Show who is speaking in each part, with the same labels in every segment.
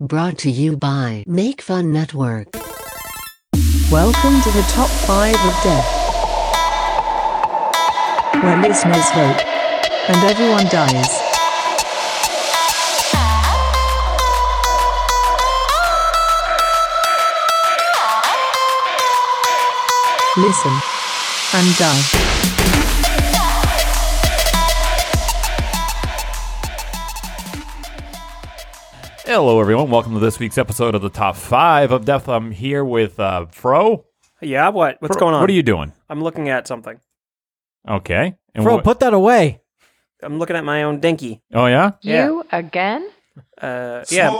Speaker 1: Brought to you by Make Fun Network.
Speaker 2: Welcome to the top five of death, where listeners vote and everyone dies. Listen and die.
Speaker 3: Hello, everyone. Welcome to this week's episode of the Top Five of Death. I'm here with uh, Fro.
Speaker 4: Yeah, what? What's
Speaker 3: Fro,
Speaker 4: going on?
Speaker 3: What are you doing?
Speaker 4: I'm looking at something.
Speaker 3: Okay. And
Speaker 5: Bro,
Speaker 3: what-
Speaker 5: put that away.
Speaker 4: I'm looking at my own dinky.
Speaker 3: oh yeah.
Speaker 6: You again?
Speaker 4: Uh, yeah.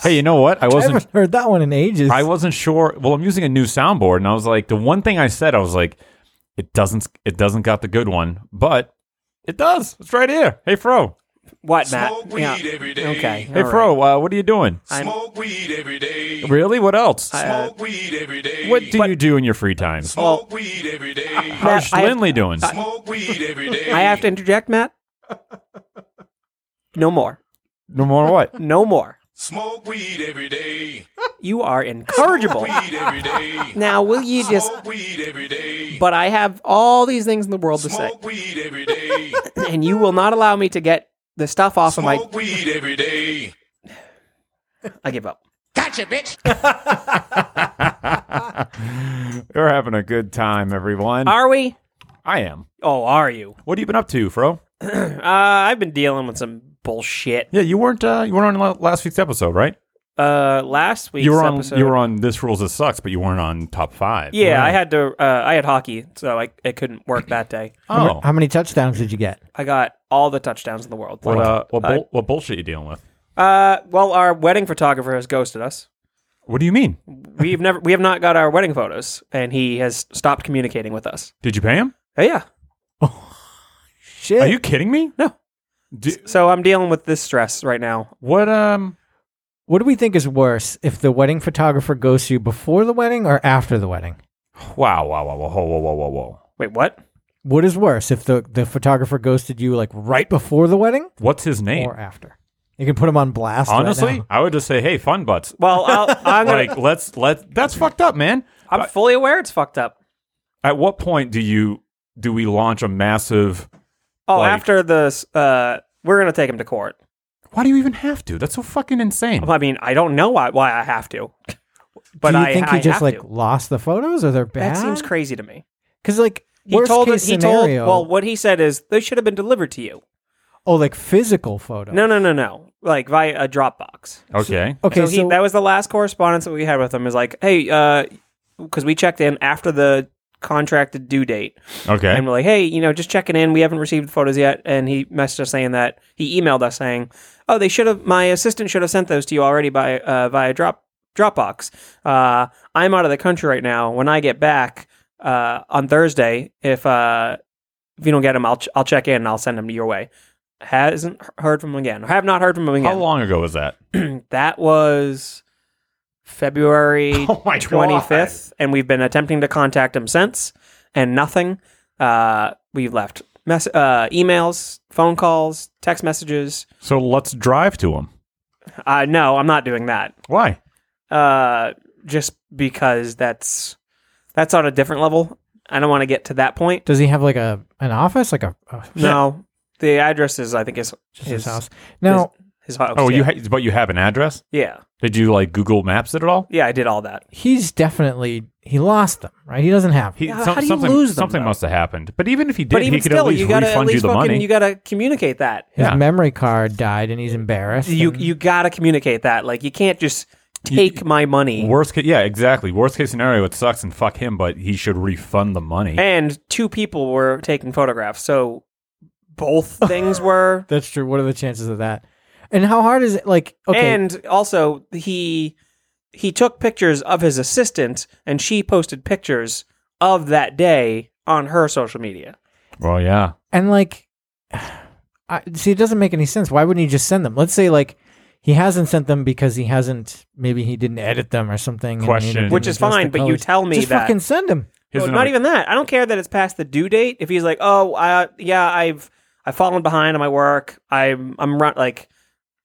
Speaker 3: Hey, you know what? I
Speaker 5: I
Speaker 3: wasn't.
Speaker 5: haven't heard that one in ages.
Speaker 3: I wasn't sure. Well, I'm using a new soundboard, and I was like, the one thing I said, I was like, it doesn't. It doesn't got the good one, but it does. It's right here. Hey, Fro.
Speaker 4: What, Matt? yeah. Okay.
Speaker 3: Hey,
Speaker 4: all
Speaker 3: Fro. Uh, what are you doing?
Speaker 4: I'm,
Speaker 3: Really? What else?
Speaker 4: uh,
Speaker 3: what do you do in your free time?
Speaker 4: well,
Speaker 3: How's
Speaker 4: I have-
Speaker 3: Lindley doing?
Speaker 4: I have to interject, Matt. No more.
Speaker 3: no more what?
Speaker 4: No more. You are incorrigible. Now, will you just? But I have all these things in the world to say, and you will not allow me to get the stuff off of my. I give up.
Speaker 3: You're having a good time, everyone.
Speaker 4: Are we?
Speaker 3: I am.
Speaker 4: Oh, are you?
Speaker 3: What have you been up to, Fro?
Speaker 4: Uh, I've been dealing with some bullshit.
Speaker 3: Yeah, you weren't. Uh, you weren't on la- last week's episode, right?
Speaker 4: Uh, last week's
Speaker 3: you were on.
Speaker 4: episode.
Speaker 3: You were on. This rules. It sucks, but you weren't on top five.
Speaker 4: Yeah, I had to. Uh, I had hockey, so I it couldn't work that day.
Speaker 5: How
Speaker 3: Oh,
Speaker 5: many- How many touchdowns did you get?
Speaker 4: I got all the touchdowns in the world.
Speaker 3: what, uh, what, bull, what bullshit you dealing with?
Speaker 4: Uh, well, our wedding photographer has ghosted us.
Speaker 3: What do you mean?
Speaker 4: We've never, we have not got our wedding photos, and he has stopped communicating with us.
Speaker 3: Did you pay him?
Speaker 4: Uh, yeah,
Speaker 5: Shit.
Speaker 3: Are you kidding me?
Speaker 4: No.
Speaker 3: Do,
Speaker 4: so I'm dealing with this stress right now.
Speaker 3: what? Um.
Speaker 5: what do we think is worse if the wedding photographer goes to you before the wedding or after the wedding?
Speaker 3: Wow! Wow! Wow! Whoa! Whoa! Whoa! Whoa! Whoa!
Speaker 4: Wait, what?
Speaker 5: What is worse if the, the photographer ghosted you like right before the wedding
Speaker 3: What's his name?
Speaker 5: or after? You can put him on blast. right
Speaker 3: Honestly,
Speaker 5: now.
Speaker 3: I would just say, "Hey, fun butts."
Speaker 4: Well, I'll, I'm gonna,
Speaker 3: Like, let's let. That's fucked up, man.
Speaker 4: I'm fully aware it's fucked up.
Speaker 3: At what point do you do we launch a massive?
Speaker 4: Oh,
Speaker 3: Like-
Speaker 4: after this, uh, we're gonna take him to court.
Speaker 3: Why do you even have to? That's so fucking insane.
Speaker 4: I mean, I don't know why, why I have to, but
Speaker 5: do you
Speaker 4: I
Speaker 5: think
Speaker 4: I
Speaker 5: he just
Speaker 4: have
Speaker 5: like
Speaker 4: to.
Speaker 5: lost the photos or they're bad?
Speaker 4: that seems crazy to me.
Speaker 5: Because like
Speaker 4: He
Speaker 5: worst
Speaker 4: told
Speaker 5: case
Speaker 4: he
Speaker 5: scenario,
Speaker 4: told well what he said is they should have been delivered to you.
Speaker 5: oh like physical photos.
Speaker 4: No, no, no, no. Like via a Dropbox.
Speaker 3: okay.
Speaker 4: so,
Speaker 5: Okay,
Speaker 4: he, that was the last correspondence that we had with him. Is like, hey, uh, because we checked in after the contracted due date,
Speaker 3: Okay.
Speaker 4: and we're like, hey, you know, just checking in. We haven't received the photos yet, and he messaged us saying that he emailed us saying, oh, they should have. My assistant should have sent those to you already by uh, via Drop Dropbox. Uh, I'm out of the country right now. When I get back uh, on Thursday, if uh, if you don't get them, I'll ch- I'll check in and I'll send them your way. Hasn't h- heard from him again. Have not heard from him
Speaker 3: How
Speaker 4: again.
Speaker 3: long ago was that?
Speaker 4: That was February
Speaker 3: Oh my God.
Speaker 4: 25th, and we've been attempting to contact him since, and nothing. Uh, we've left mess- uh, emails, phone calls, text messages.
Speaker 3: So let's drive to him.
Speaker 4: Uh, no, I'm not doing that.
Speaker 3: Why?
Speaker 4: Uh, just because that's that's on a different level. I don't want to get to that point.
Speaker 5: Does he have like a an office like a, a
Speaker 4: No, the address is I think is
Speaker 5: just
Speaker 4: his-
Speaker 5: his house? Now
Speaker 4: his house.
Speaker 3: Oh, you
Speaker 4: yeah.
Speaker 3: ha- but you have an address?
Speaker 4: yeah,
Speaker 3: Did you like Google Maps it at all?
Speaker 4: yeah, I did all that.
Speaker 5: he's definitely he lost them, right? He doesn't have.
Speaker 3: He,
Speaker 4: Yeah, how do you
Speaker 3: something
Speaker 4: lose them,
Speaker 3: something
Speaker 4: though?
Speaker 3: must have happened. But even if he did,
Speaker 4: But even
Speaker 3: he could
Speaker 4: still,
Speaker 3: at least
Speaker 4: you gotta
Speaker 3: refund
Speaker 4: at least
Speaker 3: you the
Speaker 4: fucking,
Speaker 3: money.
Speaker 4: you gotta communicate that.
Speaker 5: His
Speaker 3: yeah.
Speaker 5: memory card died, and he's embarrassed.
Speaker 4: you
Speaker 5: and-
Speaker 4: you gotta communicate that. Like you can't just take my money
Speaker 3: Worst case, yeah, exactly. Worst case scenario, it sucks and fuck him, but he should refund the money.
Speaker 4: and two people were taking photographs, so both things were.
Speaker 5: that's true. What are the chances of that? And how hard is it? Like okay,
Speaker 4: And also he he took pictures of his assistant, and she posted pictures of that day on her social media.
Speaker 3: well, yeah.
Speaker 5: and like, I, see, it doesn't make any sense. Why wouldn't he just send them? Let's say like he hasn't sent them because he hasn't. Maybe he didn't edit them or something. and he
Speaker 3: Question.
Speaker 5: didn't
Speaker 4: Which is
Speaker 5: adjust the
Speaker 4: fine, but you
Speaker 5: colors.
Speaker 4: tell me
Speaker 5: just
Speaker 4: that-
Speaker 5: fucking send him.
Speaker 3: Here's
Speaker 4: Well,
Speaker 3: another-
Speaker 4: not even that. I don't care that it's past the due date. If he's like, "Oh, I, yeah, I've I've fallen behind on my work. I'm I'm run like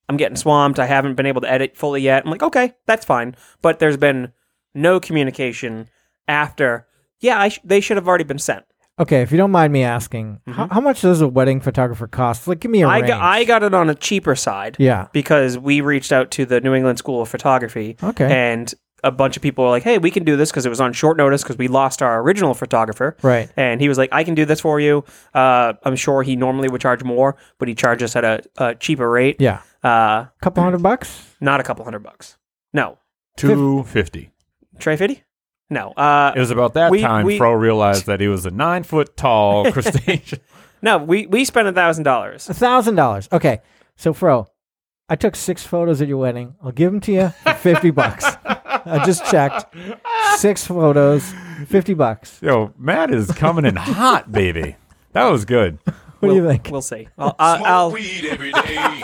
Speaker 4: I'm getting swamped. I haven't been able to edit fully yet. I'm like, okay, that's fine. But there's been no communication after. Yeah, I sh- they should have already been sent.
Speaker 5: Okay, if you don't mind me asking, how, how much does a wedding photographer cost? Like, give me a
Speaker 4: Mm-hmm. I
Speaker 5: range.
Speaker 4: got, I got it on a cheaper side
Speaker 5: yeah.
Speaker 4: because we reached out to the New England School of Photography.
Speaker 5: Okay.
Speaker 4: And a bunch of people were like, hey, we can do this because it was on short notice because we lost our original photographer.
Speaker 5: Right.
Speaker 4: And he was like, I can do this for you. Uh, I'm sure he normally would charge more, but he charged us at a, a cheaper rate.
Speaker 5: Yeah.
Speaker 4: Uh,
Speaker 5: A couple hundred bucks.
Speaker 4: not a couple hundred bucks. No.
Speaker 3: Two fifty.
Speaker 4: Trey Fitty? No. Uh,
Speaker 3: It was about that
Speaker 4: We-
Speaker 3: time
Speaker 4: we-
Speaker 3: Fro realized that he was a nine foot tall crustacean.
Speaker 4: no, we, we spent a $1,000.
Speaker 5: A thousand dollars. Okay. So, Fro, I took six photos at your wedding. I'll give them to you for fifty bucks. I just checked. Six photos, fifty bucks.
Speaker 3: Yo, Matt is coming in hot, baby. That was good.
Speaker 5: What do you
Speaker 4: We'll-
Speaker 5: think?
Speaker 4: We'll see. I'll, I'll, I'll-
Speaker 6: weed every day.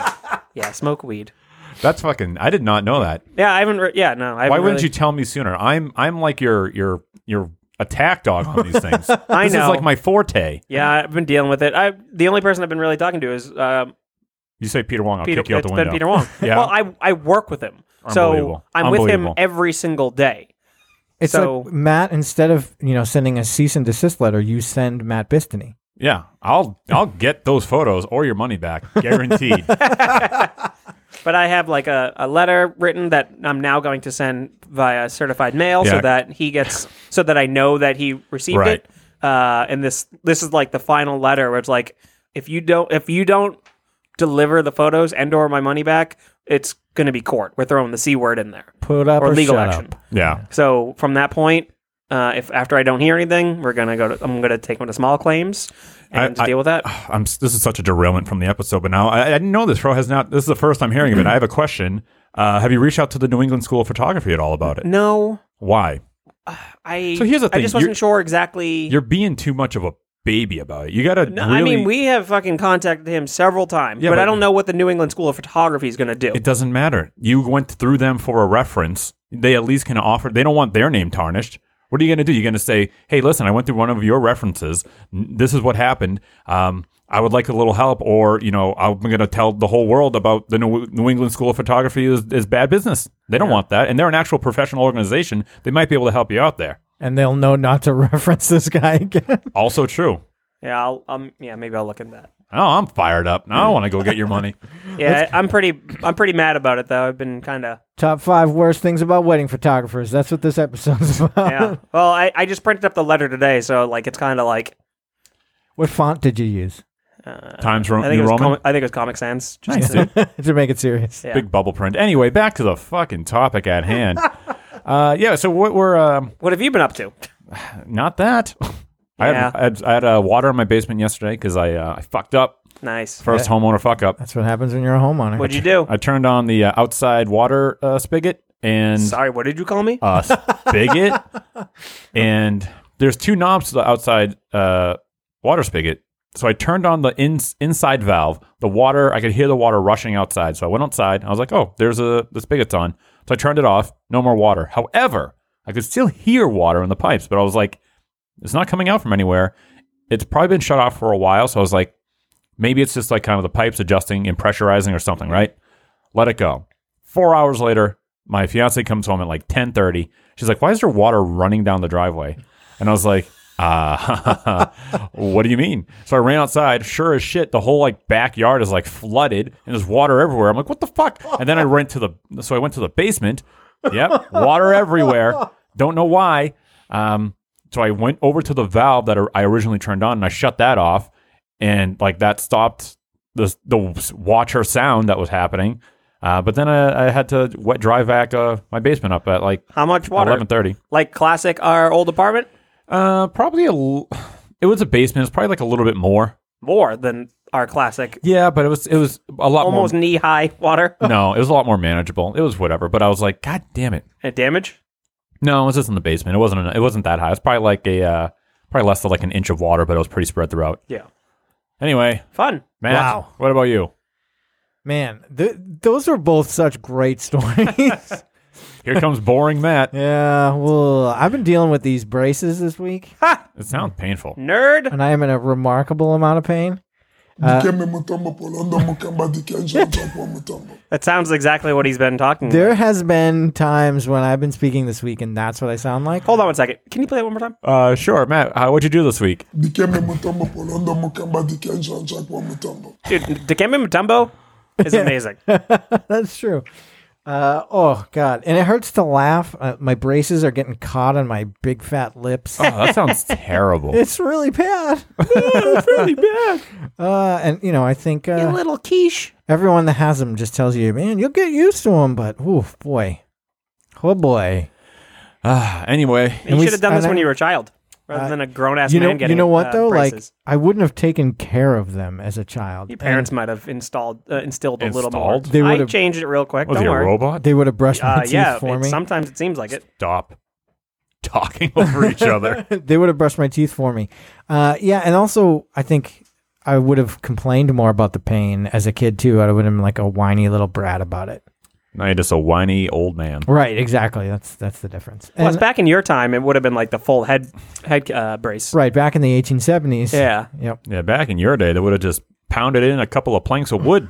Speaker 4: yeah, smoke weed.
Speaker 3: That's fucking. I did not know that.
Speaker 4: Yeah, I haven't. Re- yeah, no. I
Speaker 3: Why
Speaker 4: haven't
Speaker 3: wouldn't
Speaker 4: really-
Speaker 3: you tell me sooner? I'm I'm like your your your attack dog on these things.
Speaker 4: I
Speaker 3: this
Speaker 4: know.
Speaker 3: is like my forte.
Speaker 4: Yeah, I've been dealing with it. I the only person I've been really talking to is um,
Speaker 3: You say Peter Wong, I'll
Speaker 4: Peter.
Speaker 3: kick you out
Speaker 4: it's
Speaker 3: the
Speaker 4: been
Speaker 3: window.
Speaker 4: Peter Wong.
Speaker 3: Yeah.
Speaker 4: Well, I I work with him, so
Speaker 3: Unbelievable.
Speaker 4: I'm with him
Speaker 3: Unbelievable.
Speaker 4: every single day.
Speaker 5: It's
Speaker 4: So-
Speaker 5: like Matt. Instead of you know sending a cease and desist letter, you send Matt Bistany.
Speaker 3: Yeah, I'll I'll get those photos or your money back, guaranteed.
Speaker 4: But I have like a, a letter written that I'm now going to send via certified mail, so
Speaker 3: Yeah.
Speaker 4: that he gets so that I know that he received
Speaker 3: Right.
Speaker 4: it. Uh, and this this is like the final letter where it's like if you don't if you don't deliver the photos and or my money back, it's going to be court. We're throwing the c word in there
Speaker 5: Put up
Speaker 4: or,
Speaker 5: or,
Speaker 4: legal
Speaker 5: shut
Speaker 4: action.
Speaker 5: up.
Speaker 3: yeah,
Speaker 4: So from that point, uh, if after I don't hear anything, we're gonna go. To, I'm gonna take one to small claims and
Speaker 3: I- oh. I-
Speaker 4: deal with that.
Speaker 3: I'm. This is such a derailment from the episode, but now I, I didn't know this. Fro has not. This is the first time hearing of it. I have a question. Uh, have you reached out to the New England School of Photography at all about it?
Speaker 4: no,
Speaker 3: Why?
Speaker 4: I.
Speaker 3: So here's the
Speaker 4: I
Speaker 3: thing,
Speaker 4: just wasn't
Speaker 3: you're-
Speaker 4: sure exactly.
Speaker 3: You're being too much of a baby about it. You got to
Speaker 4: No,
Speaker 3: really.
Speaker 4: I mean, we have fucking contacted him several times,
Speaker 3: Yeah,
Speaker 4: but, I
Speaker 3: but-
Speaker 4: don't know what the New England School of Photography is gonna do.
Speaker 3: It doesn't matter. You went through them for a reference. They at least can offer. They don't want their name tarnished. What are you going to do? You're going to say, "Hey, listen, I went through one of your references. N- This is what happened. Um, I would like a little help, or you know, I'm going to tell the whole world about the New, New England School of Photography is, is bad business. They don't want that, and they're an actual professional organization. They might be able to help you out there.
Speaker 5: And they'll know not to reference this guy again.
Speaker 3: Also true.
Speaker 4: yeah, I'll, um, yeah, maybe I'll look at that.
Speaker 3: Oh, I'm fired up. Now I want to go get your money.
Speaker 4: Yeah, I'm pretty, I'm pretty mad about it though. I've been kind of,
Speaker 5: Top five worst things about wedding photographers. That's what this episode's about.
Speaker 4: yeah. well, I, I just printed up the letter today, so like it's kind of like
Speaker 5: What font did you use
Speaker 3: Times Ro-
Speaker 4: I think
Speaker 3: New
Speaker 4: it was
Speaker 3: Roman.
Speaker 4: comic, I think it was Comic Sans. Just
Speaker 3: Nice,
Speaker 4: to-
Speaker 3: dude.
Speaker 5: to make it serious?
Speaker 4: yeah.
Speaker 3: big bubble print. Anyway, back to the fucking topic at hand. uh, yeah, so what we're um,
Speaker 4: What have you been up to?
Speaker 3: not that. I
Speaker 4: Yeah.
Speaker 3: had, I had, I had uh, water in my basement yesterday because I uh, I fucked up
Speaker 4: Nice.
Speaker 3: first homeowner fuck up.
Speaker 5: That's what happens when you're a homeowner.
Speaker 4: What'd you do?
Speaker 3: I turned on the uh, outside water uh, spigot and
Speaker 4: Sorry, what did you call me?
Speaker 3: uh, spigot, and there's two knobs to the outside uh, water spigot. So I turned on the in- inside valve. The water, I could hear the water rushing outside. So I went outside. I was like, "Oh, there's a the spigot's on." So I turned it off. No more water. However, I could still hear water in the pipes, but I was like, "It's not coming out from anywhere. It's probably been shut off for a while." So I was like, "Maybe it's just like kind of the pipes adjusting and pressurizing or something, right?" Let it go. Four hours later, my fiance comes home at like 10:30. She's like, "Why is there water running down the driveway?" And I was like, "Uh, what do you mean?" So I ran outside. Sure as shit, the whole like backyard is like flooded, and there's water everywhere. I'm like, "What the fuck?" And then I went to the so I went to the basement. Yep, water everywhere. Don't know why. Um, so I went over to the valve that I originally turned on, and I shut that off, and like that stopped the the watcher sound that was happening. Uh, but then I, I had to wet dry vac uh, my basement up at like
Speaker 4: How much water?
Speaker 3: eleven thirty.
Speaker 4: Like classic our old apartment?
Speaker 3: Uh, probably a. L- it was a basement. It's probably like a little bit more.
Speaker 4: More than our classic
Speaker 3: Yeah, but it was it was a lot
Speaker 4: almost
Speaker 3: more.
Speaker 4: knee high water
Speaker 3: No, it was a lot more manageable. It was whatever. But I was like, God damn it!
Speaker 4: and damage.
Speaker 3: No, it was just in the basement. It wasn't. An, it wasn't that high. It was probably like a uh, probably less than like an inch of water, but it was pretty spread throughout.
Speaker 4: Yeah.
Speaker 3: Anyway,
Speaker 4: Fun.
Speaker 3: Matt,
Speaker 5: Wow.
Speaker 3: what about you?
Speaker 5: Man, th- those were both such great stories.
Speaker 3: Here comes boring Matt.
Speaker 5: yeah, well, I've been dealing with these braces this week,
Speaker 3: It sounds painful.
Speaker 4: Nerd.
Speaker 5: and I am in a remarkable amount of pain.
Speaker 6: Mkeme Mutombo, Polondo Mukamba, Dikenja, Japo Mutombo.
Speaker 4: That sounds exactly what he's been talking
Speaker 5: There
Speaker 4: about.
Speaker 5: has been times when I've been speaking this week, and that's what I sound like.
Speaker 4: Hold on one second. Can you play it one more time?
Speaker 3: Uh, sure, Matt. Uh, what'd you do this week?
Speaker 6: Dikeme Mutombo, Polondo Mukamba, Dikenja, Japo Mutombo.
Speaker 4: Dude, Dikembe Mutombo is amazing.
Speaker 5: That's true. Uh, oh God, and it hurts to laugh. Uh, my braces are getting caught on my big fat lips.
Speaker 3: Oh, that sounds terrible.
Speaker 5: It's really bad.
Speaker 4: it's really bad.
Speaker 5: Uh, and you know, I think
Speaker 4: A
Speaker 5: uh,
Speaker 4: little quiche.
Speaker 5: everyone that has them just tells you, man, you'll get used to them. But oof, boy, oh boy.
Speaker 3: Ah, anyway,
Speaker 4: You
Speaker 5: we
Speaker 4: should have done this
Speaker 5: spent
Speaker 4: when
Speaker 5: a-
Speaker 4: you were a child, rather than a grown ass
Speaker 5: You know,
Speaker 4: man getting.
Speaker 5: you know what
Speaker 4: uh,
Speaker 5: though?
Speaker 4: braces.
Speaker 5: Like, I wouldn't have taken care of them as a child.
Speaker 4: your parents might have installed, uh, instilled a little more.
Speaker 3: Installed?
Speaker 5: They
Speaker 4: I
Speaker 5: would've-
Speaker 4: changed it real quick.
Speaker 3: was
Speaker 4: Don't
Speaker 3: he a
Speaker 4: worry.
Speaker 5: And
Speaker 3: robot?
Speaker 5: they would have brushed my
Speaker 4: Uh,
Speaker 5: teeth
Speaker 4: yeah,
Speaker 5: for
Speaker 4: it-
Speaker 5: me.
Speaker 4: sometimes it seems like it.
Speaker 3: Stop talking over each other.
Speaker 5: they would have brushed my teeth for me. Uh, yeah, and also I think I would have complained more about the pain as a kid too. I would have been like a whiny little brat about it.
Speaker 3: Now you're just a whiny old man.
Speaker 5: Right, exactly. That's that's the difference.
Speaker 4: Plus,
Speaker 5: And-
Speaker 4: back in your time, it would have been like the full head head uh, brace.
Speaker 5: right, back in the 1870s.
Speaker 4: Yeah.
Speaker 5: Yep.
Speaker 3: Yeah, back in your day, they would have just pounded in a couple of planks of wood.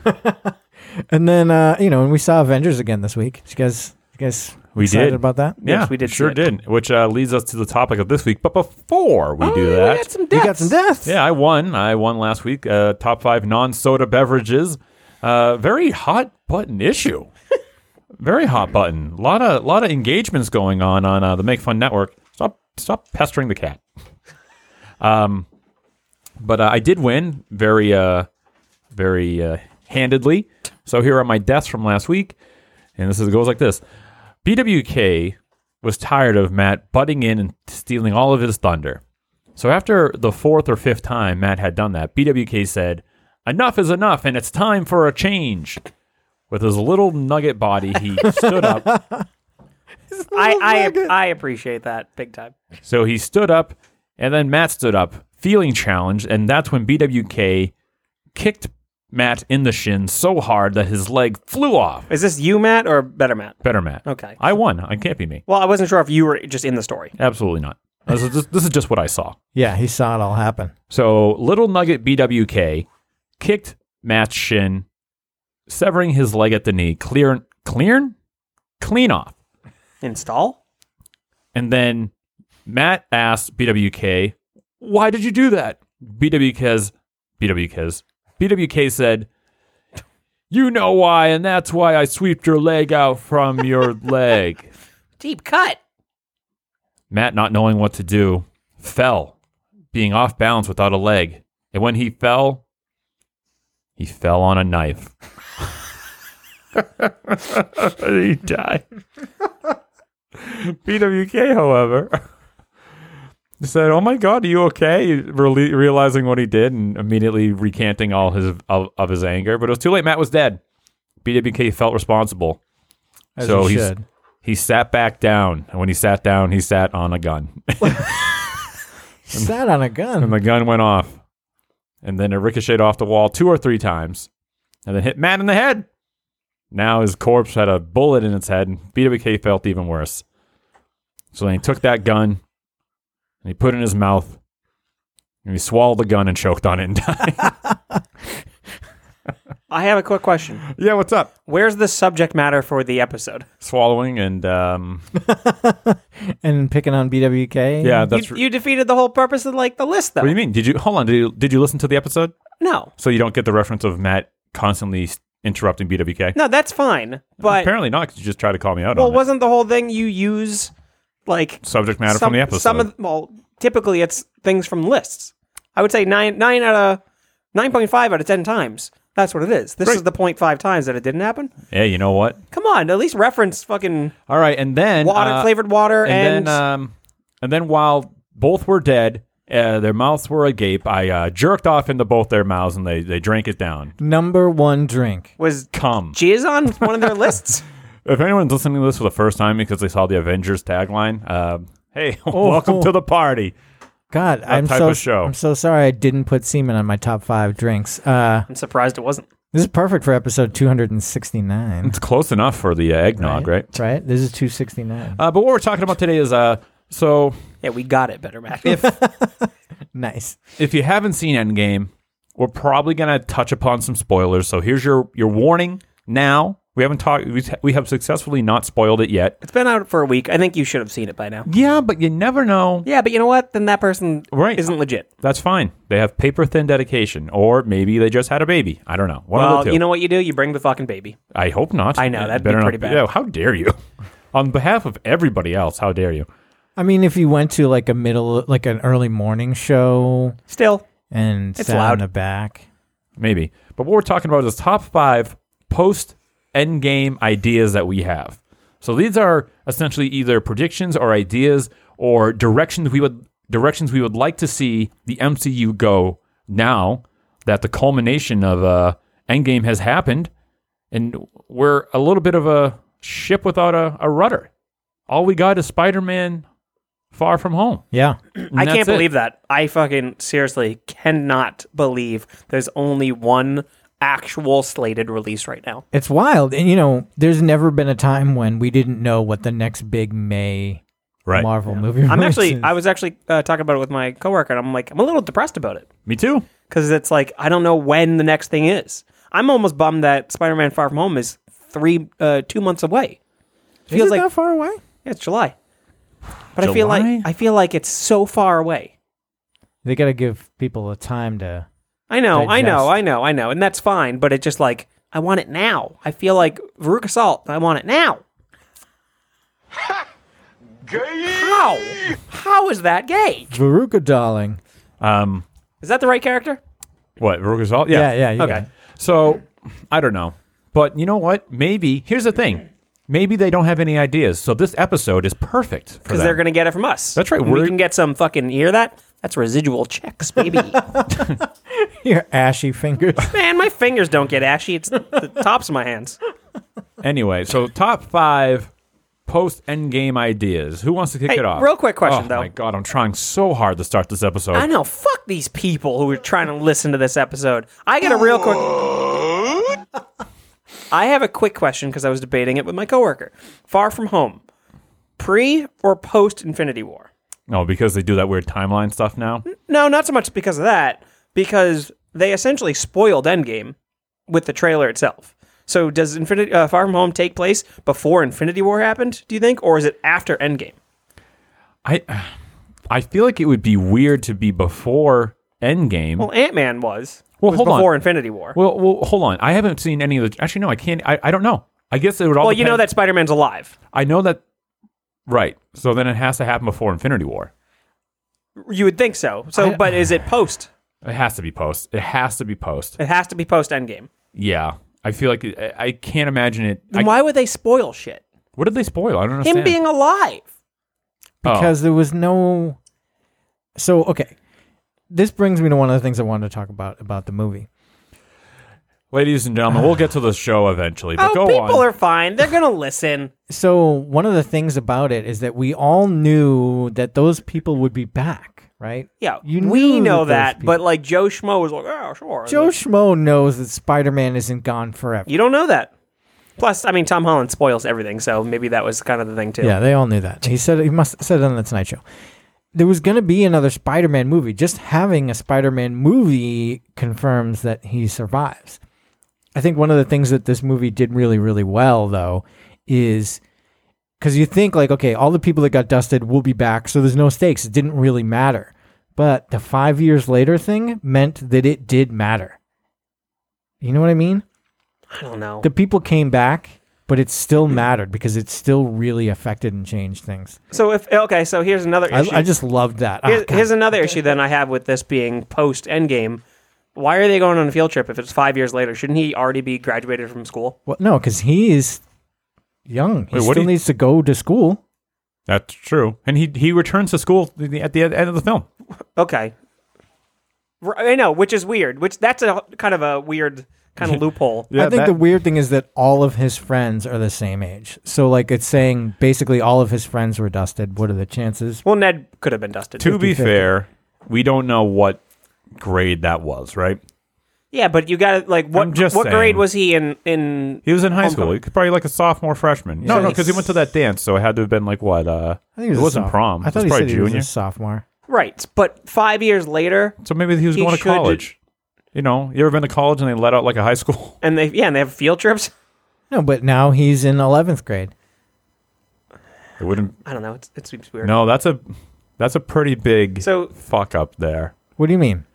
Speaker 5: And then uh, you know, and we saw Avengers again this week. Did you guys you guys
Speaker 3: We
Speaker 5: excited
Speaker 3: did.
Speaker 5: about that?
Speaker 3: Yeah,
Speaker 4: Yes, we did see
Speaker 3: Sure
Speaker 4: it.
Speaker 3: did. Which uh, leads us to the topic of this week. But before we do that,
Speaker 5: We got some deaths.
Speaker 3: Yeah, I won. I won last week. Uh, top five non-soda beverages. Uh, very hot button issue. very hot button. A lot of lot of engagements going on on uh, the Make Fun Network. Stop stop pestering the cat. um, but uh, I did win very uh very uh, handedly. So here are my deaths from last week, and this is, it goes like this: BWK was tired of Matt butting in and stealing all of his thunder. So after the fourth or fifth time Matt had done that, BWK said, Enough is enough, and it's time for a change. With his little nugget body, he stood up.
Speaker 4: I, I I appreciate that big time.
Speaker 3: So he stood up, and then Matt stood up, feeling challenged, and that's when BWK kicked Matt in the shin so hard that his leg flew off.
Speaker 4: Is this you, Matt, or better Matt?
Speaker 3: Better Matt.
Speaker 4: Okay.
Speaker 3: I won. I can't be me.
Speaker 4: Well, I wasn't sure if you were just in the story.
Speaker 3: Absolutely not. This is just, this is just what I saw.
Speaker 5: Yeah, he saw it all happen.
Speaker 3: So Little Nugget BWK kicked Matt's shin, severing his leg at the knee, clear, clear, clean off.
Speaker 4: Install?
Speaker 3: And then Matt asked BWK, "Why did you do that?" BWK's BWK's BWK said, "You know why, and that's why I sweeped your leg out from your leg."
Speaker 4: Deep cut.
Speaker 3: Matt, not knowing what to do, fell, being off balance without a leg. And when he fell, he fell on a knife. he died. BWK, however, said, "Oh my God, are you okay?" Rele- realizing what he did and immediately recanting all his of, of his anger, but it was too late. Matt was dead. BWK felt responsible
Speaker 5: As
Speaker 3: so
Speaker 5: he
Speaker 3: he's-
Speaker 5: should.
Speaker 3: he sat back down, and when he sat down, he sat on a gun,
Speaker 5: He sat on a gun.
Speaker 3: and the gun went off, and then it ricocheted off the wall two or three times, and then hit Matt in the head. Now his corpse had a bullet in its head, and BWK felt even worse. So then he took that gun, and he put it in his mouth, and he swallowed the gun and choked on it and died.
Speaker 4: I have a quick question.
Speaker 3: yeah, what's up?
Speaker 4: Where's the subject matter for the episode?
Speaker 3: Swallowing and um,
Speaker 5: and picking on BWK.
Speaker 3: yeah, that's.
Speaker 4: you, you defeated the whole purpose of like the list, though.
Speaker 3: what do you mean? Did you hold on? Did you did you listen to the episode?
Speaker 4: No,
Speaker 3: So you don't get the reference of Matt constantly s- interrupting BWK?
Speaker 4: no, that's fine. But
Speaker 3: Apparently not, 'cause you just tried to call me out
Speaker 4: well,
Speaker 3: on it.
Speaker 4: wasn't the whole thing you use like
Speaker 3: Subject matter
Speaker 4: some,
Speaker 3: from the episode.
Speaker 4: Some of well, typically it's things from lists. I would say nine nine out of nine point five out of ten times. That's what it is. This is the 0.5 times that it didn't happen.
Speaker 3: yeah, you know what?
Speaker 4: Come on, at least reference fucking
Speaker 3: All right, and then
Speaker 4: water
Speaker 3: uh,
Speaker 4: flavored water and,
Speaker 3: and then um, and then while both were dead, uh, their mouths were agape. I uh, jerked off into both their mouths, and they they drank it down.
Speaker 5: Number one drink.
Speaker 4: was
Speaker 3: Come.
Speaker 4: jizz on one of their lists.
Speaker 3: If anyone's listening to this for the first time because they saw the Avengers tagline, uh, hey, welcome
Speaker 5: oh.
Speaker 3: to the party.
Speaker 5: God, I'm
Speaker 3: type
Speaker 5: so
Speaker 3: of show.
Speaker 5: I'm so sorry I didn't put semen on my top five drinks. Uh,
Speaker 4: I'm surprised it wasn't.
Speaker 5: this is perfect for episode 269.
Speaker 3: It's close enough for the uh, eggnog, right?
Speaker 5: Right? This is 269.
Speaker 3: Uh, but what we're talking about today is uh, so
Speaker 4: Yeah, we got it better, Matt.
Speaker 3: if
Speaker 5: Nice.
Speaker 3: if you haven't seen Endgame, We're probably going to touch upon some spoilers. So here's your your warning now. We haven't talked. We, we have successfully not spoiled it yet.
Speaker 4: It's been out for a week. I think you should have seen it by now.
Speaker 3: Yeah, but you never know.
Speaker 4: Yeah, but you know what? Then that person
Speaker 3: Right.
Speaker 4: isn't legit.
Speaker 3: That's fine. They have paper thin dedication, or maybe they just had a baby. I don't know. One of
Speaker 4: Well,
Speaker 3: the two.
Speaker 4: you know what you do? You bring the fucking baby.
Speaker 3: I hope not.
Speaker 4: I know,
Speaker 3: It
Speaker 4: that'd be
Speaker 3: better not
Speaker 4: pretty bad.
Speaker 3: Yeah, how dare you? On behalf of everybody else, how dare you?
Speaker 5: I mean, if you went to like a middle, like an early morning show
Speaker 4: Still,
Speaker 5: and
Speaker 4: It's
Speaker 5: sat
Speaker 4: loud.
Speaker 5: in the back,
Speaker 3: Maybe. But what we're talking about is top five post endgame ideas that we have. So these are essentially either predictions or ideas or directions we would directions we would like to see the MCU go now that the culmination of uh endgame has happened and we're a little bit of a ship without a, a rudder. All we got is Spider Man far from home.
Speaker 5: yeah,
Speaker 4: I can't believe that. I fucking seriously cannot believe there's only one actual slated release right now.
Speaker 5: it's wild. And you know, there's never been a time when we didn't know what the next big May
Speaker 3: Right.
Speaker 5: Marvel movie.
Speaker 4: I'm
Speaker 5: release
Speaker 4: actually,
Speaker 5: is.
Speaker 4: I was actually uh, talking about it with my coworker, and I'm like, I'm a little depressed about it
Speaker 3: Me too.
Speaker 4: because it's like I don't know when the next thing is. I'm almost bummed that Spider-Man: Far From Home is three, uh, two months away.
Speaker 5: Is
Speaker 4: feels
Speaker 5: it
Speaker 4: like-
Speaker 5: that far away.
Speaker 4: Yeah, it's July, but I feel like
Speaker 3: July?
Speaker 4: I feel like it's so far away.
Speaker 5: They got to give people a time to.
Speaker 4: I know, I know,
Speaker 5: Digest.
Speaker 4: I know, I know, and that's fine. But it just like I want it now. I feel like Veruca Salt. I want it now. How? How is that gay?
Speaker 5: Veruca, darling.
Speaker 3: Um,
Speaker 4: Is that the right character?
Speaker 3: what, Veruca Salt?
Speaker 5: Yeah, yeah. you got
Speaker 4: Okay.
Speaker 5: it.
Speaker 3: So I don't know. But you know what? Maybe here's the thing. Maybe they don't have any ideas. So this episode is perfect for
Speaker 4: Because
Speaker 3: them.
Speaker 4: they're gonna get it from us.
Speaker 3: That's right,
Speaker 4: And We
Speaker 3: we're-
Speaker 4: can get some fucking. You hear that? That's residual checks, baby.
Speaker 5: Your ashy fingers.
Speaker 4: Man, my fingers don't get ashy. It's the tops of my hands.
Speaker 3: anyway, so top five post endgame ideas. Who wants to kick
Speaker 4: Hey,
Speaker 3: it off?
Speaker 4: real quick question,
Speaker 3: oh,
Speaker 4: though.
Speaker 3: my god, I'm trying so hard to start this episode.
Speaker 4: I know. Fuck these people who are trying to listen to this episode. I got a real quick. I have a quick question because I was debating it with my coworker. Far from home, pre or post Infinity War?
Speaker 3: No, because they do that weird timeline stuff now.
Speaker 4: No, not so much because of that. Because they essentially spoiled Endgame with the trailer itself. So does Infinity uh, Far from Home take place before Infinity War happened? Do you think, or is it after Endgame?
Speaker 3: I I feel like it would be weird to be before endgame.
Speaker 4: Well, Ant Man was.
Speaker 3: Well,
Speaker 4: was
Speaker 3: hold on.
Speaker 4: before Infinity War.
Speaker 3: well, well, hold on. I haven't seen any of the Actually no, I can't I, I don't know. I guess it would all
Speaker 4: well you know
Speaker 3: depend-
Speaker 4: that Spider Man's alive.
Speaker 3: I know that Right. So then it has to happen before Infinity War.
Speaker 4: You would think so. So, but is it post?
Speaker 3: It has to be post. It has to be post.
Speaker 4: It has to be post Endgame.
Speaker 3: Yeah. I feel like I, I can't imagine it. I,
Speaker 4: Then why would they spoil shit?
Speaker 3: what did they spoil? I don't understand.
Speaker 4: Him being alive.
Speaker 3: Oh.
Speaker 5: because there was no so okay this brings me to one of the things i wanted to talk about about the movie
Speaker 3: Ladies and gentlemen, we'll get to the show eventually, but
Speaker 4: Oh,
Speaker 3: go
Speaker 4: people
Speaker 3: on.
Speaker 4: are fine. They're gonna listen.
Speaker 5: so one of the things about it is that we all knew that those people would be back right
Speaker 4: Yeah,
Speaker 5: You
Speaker 4: we
Speaker 5: knew
Speaker 4: know
Speaker 5: that those
Speaker 4: that,
Speaker 5: people-
Speaker 4: but like Joe Schmo was like, oh sure.
Speaker 5: joe schmo knows that spider-man isn't gone forever
Speaker 4: you don't know that. Plus, I mean, Tom Holland spoils everything, so maybe that was kind of the thing too.
Speaker 5: yeah they all knew that he said he must have said it on the tonight show there was going to be another spider-man movie just having a spider-man movie confirms that he survives I think one of the things that this movie did really, really well, though, is because you think, like, okay, all the people that got dusted will be back, so there's no stakes. It didn't really matter. But the five years later thing meant that it did matter. You know what I mean?
Speaker 4: I don't know.
Speaker 5: The people came back, but it still mattered because it still really affected and changed things.
Speaker 4: So if okay, so here's another
Speaker 5: I,
Speaker 4: issue.
Speaker 5: I just loved that. Ah,
Speaker 4: here's,
Speaker 5: God.
Speaker 4: here's another issue then I have with this being post Endgame. Why are they going on a field trip if it's five years later? Shouldn't he already be graduated from school?
Speaker 5: Well, no, because he is young. He
Speaker 3: Wait, what
Speaker 5: still
Speaker 3: do you-
Speaker 5: needs to go to school.
Speaker 3: That's true. And he he returns to school at the, at the end of the film.
Speaker 4: Okay. R- I know, which is weird. Which that's a kind of a weird kind of loophole.
Speaker 5: I think the weird thing is that all of his friends are the same age. So like it's saying basically all of his friends were dusted. What are the chances?
Speaker 4: Well, Ned could have been dusted.
Speaker 3: to be
Speaker 5: 50-50.
Speaker 3: fair, we don't know what grade that was, right?
Speaker 4: Yeah, but you got to like what
Speaker 3: I'm just
Speaker 4: what grade
Speaker 3: saying.
Speaker 4: was he in in
Speaker 3: He was in high school. He could probably like a sophomore freshman. No,
Speaker 5: Yeah.
Speaker 3: no, because he went to that dance, so it had to have been like what? Uh,
Speaker 5: he was
Speaker 3: it
Speaker 5: a
Speaker 3: wasn't
Speaker 5: soph-
Speaker 3: prom.
Speaker 5: I thought
Speaker 3: it was
Speaker 5: he
Speaker 3: probably
Speaker 5: said he
Speaker 3: junior.
Speaker 5: was a sophomore.
Speaker 4: right, but 5 years later,
Speaker 3: so maybe he was
Speaker 4: he
Speaker 3: going to
Speaker 4: should-
Speaker 3: college. You know, you ever been to college and they let out like a high school?
Speaker 4: And they yeah, and they have field trips.
Speaker 5: No, but now he's in 11th grade.
Speaker 3: It wouldn't.
Speaker 4: I don't know. It's, it seems weird.
Speaker 3: No, that's a that's a pretty big
Speaker 4: So-
Speaker 3: fuck up there.
Speaker 5: What do you mean?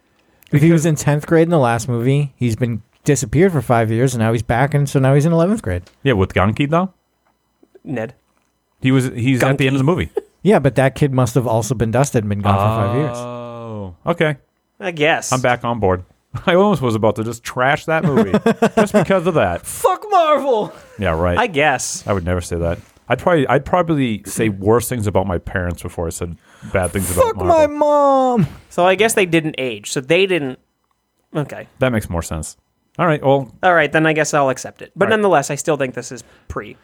Speaker 5: If he was in 10th grade in the last movie, he's been disappeared for five years and now he's back, and so now he's in 11th grade.
Speaker 3: Yeah, with Gunky though,
Speaker 4: Ned.
Speaker 3: he was he's at the end of the movie.
Speaker 5: Yeah, but that kid must have also been dusted and been gone for five years.
Speaker 3: Oh, okay.
Speaker 4: I guess.
Speaker 3: I'm back on board. I almost was about to just trash that movie just because of that.
Speaker 4: Fuck Marvel.
Speaker 3: Yeah, right.
Speaker 4: I guess.
Speaker 3: I would never say that. I'd probably I'd probably say worse things about my parents before I said bad things
Speaker 5: Fuck
Speaker 3: about Marvel.
Speaker 5: my mom.
Speaker 4: So I guess they didn't age. So they didn't. Okay.
Speaker 3: that makes more sense. All right, well,
Speaker 4: All right. Then I guess I'll accept it. But
Speaker 3: All right.
Speaker 4: nonetheless, I still think this is pre.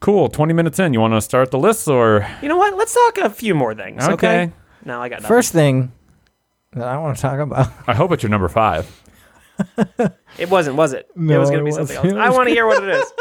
Speaker 3: cool. Twenty minutes in, you want to start the list or
Speaker 4: You know what? Let's talk a few more things. Okay.
Speaker 3: Okay.
Speaker 4: No, I got nothing.
Speaker 5: First thing that I want to talk about.
Speaker 3: I hope it's your number five.
Speaker 4: It wasn't, was it? it
Speaker 5: No,
Speaker 4: was going to
Speaker 5: it
Speaker 4: be something else.
Speaker 5: wasn't.
Speaker 4: I want to hear what it is.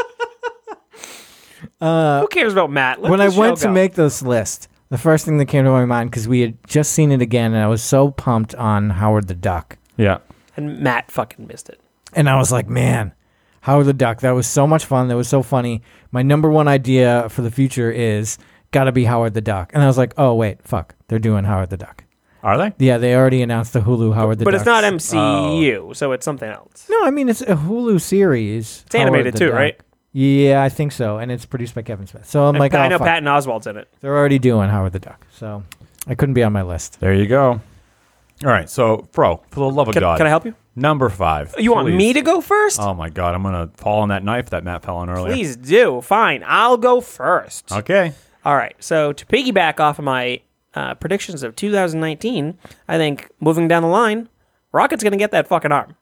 Speaker 4: Who cares about Matt? Let
Speaker 5: Uh, when I
Speaker 4: this show
Speaker 5: went to
Speaker 4: go.
Speaker 5: make this list, the first thing that came to my mind because we had just seen it again, and I was so pumped on Howard the Duck,
Speaker 3: Yeah.
Speaker 4: and Matt fucking missed it.
Speaker 5: and I was like, man, Howard the Duck, that was so much fun, that was so funny. My number one idea for the future is gotta be Howard the Duck, and I was like, oh wait, fuck, they're doing Howard the Duck.
Speaker 3: Are they?
Speaker 5: Yeah, they already announced the Hulu Howard the
Speaker 4: But
Speaker 5: Duck.
Speaker 4: it's not
Speaker 3: Oh.
Speaker 4: MCU, so it's something else.
Speaker 5: No, I mean it's a Hulu series. It's
Speaker 4: animated too, right?
Speaker 5: Yeah, I think so, and it's produced by Kevin Smith. So I'm like,
Speaker 4: I
Speaker 5: oh,
Speaker 4: know
Speaker 5: fuck.
Speaker 4: Patton Oswald's in it.
Speaker 3: Oh
Speaker 5: They're already doing Howard the Duck, so I couldn't be on my list.
Speaker 3: There you go. All right, so bro, for the love of
Speaker 4: Can,
Speaker 3: God,
Speaker 4: can I help you?
Speaker 3: Number five.
Speaker 4: You want
Speaker 3: please.
Speaker 4: me to go first?
Speaker 3: Oh my God, I'm gonna fall on that knife that Matt fell on earlier.
Speaker 4: Please do. Fine, I'll go first.
Speaker 3: Okay.
Speaker 4: All right. So to piggyback off of my uh, predictions of 2019, I think moving down the line, Rocket's going to get that fucking arm.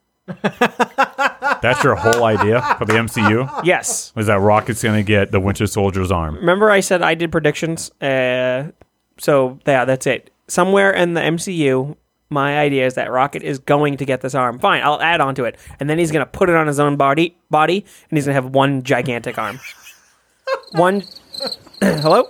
Speaker 3: That's your whole idea for the MCU?
Speaker 4: Yes.
Speaker 3: Is that Rocket's going to get the Winter Soldier's arm?
Speaker 4: Remember I said I did predictions. Uh, so yeah, that's it. Somewhere in the MCU, my idea is that Rocket is going to get this arm. Fine, I'll add on to it, and then he's going to put it on his own body, body, and he's going to have one gigantic arm. one. Hello.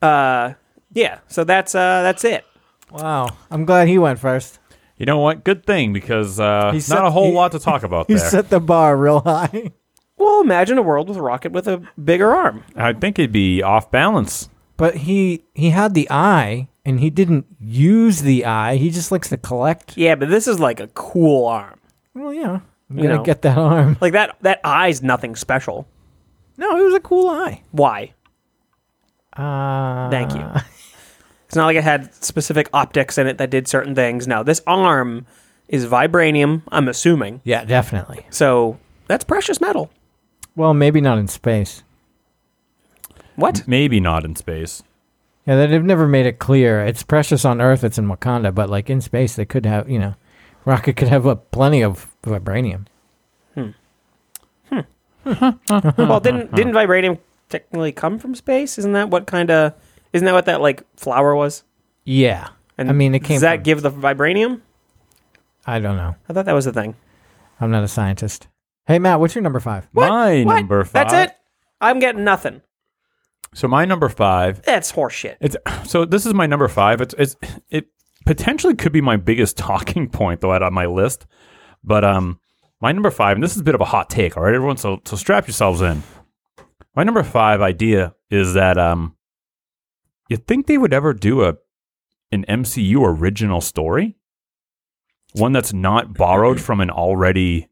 Speaker 4: Uh, yeah. So that's uh, that's it.
Speaker 5: Wow, I'm glad he went first.
Speaker 3: You know what? Good thing because uh,
Speaker 5: He
Speaker 3: not
Speaker 5: set-
Speaker 3: a whole
Speaker 5: he-
Speaker 3: lot to talk about
Speaker 5: He
Speaker 3: there.
Speaker 5: set the bar real high.
Speaker 4: Well, imagine a world with Rocket with a bigger arm.
Speaker 3: I think it'd be off balance.
Speaker 5: But he he had the eye, and he didn't use the eye. He just likes to collect.
Speaker 4: Yeah, but this is like a cool arm.
Speaker 5: Well, yeah, I'm
Speaker 4: You
Speaker 5: gonna
Speaker 4: know.
Speaker 5: get that arm.
Speaker 4: Like that that eye's nothing special.
Speaker 5: No, it was a cool eye.
Speaker 4: Why?
Speaker 5: Uh,
Speaker 4: Thank you. It's not like it had specific optics in it that did certain things. No, this arm is vibranium, I'm assuming.
Speaker 5: Yeah, definitely.
Speaker 4: So that's precious metal.
Speaker 5: Well, maybe not in space.
Speaker 4: What?
Speaker 3: Maybe not in space.
Speaker 5: Yeah, they- they've never made it clear. It's precious on Earth. It's in Wakanda, but like in space, they could have you know, rocket could have uh, plenty of vibranium.
Speaker 4: well, didn't didn't vibranium technically come from space? Isn't that what kind of isn't that what that like flower was?
Speaker 5: Yeah, I mean it came.
Speaker 4: Does that
Speaker 5: from-
Speaker 4: give the vibranium?
Speaker 5: I don't know.
Speaker 4: I thought that was the thing.
Speaker 5: I'm not a scientist. Hey Matt, what's your number five?
Speaker 3: My
Speaker 4: What?
Speaker 3: number five.
Speaker 4: That's it. I'm getting nothing.
Speaker 3: So my number five.
Speaker 4: That's horseshit.
Speaker 3: It's so this is my number five. It's it's it potentially could be my biggest talking point though out on my list. But um, my number five, and this is a bit of a hot take. All right, everyone. So so strap yourselves in. My number five idea is that um, you think they would ever do a an MCU original story, one that's not borrowed from an already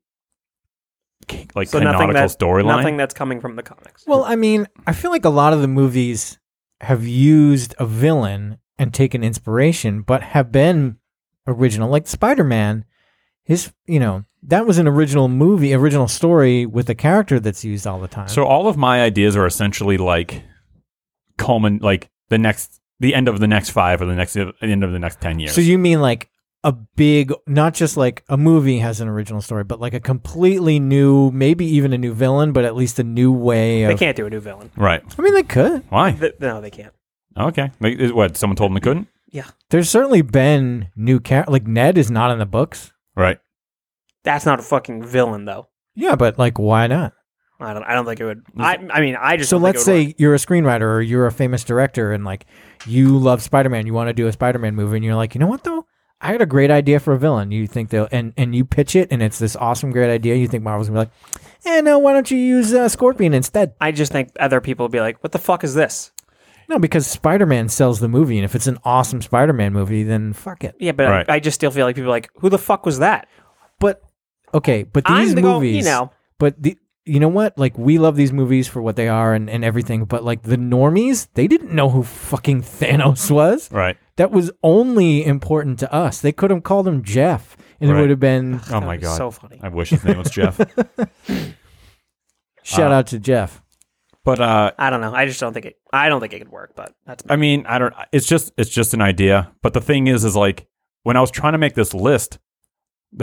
Speaker 3: ca- like
Speaker 4: So nothing
Speaker 3: canonical
Speaker 4: that nothing
Speaker 3: storyline.
Speaker 4: that's coming from the comics.
Speaker 5: Well, I mean, I feel like a lot of the movies have used a villain and taken inspiration, but have been original. Like Spider Man, his, you know, that was an original movie, original story with a character that's used all the time.
Speaker 3: So all of my ideas are essentially like common, like the next, the end of the next five or the next the end of the next ten years.
Speaker 5: So you mean like a big, not just like a movie has an original story, but like a completely new, maybe even a new villain, but at least a new way
Speaker 4: they
Speaker 5: of.
Speaker 4: can't do a new villain.
Speaker 3: right?
Speaker 5: I mean, they could.
Speaker 3: Why?
Speaker 4: Th- no, they can't.
Speaker 3: Okay. Like, is- what? Someone told them they couldn't.
Speaker 5: There's certainly been new characters. Like Ned is not in the books.
Speaker 3: Right.
Speaker 4: That's not a fucking villain though.
Speaker 5: Yeah, but like, why not?
Speaker 4: I don't. I don't think it would. I. I mean, I just.
Speaker 5: so
Speaker 4: don't think
Speaker 5: let's
Speaker 4: it would
Speaker 5: say you're a screenwriter or you're a famous director and like you love spider-man you want to do a spider-man movie and you're like you know what though I got a great idea for a villain. You think they'll and and you pitch it, and it's this awesome great idea. You think Marvel's gonna be like, eh, no, why don't you use uh, Scorpion instead?
Speaker 4: I just think other people will be like, "What the fuck is this?"
Speaker 5: No, because Spider Man sells the movie, and if it's an awesome Spider Man movie, then fuck it.
Speaker 4: Yeah, but
Speaker 3: Right.
Speaker 4: I, I just still feel like people are like, "Who the fuck was that?"
Speaker 5: But okay, but
Speaker 4: I'm
Speaker 5: these
Speaker 4: the go- you
Speaker 5: movies,
Speaker 4: know.
Speaker 5: but the you know what? Like we love these movies for what they are and, and everything, but like the normies, they didn't know who fucking Thanos was.
Speaker 3: Right.
Speaker 5: That was only important to us. They could have called him Jeff, and
Speaker 3: Right.
Speaker 5: it would have been
Speaker 3: Oh
Speaker 4: That
Speaker 3: my
Speaker 4: was
Speaker 3: god.
Speaker 4: so funny.
Speaker 3: I wish his name was Jeff.
Speaker 5: shout out to Jeff.
Speaker 3: But uh,
Speaker 4: I don't know. I just don't think it. I don't think it could work. But that's
Speaker 3: I mean, I don't. It's just it's just an idea. But the thing is, is like when I was trying to make this list,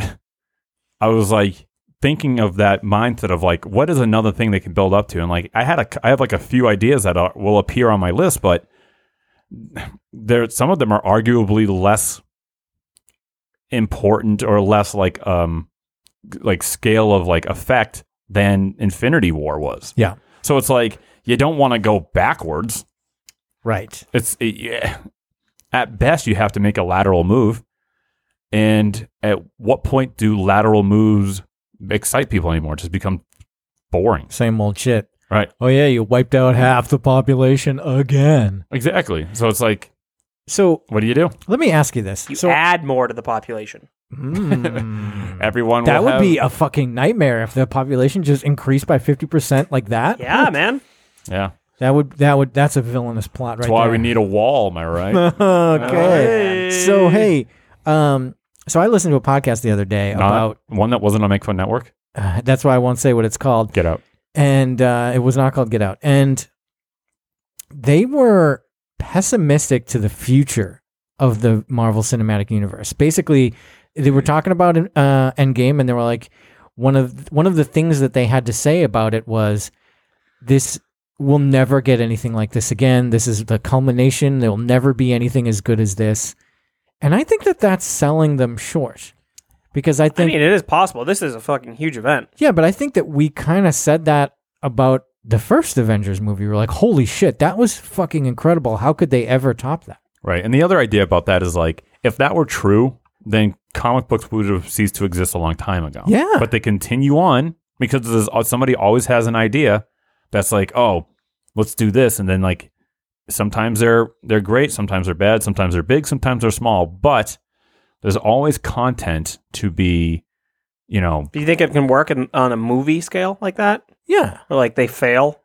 Speaker 3: I was like thinking of that mindset of like what is another thing they can build up to, and like I had a I have like a few ideas that are, will appear on my list, but there some of them are arguably less important or less like um like scale of like effect than Infinity War was.
Speaker 5: Yeah.
Speaker 3: So it's like you don't want to go backwards
Speaker 5: Right.
Speaker 3: it's it, yeah. At best, you have to make a lateral move. And at what point do lateral moves excite people anymore? Just become boring,
Speaker 5: Same old shit.
Speaker 3: right?
Speaker 5: Oh yeah, you wiped out half the population again.
Speaker 3: Exactly. So it's like,
Speaker 5: So
Speaker 3: what do you do?
Speaker 5: let me ask you this.
Speaker 4: you
Speaker 5: so
Speaker 4: add more to the population.
Speaker 5: Mm.
Speaker 3: Everyone
Speaker 5: That
Speaker 3: will
Speaker 5: would
Speaker 3: have-
Speaker 5: be a fucking nightmare if the population just increased by fifty percent like that.
Speaker 4: Yeah, man.
Speaker 3: yeah.
Speaker 5: That would that would that's a villainous plot right
Speaker 3: That's why
Speaker 5: there.
Speaker 3: we need a wall. Am I right?
Speaker 5: okay. So hey, um, so I listened to a podcast the other day
Speaker 3: Not
Speaker 5: about
Speaker 3: one that wasn't on Make Fun Network.
Speaker 5: uh, that's why I won't say what it's called,
Speaker 3: Get out.
Speaker 5: and uh, it was not called Get Out, and they were pessimistic to the future of the Marvel Cinematic Universe. Basically, they were talking about uh, Endgame, and they were like one of one of the things that they had to say about it was this will never get anything like this again. This is the culmination. There will never be anything as good as this. And I think that that's selling them short because I
Speaker 4: I
Speaker 5: think
Speaker 4: mean, it is possible. This is a fucking huge event.
Speaker 5: yeah, but I think that we kind of said that about the first Avengers movie. We're like, holy shit, that was fucking incredible. How could they ever top that?
Speaker 3: Right. And the other idea about that is like, if that were true, then comic books would have ceased to exist a long time ago.
Speaker 5: Yeah.
Speaker 3: But they continue on because there's, somebody always has an idea that's like, oh, let's do this. And then like, sometimes they're, they're great. Sometimes they're bad. Sometimes they're big. Sometimes they're small. But there's always content to be, you know,
Speaker 4: Do you think it can work in, on a movie scale like that?
Speaker 5: Yeah.
Speaker 4: Or like they fail?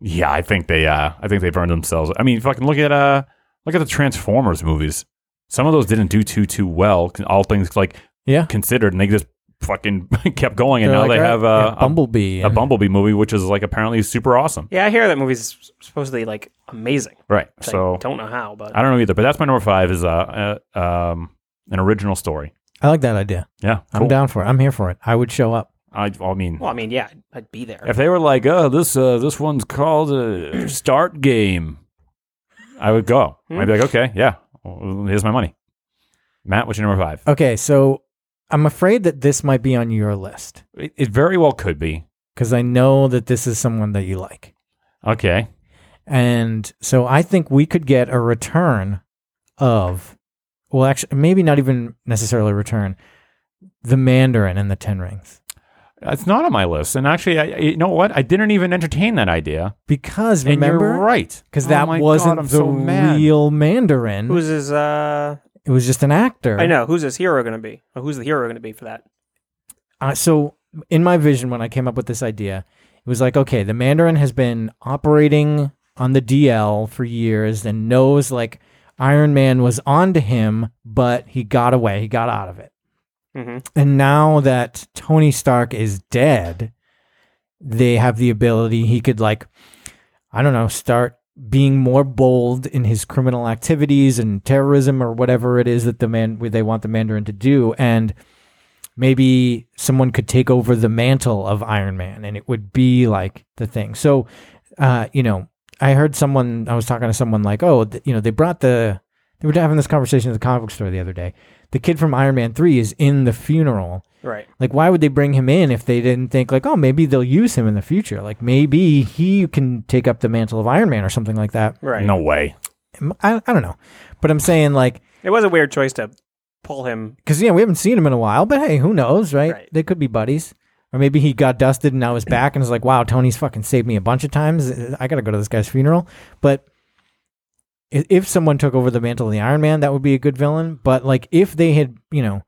Speaker 3: yeah, I think they, uh, I think they've earned themselves. I mean, fucking look at, uh, look at the Transformers movies. Some of those didn't do too, too well. All things like
Speaker 5: Yeah.
Speaker 3: considered, and they just fucking kept going, and
Speaker 5: They're
Speaker 3: now
Speaker 5: like,
Speaker 3: they
Speaker 5: "All right,
Speaker 3: have
Speaker 5: yeah,
Speaker 3: uh, a,
Speaker 5: Bumblebee.
Speaker 3: a
Speaker 5: and-
Speaker 3: Bumblebee movie, which is like apparently super awesome.
Speaker 4: Yeah, I hear that movie's s- supposedly like amazing.
Speaker 3: Right.
Speaker 4: It's like,
Speaker 3: so
Speaker 4: don't know how, but
Speaker 3: I don't know either, but that's my number five is uh, uh um an original story.
Speaker 5: I like that idea.
Speaker 3: Yeah,
Speaker 5: I'm
Speaker 3: cool.
Speaker 5: down for it. I'm here for it. I would show up.
Speaker 3: I, I mean,
Speaker 4: well, I mean, yeah, I'd, I'd be there.
Speaker 3: if they were like, oh, this uh, this one's called uh, Start Game, I would go.
Speaker 5: Hmm.
Speaker 3: I'd be like, okay, yeah, well, here's my money. Matt, what's your number five?
Speaker 5: Okay, so I'm afraid that this might be on your list
Speaker 3: It, it very well could be.
Speaker 5: because I know that this is someone that you like.
Speaker 3: Okay,
Speaker 5: And so I think we could get a return of, well, actually, maybe not even necessarily return, the Mandarin and the Ten Rings.
Speaker 3: it's not on my list. And actually, I, you know what? I didn't even entertain that idea.
Speaker 5: Because
Speaker 3: And
Speaker 5: remember,
Speaker 3: you're right.
Speaker 5: Because
Speaker 3: Oh
Speaker 5: that
Speaker 3: my
Speaker 5: wasn't
Speaker 3: God, I'm
Speaker 5: the
Speaker 3: so mad.
Speaker 5: real Mandarin.
Speaker 4: who's his? Uh,
Speaker 5: it was just an actor.
Speaker 4: I know who's his hero going to be. Or who's the hero going to be for that?
Speaker 5: Uh, so, in my vision, when I came up with this idea, it was like, okay, the Mandarin has been operating on the DL for years and knows like Iron Man was onto him, but he got away. He got out of it.
Speaker 4: hmm
Speaker 5: And now that Tony Stark is dead, they have the ability he could like I don't know, start being more bold in his criminal activities and terrorism or whatever it is that the man they want the Mandarin to do and maybe someone could take over the mantle of Iron Man and it would be like the thing. So uh you know, I heard someone I was talking to someone like, "Oh, th- you know, they brought the they were having this conversation at the comic book store the other day. The kid from Iron Man 3 is in the funeral
Speaker 4: Right.
Speaker 5: like, why would they bring him in if they didn't think like, oh, maybe they'll use him in the future? Like, maybe he can take up the mantle of Iron Man or something like that.
Speaker 4: Right.
Speaker 3: No way.
Speaker 5: I, I don't know, but I'm saying like,
Speaker 4: It was a weird choice to pull him.
Speaker 5: Because yeah, we haven't seen him in a while, but hey, who knows, right?
Speaker 4: Right.
Speaker 5: They could be buddies, or maybe he got dusted and now is back and is like, "Wow, Tony's fucking saved me a bunch of times. I gotta go to this guy's funeral." But i- if someone took over the mantle of the Iron Man, that would be a good villain. But like, if they had, you know,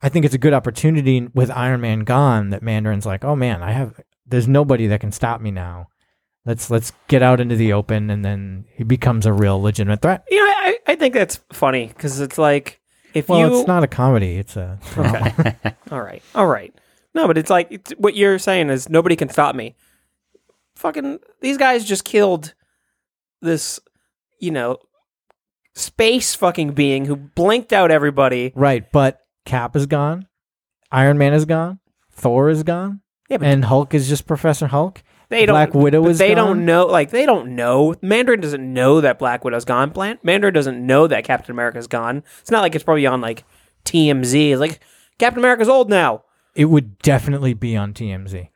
Speaker 5: I think it's a good opportunity with Iron Man gone that Mandarin's like, "Oh man, I have. There's nobody that can stop me now. Let's let's get out into the open, and then he becomes a real legitimate threat."
Speaker 4: You know, I, I think that's funny because it's like if
Speaker 5: Well,
Speaker 4: you
Speaker 5: it's not a comedy; it's a drama.
Speaker 4: all right, all right. No, but it's like it's, what you're saying is nobody can stop me. Fucking these guys just killed this, you know, space fucking being who blinked out everybody.
Speaker 5: Right, but Cap is gone, Iron Man is gone, Thor is gone,
Speaker 4: Yeah, but
Speaker 5: and Hulk is just Professor Hulk.
Speaker 4: they don't.
Speaker 5: Black Widow
Speaker 4: but
Speaker 5: is
Speaker 4: They
Speaker 5: gone?
Speaker 4: don't know. Like they don't know. Mandarin doesn't know that Black Widow's gone. Plan- Mandarin doesn't know that Captain America's gone. It's not like it's probably on like TMZ. It's like Captain America's old now.
Speaker 5: It would definitely be on TMZ.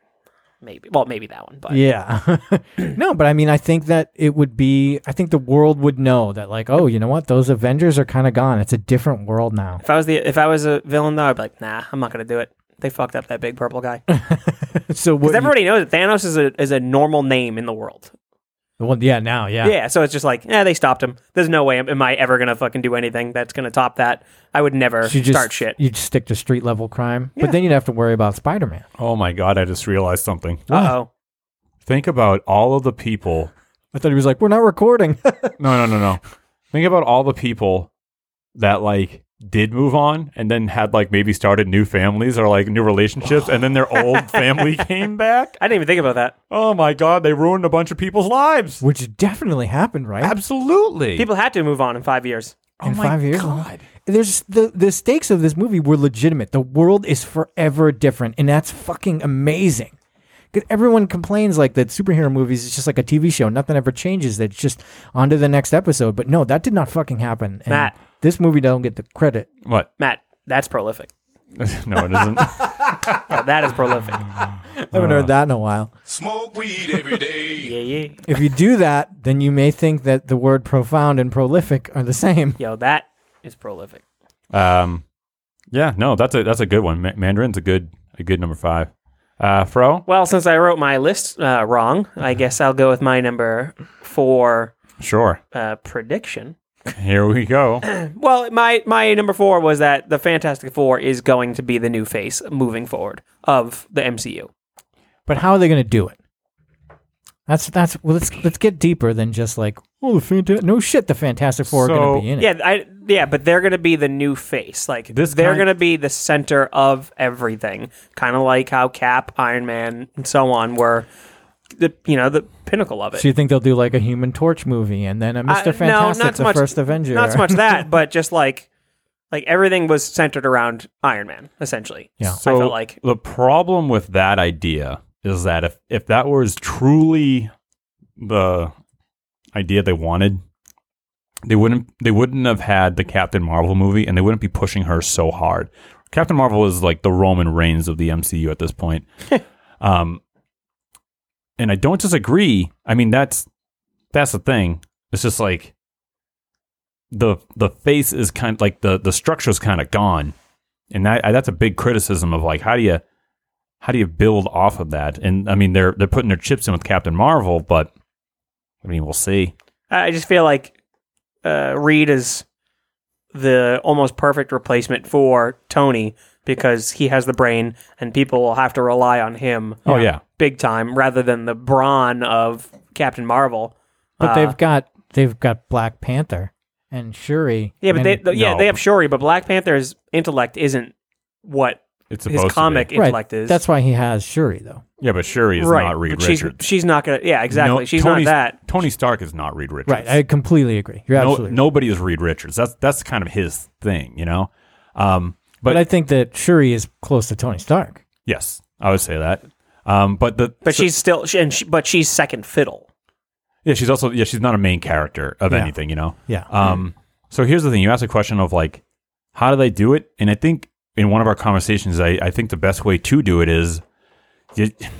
Speaker 4: Maybe. Well, maybe that one. But
Speaker 5: Yeah. no, but I mean, I think that it would be, I think the world would know that, like, oh, you know what? Those Avengers are kind of gone. It's a different world now.
Speaker 4: if I was the if I was a villain though, I'd be like, nah, I'm not gonna do it. They fucked up that big purple guy.
Speaker 5: so, what?
Speaker 4: Because everybody knows that Thanos is a is a normal name in the world.
Speaker 5: well, yeah, now, yeah.
Speaker 4: Yeah, so it's just like, yeah, they stopped him. There's no way am, am I ever gonna fucking do anything that's gonna top that. I would never
Speaker 5: You just,
Speaker 4: start shit.
Speaker 5: You just stick to street level crime,
Speaker 4: Yeah.
Speaker 5: but then you'd have to worry about Spider Man.
Speaker 3: Oh my god, I just realized something.
Speaker 4: Uh oh.
Speaker 3: Think about all of the people.
Speaker 5: I thought he was like, we're not recording.
Speaker 3: No, no, no, no. Think about all the people that like did move on and then had like maybe started new families or like new relationships and then their old family came back.
Speaker 4: I didn't even think about that.
Speaker 3: Oh my god, they ruined a bunch of people's lives.
Speaker 5: Which definitely happened, right?
Speaker 3: Absolutely.
Speaker 4: People had to move on in five years.
Speaker 3: oh
Speaker 5: in
Speaker 3: my
Speaker 5: five years.
Speaker 3: God.
Speaker 5: There's the the stakes of this movie were legitimate. The world is forever different, and that's fucking amazing. Because everyone complains like that superhero movies is just like a TV show. Nothing ever changes. That's just on to the next episode. But no, that did not fucking happen. And
Speaker 4: Matt.
Speaker 5: this movie don't get the credit.
Speaker 3: What?
Speaker 4: Matt, that's prolific.
Speaker 3: no, it isn't.
Speaker 4: Oh, that is prolific. yeah,
Speaker 5: I haven't heard that in a while.
Speaker 6: Smoke weed every day.
Speaker 4: yeah.
Speaker 5: If you do that, then you may think that the word profound and prolific are the same.
Speaker 4: Yo, that is prolific.
Speaker 3: Um, yeah, no, that's a that's a good one. Ma- Mandarin's a good a good number five. Uh, Fro,
Speaker 4: Well, since I wrote my list uh, wrong, I guess I'll go with my number four
Speaker 3: sure.
Speaker 4: uh, prediction.
Speaker 3: Here we go.
Speaker 4: Well, my my number four was that the Fantastic Four is going to be the new face moving forward of the MCU.
Speaker 5: But how are they going to do it? That's that's well. Let's let's get deeper than just like oh the fantastic. No shit, the Fantastic Four are going
Speaker 3: So-
Speaker 5: to be in it.
Speaker 4: Yeah, I yeah, but they're going to be the new face. Like
Speaker 3: This
Speaker 4: they're
Speaker 3: kind-
Speaker 4: going to be the center of everything, kind of like how Cap, Iron Man, and so on were the you know the pinnacle of it.
Speaker 5: So you think they'll do like a Human Torch movie and then a
Speaker 4: Uh,
Speaker 5: Mister Fantastic, the first Avenger?
Speaker 4: Not so much that, but just like like everything was centered around Iron Man, essentially.
Speaker 5: Yeah.
Speaker 4: I felt like
Speaker 3: the problem with that idea is that if if that was truly the idea they wanted, they wouldn't they wouldn't have had the Captain Marvel movie, and they wouldn't be pushing her so hard. Captain Marvel is like the Roman Reigns of the MCU at this point. um, and I don't disagree. I mean, that's that's the thing. It's just like the the face is kind like the the structure is kind of gone, and that that's a big criticism of like how do you how do you build off of that? And I mean, they're they're putting their chips in with Captain Marvel, but I mean, we'll see.
Speaker 4: I I just feel like uh, Reed is the almost perfect replacement for Tony because he has the brain, and people will have to rely on him.
Speaker 3: Oh, yeah.
Speaker 4: big time, rather than the brawn of Captain Marvel.
Speaker 5: But
Speaker 4: Uh,
Speaker 5: they've got they've got Black Panther and Shuri.
Speaker 4: yeah, but
Speaker 5: and-
Speaker 4: they th- yeah
Speaker 3: No.
Speaker 4: they have Shuri, but Black Panther's intellect isn't what
Speaker 3: It's
Speaker 4: his
Speaker 3: supposed
Speaker 4: comic
Speaker 3: To
Speaker 5: right.
Speaker 4: intellect is.
Speaker 5: That's why he has Shuri though.
Speaker 3: be. Yeah, but Shuri is
Speaker 4: right.
Speaker 3: not Reed
Speaker 4: but she's,
Speaker 3: Richards.
Speaker 4: she's not gonna. Yeah, exactly.
Speaker 3: No,
Speaker 4: she's
Speaker 3: Tony's-
Speaker 4: not that.
Speaker 3: Tony Stark is not Reed Richards.
Speaker 5: Right, I completely agree. You're
Speaker 3: no,
Speaker 5: absolutely. right.
Speaker 3: nobody is Reed Richards. That's that's kind of his thing, you know. Um,
Speaker 5: but,
Speaker 3: but,
Speaker 5: I think that Shuri is close to Tony Stark.
Speaker 3: yes, I would say that. Um, but the
Speaker 4: But she's still, she, and she, but she's second fiddle.
Speaker 3: Yeah, she's also yeah, she's not a main character of anything, you know.
Speaker 5: Yeah.
Speaker 3: Um so here's the thing, you asked a question of like how do they do it? And I think in one of our conversations I, I think the best way to do it is you, to-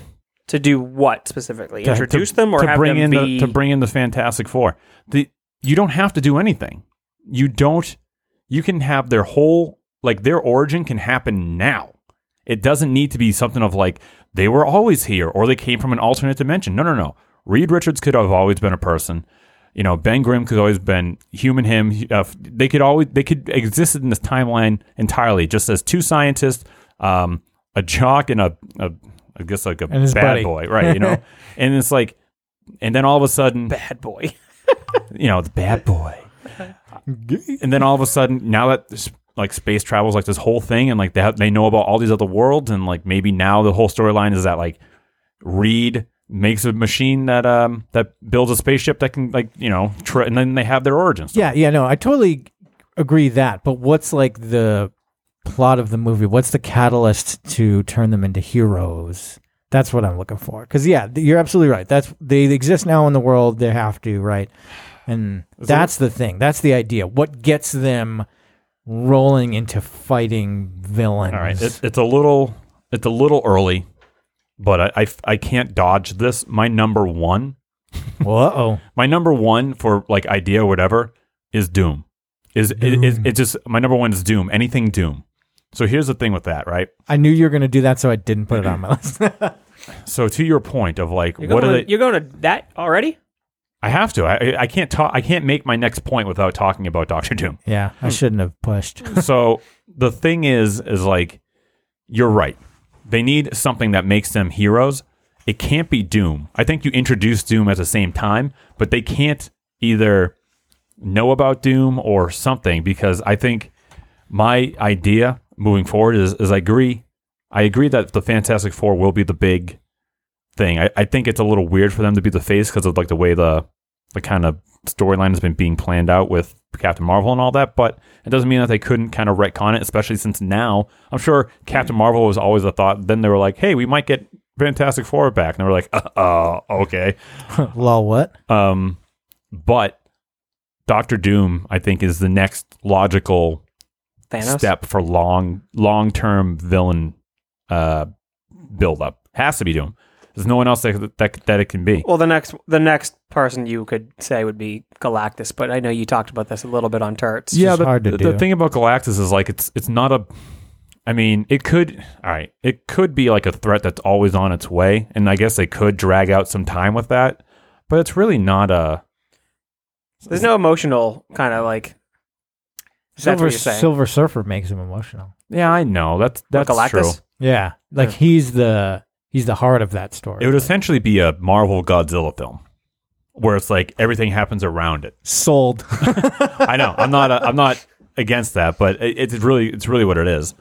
Speaker 4: To do what specifically?
Speaker 3: to-
Speaker 4: Introduce them or
Speaker 3: to
Speaker 4: have
Speaker 3: bring
Speaker 4: them
Speaker 3: in
Speaker 4: be
Speaker 3: the, to bring in the Fantastic Four. The you don't have to do anything. You don't you can have their whole like their origin can happen now. It doesn't need to be something of like they were always here or they came from an alternate dimension. No, no, no. Reed Richards could have always been a person. You know, Ben Grimm could have always been human. Him, he- uh, they could always they could exist in this timeline entirely, just as two scientists, um, a jock and a, a I guess like a
Speaker 5: And his
Speaker 3: bad
Speaker 5: buddy.
Speaker 3: boy, right? You know, and it's like, and then all of a sudden,
Speaker 4: Bad boy.
Speaker 3: you know, the bad boy. and then all of a sudden, now that s- like space travels like this whole thing, and like they have, they know about all these other worlds, and like maybe now the whole storyline is that like Reed makes a machine that um that builds a spaceship that can like you know tra- and then they have their origins.
Speaker 5: Yeah, yeah, no, I totally agree that. But what's like the plot of the movie? What's the catalyst to turn them into heroes? That's what I'm looking for. Because yeah, th- you're absolutely right. That's they exist now in the world. They have to right, and that's the thing. That's the idea. What gets them rolling into fighting villains?
Speaker 3: All right, it, it's a little it's a little early, but I, I f- I can't dodge this. My number one,
Speaker 5: Whoa.
Speaker 3: my number one for like idea or whatever is Doom. Is it, it, it just my number one is Doom. Anything Doom. So here's the thing with that, right?
Speaker 5: I knew you were going to do that, so I didn't put it on my list.
Speaker 3: So to your point of like,
Speaker 4: You're
Speaker 3: what
Speaker 4: going,
Speaker 3: are
Speaker 4: to,
Speaker 3: they?
Speaker 4: you're going to that already?
Speaker 3: I have to. I I can't talk. I can't make my next point without talking about Doctor Doom.
Speaker 5: yeah, I shouldn't have pushed.
Speaker 3: so the thing is, is like, you're right. They need something that makes them heroes. It can't be Doom. I think you introduce Doom at the same time, but they can't either know about Doom or something because I think my idea moving forward is, is I agree. I agree that the Fantastic Four will be the big thing. I, I think it's a little weird for them to be the face because of like the way the the kind of storyline has been being planned out with Captain Marvel and all that, but it doesn't mean that they couldn't kind of retcon it, especially since now I'm sure Captain Marvel was always a thought. Then they were like, hey, we might get Fantastic Four back. And they were like, uh, uh okay.
Speaker 4: Hmm.
Speaker 5: Lol, what?
Speaker 3: Um, but Doctor Doom, I think, is the next logical
Speaker 4: Thanos?
Speaker 3: step for long long term villain uh build up. Has to be Doom. There's no one else that that, that it can be.
Speaker 4: Well, the next the next person you could say would be Galactus, but I know you talked about this a little bit on Turts.
Speaker 5: just
Speaker 3: the,
Speaker 5: hard to
Speaker 3: the,
Speaker 5: do.
Speaker 3: the thing about Galactus is like it's it's not a. I mean, it could. All right, it could be like a threat that's always on its way, and I guess they could drag out some time with that, but it's really not a.
Speaker 4: There's no emotional kind of like. That's
Speaker 5: Silver,
Speaker 4: what you're saying.
Speaker 5: Silver Surfer makes him emotional.
Speaker 3: Yeah, I know that's
Speaker 4: But
Speaker 3: that's true.
Speaker 4: Galactus?
Speaker 5: Yeah, like
Speaker 4: Yeah.
Speaker 5: he's the he's the heart of that story.
Speaker 3: It would essentially be a Marvel Godzilla film, where it's like everything happens around it.
Speaker 5: sold.
Speaker 3: I know. I'm not. i I'm not against that, but it, it's really it's really what it is.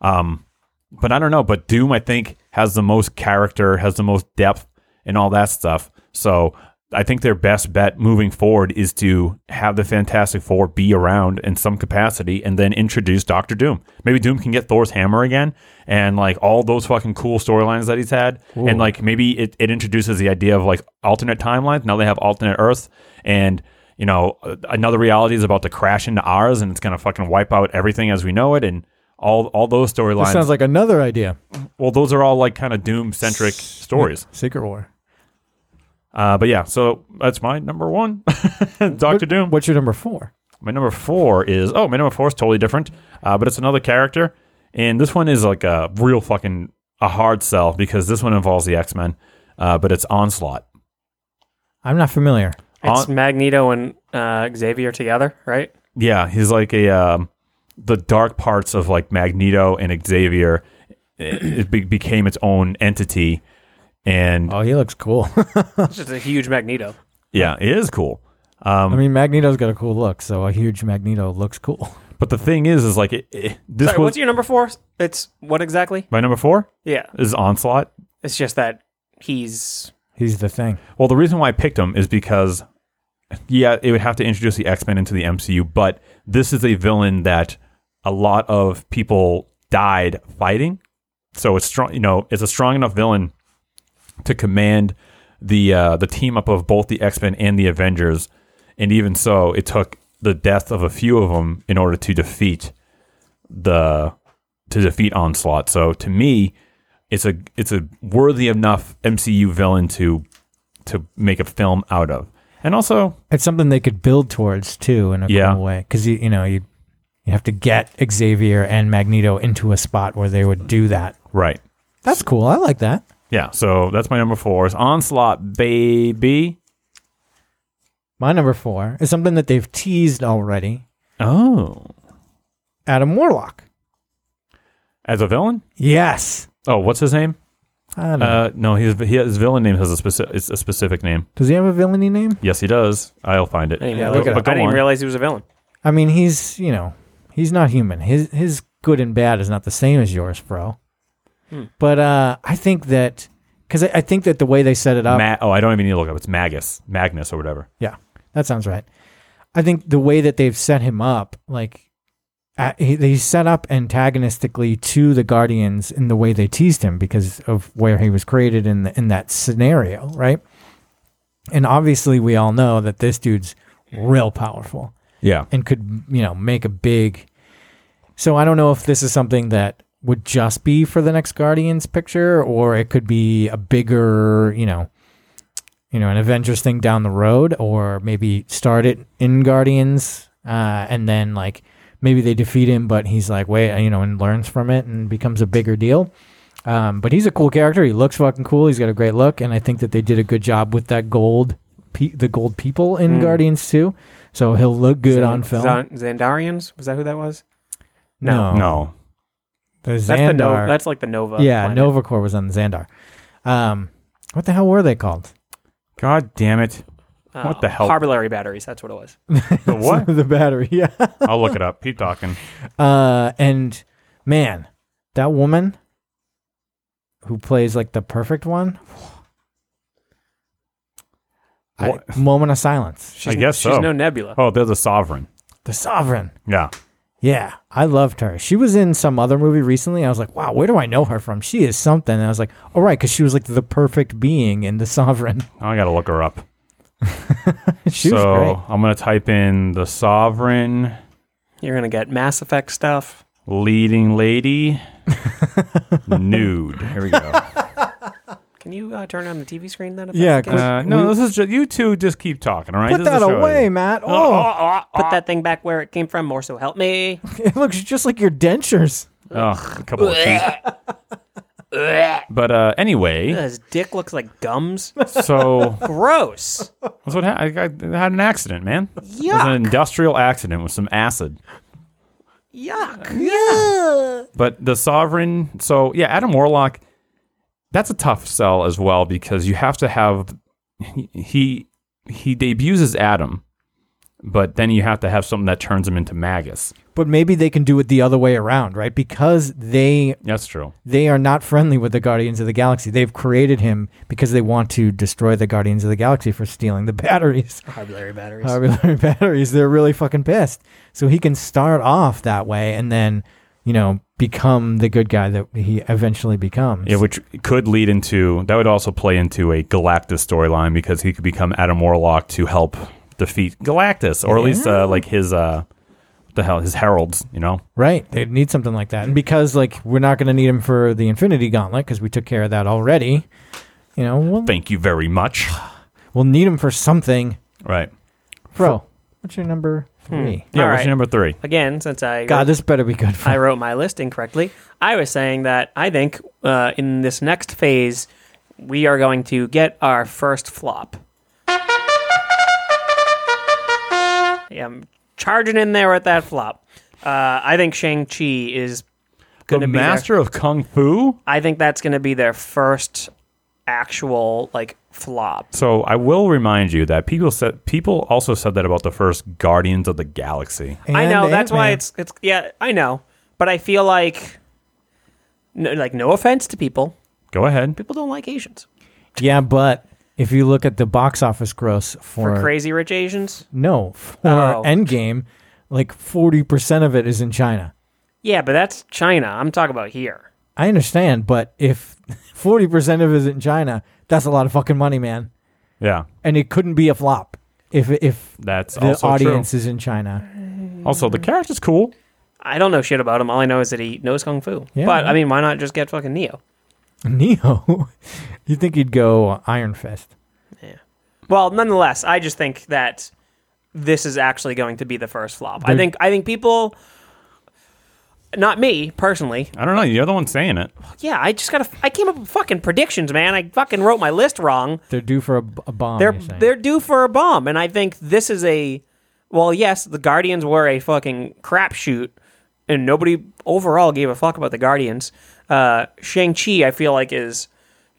Speaker 3: Um, but I don't know. But Doom, I think, has the most character, has the most depth, and all that stuff. So I think their best bet moving forward is to have the Fantastic Four be around in some capacity, and then introduce Doctor Doom. Maybe Doom can get Thor's hammer again, and like all those fucking cool storylines that he's had, and like maybe it, it introduces the idea of like alternate timelines. Now they have alternate Earth, and you know, uh, another reality is about to crash into ours, and it's gonna fucking wipe out everything as we know it, and all all those storylines.
Speaker 5: This sounds like another idea.
Speaker 3: well, those are all like kind of doom centric stories.
Speaker 5: Secret War.
Speaker 3: Uh, but yeah, so that's my number one, Doctor
Speaker 5: What-
Speaker 3: Doom.
Speaker 5: What's your number four?
Speaker 3: My number four is oh, my number four is totally different, uh, but it's another character, and this one is like a real fucking a hard sell because this one involves the X Men, uh, but it's Onslaught.
Speaker 5: I'm not familiar.
Speaker 4: It's Magneto and uh, Xavier together, right?
Speaker 3: Yeah, he's like a um, the dark parts of like Magneto and Xavier. It, it be- became its own entity, and
Speaker 5: Oh, he looks cool.
Speaker 3: Um,
Speaker 4: It's just a huge Magneto.
Speaker 3: yeah, it is cool.
Speaker 5: I mean, Magneto's got a cool look, so a huge Magneto looks cool.
Speaker 3: But the thing is, is like it, it- this
Speaker 4: Sorry,
Speaker 3: was
Speaker 4: what's your number four? It's what exactly?
Speaker 3: my number four
Speaker 4: Yeah,
Speaker 3: is Onslaught.
Speaker 4: it's just that he's
Speaker 5: He's the thing.
Speaker 3: Well, the reason why I picked him is because, yeah, it would have to introduce the X Men into the MCU, but this is a villain that a lot of people died fighting. So it's strong, you know, it's a strong enough villain to command the uh, the team up of both the X Men and the Avengers. And even so, it took the death of a few of them in order to defeat the to defeat Onslaught. So to me, it's a it's a worthy enough MCU villain to to make a film out of. And also,
Speaker 5: It's something they could build towards too in a
Speaker 3: Yeah.
Speaker 5: cool way because you you know you You have to get Xavier and Magneto into a spot where they would do that.
Speaker 3: Right.
Speaker 5: That's cool. I like that.
Speaker 3: Yeah. So that's my number four. Is Onslaught, baby.
Speaker 5: My number four is something that they've teased already.
Speaker 3: Oh.
Speaker 5: Adam Warlock.
Speaker 3: As a villain?
Speaker 5: Yes.
Speaker 3: Oh, what's his name?
Speaker 5: I don't know.
Speaker 3: Uh, no, his he, his villain name has a specific it's a specific name.
Speaker 5: Does he have a villainy name?
Speaker 3: Yes, he does. I'll find it.
Speaker 4: I didn't,
Speaker 5: Yeah,
Speaker 4: even,
Speaker 5: look it
Speaker 4: I
Speaker 3: but go
Speaker 4: didn't even
Speaker 3: on.
Speaker 4: realize he was a villain.
Speaker 5: I mean, he's you know, he's not human. His his good and bad is not the same as yours, bro. But uh, I think that because I, I think that the way they set it up,
Speaker 3: Ma- oh, I don't even need to look up. It's Magus, Magnus, or whatever.
Speaker 5: yeah, that sounds right. I think the way that they've set him up, like at, he, they set up antagonistically to the Guardians in the way they teased him because of where he was created in the, in that scenario, right? And obviously, we all know that this dude's real powerful.
Speaker 3: Yeah.
Speaker 5: and could you know make a big so i don't know if this is something that would just be for the next guardians picture or it could be a bigger you know you know an avengers thing down the road or maybe start it in guardians uh, and then like maybe they defeat him but he's like wait you know and learns from it and becomes a bigger deal um, but he's a cool character he looks fucking cool he's got a great look and i think that they did a good job with that gold pe- the gold people in guardians too so he'll look good on film
Speaker 4: Zan- Zandarians? Was that who that was?
Speaker 3: Oh.
Speaker 5: no,
Speaker 3: No.
Speaker 5: The
Speaker 4: That's the Nova.
Speaker 5: Xandar.
Speaker 4: That's like the Nova.
Speaker 5: yeah,
Speaker 4: planet.
Speaker 5: Novacore was on the Xandar. Um, what the hell were they called?
Speaker 3: God damn it.
Speaker 4: Uh,
Speaker 3: What the hell?
Speaker 4: Harbulary batteries. That's what it was.
Speaker 3: The what?
Speaker 5: the battery. Yeah.
Speaker 3: I'll look it up. Keep talking.
Speaker 5: Uh, and man, that woman who plays like the perfect one. I-
Speaker 3: What?
Speaker 5: moment of silence.
Speaker 4: She's,
Speaker 3: guess
Speaker 4: she's
Speaker 3: so.
Speaker 4: no Nebula.
Speaker 3: Oh, they're the sovereign.
Speaker 5: The sovereign.
Speaker 3: Yeah.
Speaker 5: Yeah, I loved her. She was in some other movie recently. I was like, wow, where do I know her from? She is something. And I was like, all right, because she was like the perfect being in the sovereign.
Speaker 3: I gotta look her up.
Speaker 5: she
Speaker 3: so
Speaker 5: was great.
Speaker 3: I'm gonna type in the sovereign
Speaker 4: You're gonna get Mass Effect stuff.
Speaker 3: leading lady nude. Here we go.
Speaker 4: Can you uh, turn on the TV screen then? If
Speaker 5: Yeah,
Speaker 4: that's the case?
Speaker 3: Uh, no, this is just you two. Just keep talking. All right.
Speaker 5: Put
Speaker 3: This is
Speaker 5: that
Speaker 3: the show.
Speaker 5: away, Matt. Oh,
Speaker 4: put that thing back where it came from, or so help me.
Speaker 5: it looks just like your dentures.
Speaker 3: Ugh, a couple of teeth. but uh, anyway,
Speaker 4: His dick looks like gums.
Speaker 3: so
Speaker 4: Gross.
Speaker 3: that's what happened. I got- I had an accident, man. It was an industrial accident with some acid.
Speaker 4: Yuck.
Speaker 3: But the sovereign. So yeah, Adam Warlock. That's a tough sell as well because you have to have he he debuts as Adam, but then you have to have something that turns him into Magus.
Speaker 5: But maybe they can do it the other way around, right? Because they
Speaker 3: That's true.
Speaker 5: they are not friendly with the Guardians of the Galaxy. They've created him because they want to destroy the Guardians of the Galaxy for stealing the batteries.
Speaker 4: Harbulary batteries.
Speaker 5: Harbulary batteries. They're really fucking pissed. So he can start off that way and then, you know, become the good guy that he eventually becomes.
Speaker 3: Yeah, which could lead into that would also play into a Galactus storyline because he could become Adam Warlock to help defeat Galactus, or at least uh, like his uh, what the hell his heralds, you know?
Speaker 5: Right. They'd need something like that. And because like we're not going to need him for the Infinity Gauntlet because we took care of that already, you know, we'll,
Speaker 3: Thank you very much.
Speaker 5: we'll need him for something.
Speaker 3: Right?
Speaker 5: Bro, what's your number
Speaker 4: Hmm.
Speaker 5: three?
Speaker 3: Yeah.
Speaker 4: All
Speaker 3: what's
Speaker 4: right.
Speaker 3: your number three?
Speaker 4: Again, since I
Speaker 5: God, this better be good for
Speaker 4: I wrote my list incorrectly. I was saying that I think uh, in this next phase, we are going to get our first flop. Yeah, I'm charging in there with that flop. Uh, I think Shang Chi is going
Speaker 3: the
Speaker 4: to be their-
Speaker 3: master of kung fu.
Speaker 4: I think that's going to be their first actual like flop.
Speaker 3: So I will remind you that people said people also said that about the first Guardians of the Galaxy.
Speaker 4: I
Speaker 5: And
Speaker 4: know that's why
Speaker 5: Ant-Man.
Speaker 4: it's it's yeah I know, but I feel like no, like no offense to people,
Speaker 3: Go ahead.
Speaker 4: people don't like Asians
Speaker 5: Yeah, but if you look at the box office gross for,
Speaker 4: for crazy rich Asians.
Speaker 5: no for
Speaker 4: Oh.
Speaker 5: Endgame, like forty percent of it is in China.
Speaker 4: Yeah, but that's China. I'm talking about here.
Speaker 5: I understand, but if forty percent of it is in China, that's a lot of fucking money, man.
Speaker 3: Yeah,
Speaker 5: And it couldn't be a flop if if
Speaker 3: that's
Speaker 5: the
Speaker 3: also
Speaker 5: audience is in China.
Speaker 3: true. Also, the character's cool.
Speaker 4: I don't know shit about him. All I know is that he knows kung fu.
Speaker 5: Yeah.
Speaker 4: but I mean, why not just get fucking Neo?
Speaker 5: Neo, you think he'd go Iron Fist?
Speaker 4: Well, nonetheless, I just think that this is actually going to be the first flop. I
Speaker 5: They're-
Speaker 4: think I think people Not me personally.
Speaker 3: I don't know. You're the one saying it.
Speaker 4: Yeah, I just gotta. I came up with fucking predictions, man. I fucking wrote my list wrong.
Speaker 5: They're due for a, b- a bomb.
Speaker 4: They're
Speaker 5: you're saying.
Speaker 4: they're due for a bomb, and I think this is a. Well, yes, the Guardians were a fucking crapshoot, and nobody overall gave a fuck about the Guardians. Uh, Shang Chi, I feel like, is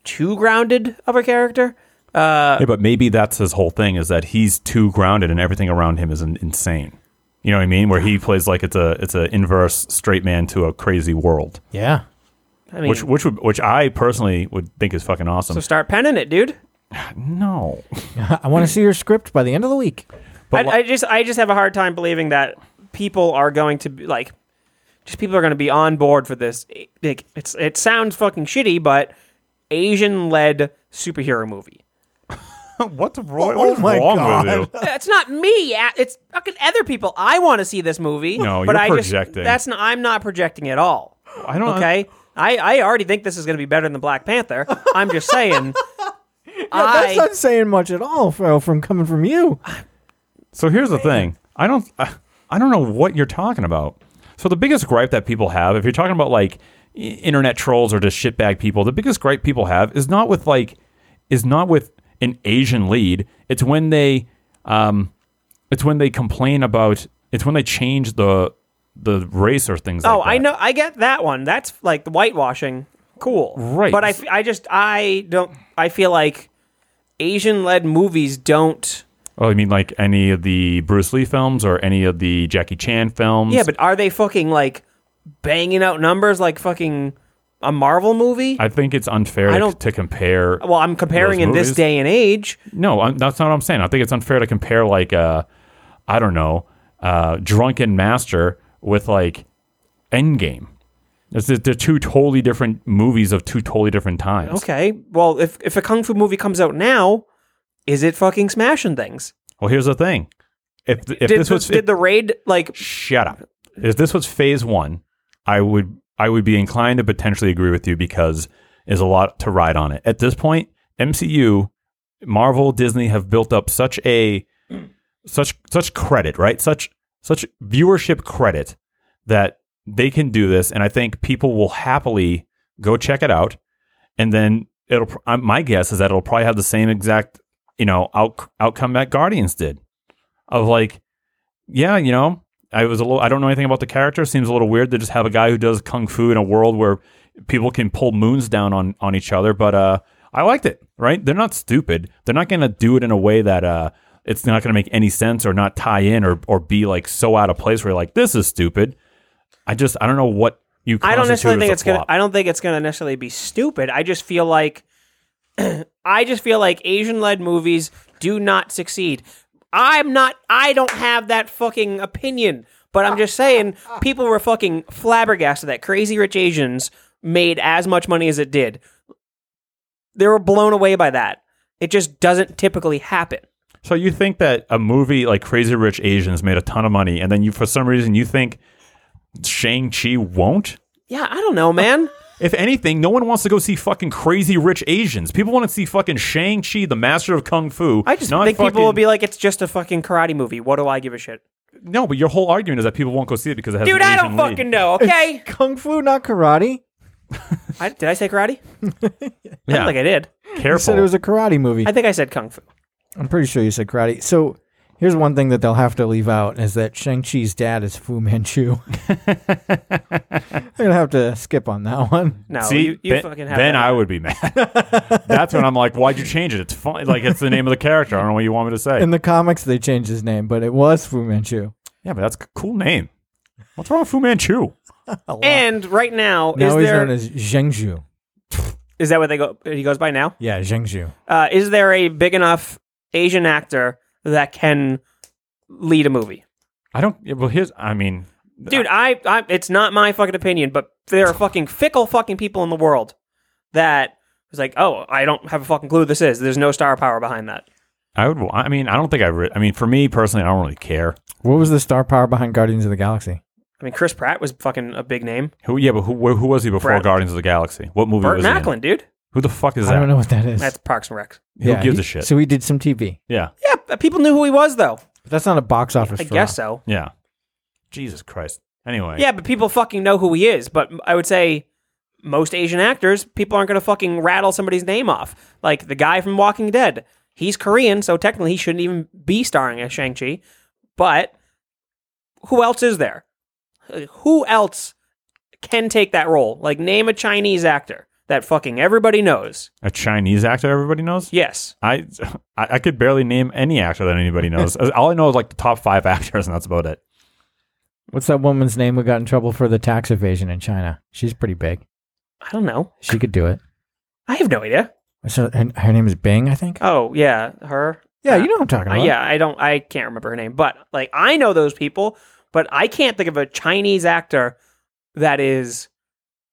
Speaker 4: too grounded of a character. Uh,
Speaker 3: yeah, but maybe that's his whole thing is that he's too grounded and everything around him is in- insane. You know what I mean? Where he plays like it's a it's an inverse straight man to a crazy world,
Speaker 5: yeah.
Speaker 4: I mean,
Speaker 3: which which would, which I personally would think is fucking awesome.
Speaker 4: so start penning it, dude.
Speaker 3: no,
Speaker 5: I want to see your script by the end of the week.
Speaker 3: But
Speaker 4: I, I just I just have a hard time believing that people are going to be like just people are going to be on board for this. Like it's it sounds fucking shitty, but Asian led superhero movie.
Speaker 3: what's wrong?
Speaker 5: Oh my
Speaker 3: with you?
Speaker 4: It's not me. a- It's fucking other people. I want to see this movie.
Speaker 3: No,
Speaker 4: but
Speaker 3: you're
Speaker 4: I
Speaker 3: projecting. Uh,
Speaker 4: Just, that's not. I'm not projecting at all.
Speaker 3: I don't.
Speaker 4: Okay. I, I already think this is going to be better than Black Panther. I'm just saying.
Speaker 5: That's
Speaker 4: I,
Speaker 5: not saying much at all, Phil, from coming from you.
Speaker 3: So here's the thing. I don't I, I don't know what you're talking about. So the biggest gripe that people have, if you're talking about like i- internet trolls or just shitbag people, the biggest gripe people have is not with like is not with an Asian lead. It's when they um it's when they complain about it's when they change the the race or things
Speaker 4: oh,
Speaker 3: like that.
Speaker 4: I know. I get that one. That's like the whitewashing. Cool.
Speaker 3: Right.
Speaker 4: But I, f- I just I don't. I feel like Asian led movies don't.
Speaker 3: Oh, you mean like any of the Bruce Lee films or any of the Jackie Chan films?
Speaker 4: Yeah, but are they fucking like banging out numbers like fucking a Marvel movie?
Speaker 3: I think it's unfair
Speaker 4: I
Speaker 3: to,
Speaker 4: don't-
Speaker 3: to compare
Speaker 4: well, I'm comparing
Speaker 3: Those
Speaker 4: in this
Speaker 3: movies?
Speaker 4: day and age.
Speaker 3: No, I'm, that's not what I'm saying. I think it's unfair to compare like uh, I don't know, uh, drunken master with like Endgame. It's, they're two totally different movies of two totally different times.
Speaker 4: Okay. Well, if if a kung fu movie comes out now, is it fucking smashing things?
Speaker 3: Well, here's the thing: if if
Speaker 4: did
Speaker 3: this
Speaker 4: the,
Speaker 3: was
Speaker 4: did the raid like
Speaker 3: shut up, if this was Phase One, I would I would be inclined to potentially agree with you because there's a lot to ride on it. At this point, MCU, Marvel, Disney have built up such a such such credit, right? Such such viewership credit that they can do this, and I think people will happily go check it out, and then it'll. pr- uh, My guess is that it'll probably have the same exact you know out, outcome that Guardians did, of like, yeah, you know, I was a little. I don't know anything about the character. Seems a little weird to just have a guy who does kung fu in a world where people can pull moons down on on each other, but uh. I liked it, right? They're not stupid. They're not going to do it in a way that uh, it's not going to make any sense or not tie in or, or be like so out of place where you're like, this is stupid. I just, I don't know what you
Speaker 4: I don't necessarily
Speaker 3: constitute
Speaker 4: think
Speaker 3: as
Speaker 4: it's
Speaker 3: a
Speaker 4: gonna
Speaker 3: flop.
Speaker 4: I don't think it's gonna necessarily be stupid. I just feel like I just feel like Asian led movies do not succeed. I'm not I don't have that fucking opinion, but I'm just saying people were fucking flabbergasted that Crazy Rich Asians made as much money as it did. They were blown away by that. It just doesn't typically happen.
Speaker 3: So you think that a movie like Crazy Rich Asians made a ton of money, and then you, for some reason, you think Shang Chi won't?
Speaker 4: Yeah, I don't know, man.
Speaker 3: If anything, no one wants to go see fucking Crazy Rich Asians. People want to see fucking Shang Chi, the master of kung fu.
Speaker 4: I just
Speaker 3: not
Speaker 4: think
Speaker 3: fucking-
Speaker 4: people will be like, it's just a fucking karate movie. What do I give a shit?
Speaker 3: no. But your whole argument is that people won't go see it because it has
Speaker 4: Dude,
Speaker 3: an
Speaker 4: I
Speaker 3: Asian
Speaker 4: don't
Speaker 3: lead.
Speaker 4: fucking know, okay?
Speaker 5: Kung fu, not karate.
Speaker 4: I, did I say karate? I
Speaker 3: Yeah,
Speaker 4: don't think I did.
Speaker 5: You
Speaker 3: careful.
Speaker 5: said it was a karate movie.
Speaker 4: Oh. I think I said kung fu.
Speaker 5: I'm pretty sure you said karate. So here's one thing that they'll have to leave out is that Shang Chi's dad is Fu Manchu. They're gonna have to skip on that one.
Speaker 4: No,
Speaker 3: See,
Speaker 4: you, you
Speaker 3: then,
Speaker 4: fucking have
Speaker 3: then
Speaker 4: that.
Speaker 3: I would be mad. That's when I'm like, why'd you change it? It's fun. Like it's the name of the character. I don't know what you want me to say.
Speaker 5: In the comics, they changed his name, but it was Fu Manchu.
Speaker 3: yeah, but that's a cool name. What's wrong with Fu Manchu?
Speaker 4: And right now,
Speaker 5: Now
Speaker 4: is
Speaker 5: he's
Speaker 4: there
Speaker 5: known as Zhengzhu.
Speaker 4: is that what they go? He goes by now.
Speaker 5: Yeah, Zhengzhu.
Speaker 4: Uh, is there a big enough Asian actor that can lead a movie?
Speaker 3: I don't. yeah, Well, here's. I mean,
Speaker 4: Dude, I, I it's not my fucking opinion, but there are fucking fickle fucking people in the world that is like, oh, I don't have a fucking clue who this is. There's no star power behind that.
Speaker 3: I would. I mean, I don't think I. Re- I mean, for me personally, I don't really care.
Speaker 5: What was the star power behind Guardians of the Galaxy?
Speaker 4: I mean, Chris Pratt was fucking a big name.
Speaker 3: Who? Yeah, but who? Where, who was he before
Speaker 4: Brad-
Speaker 3: Guardians of the Galaxy? What movie
Speaker 4: Burt
Speaker 3: was he in?
Speaker 4: Macklin, dude.
Speaker 3: Who the fuck is
Speaker 5: I
Speaker 3: that?
Speaker 5: don't know what that is.
Speaker 4: That's Parks and uh, Rec.
Speaker 3: Who gives
Speaker 5: he-
Speaker 3: a shit?
Speaker 5: So he did some TV.
Speaker 3: yeah,
Speaker 4: Yeah, people knew who he was though.
Speaker 5: But that's not a box office.
Speaker 4: I
Speaker 5: draw.
Speaker 4: guess so.
Speaker 3: yeah. Jesus Christ! Anyway,
Speaker 4: Yeah, but people fucking know who he is. But I would say most Asian actors, people aren't going to fucking rattle somebody's name off. Like the guy from Walking Dead, he's Korean, so technically he shouldn't even be starring as Shang Chi. But who else is there? Uh, Who else can take that role? Like name a Chinese actor that fucking everybody knows.
Speaker 3: a Chinese actor everybody knows.
Speaker 4: Yes,
Speaker 3: I, I I could barely name any actor that anybody knows. All I know is like the top five actors, and that's about it.
Speaker 5: What's that woman's name who got in trouble for the tax evasion in China? She's pretty big.
Speaker 4: I don't know.
Speaker 5: She could do it.
Speaker 4: I have no idea.
Speaker 5: So her, her name is Bing, I think.
Speaker 4: Oh yeah, her.
Speaker 5: yeah, you know what I'm talking
Speaker 4: Uh,
Speaker 5: about.
Speaker 4: yeah, I don't. I can't remember her name, but like I know those people, but I can't think of a Chinese actor that is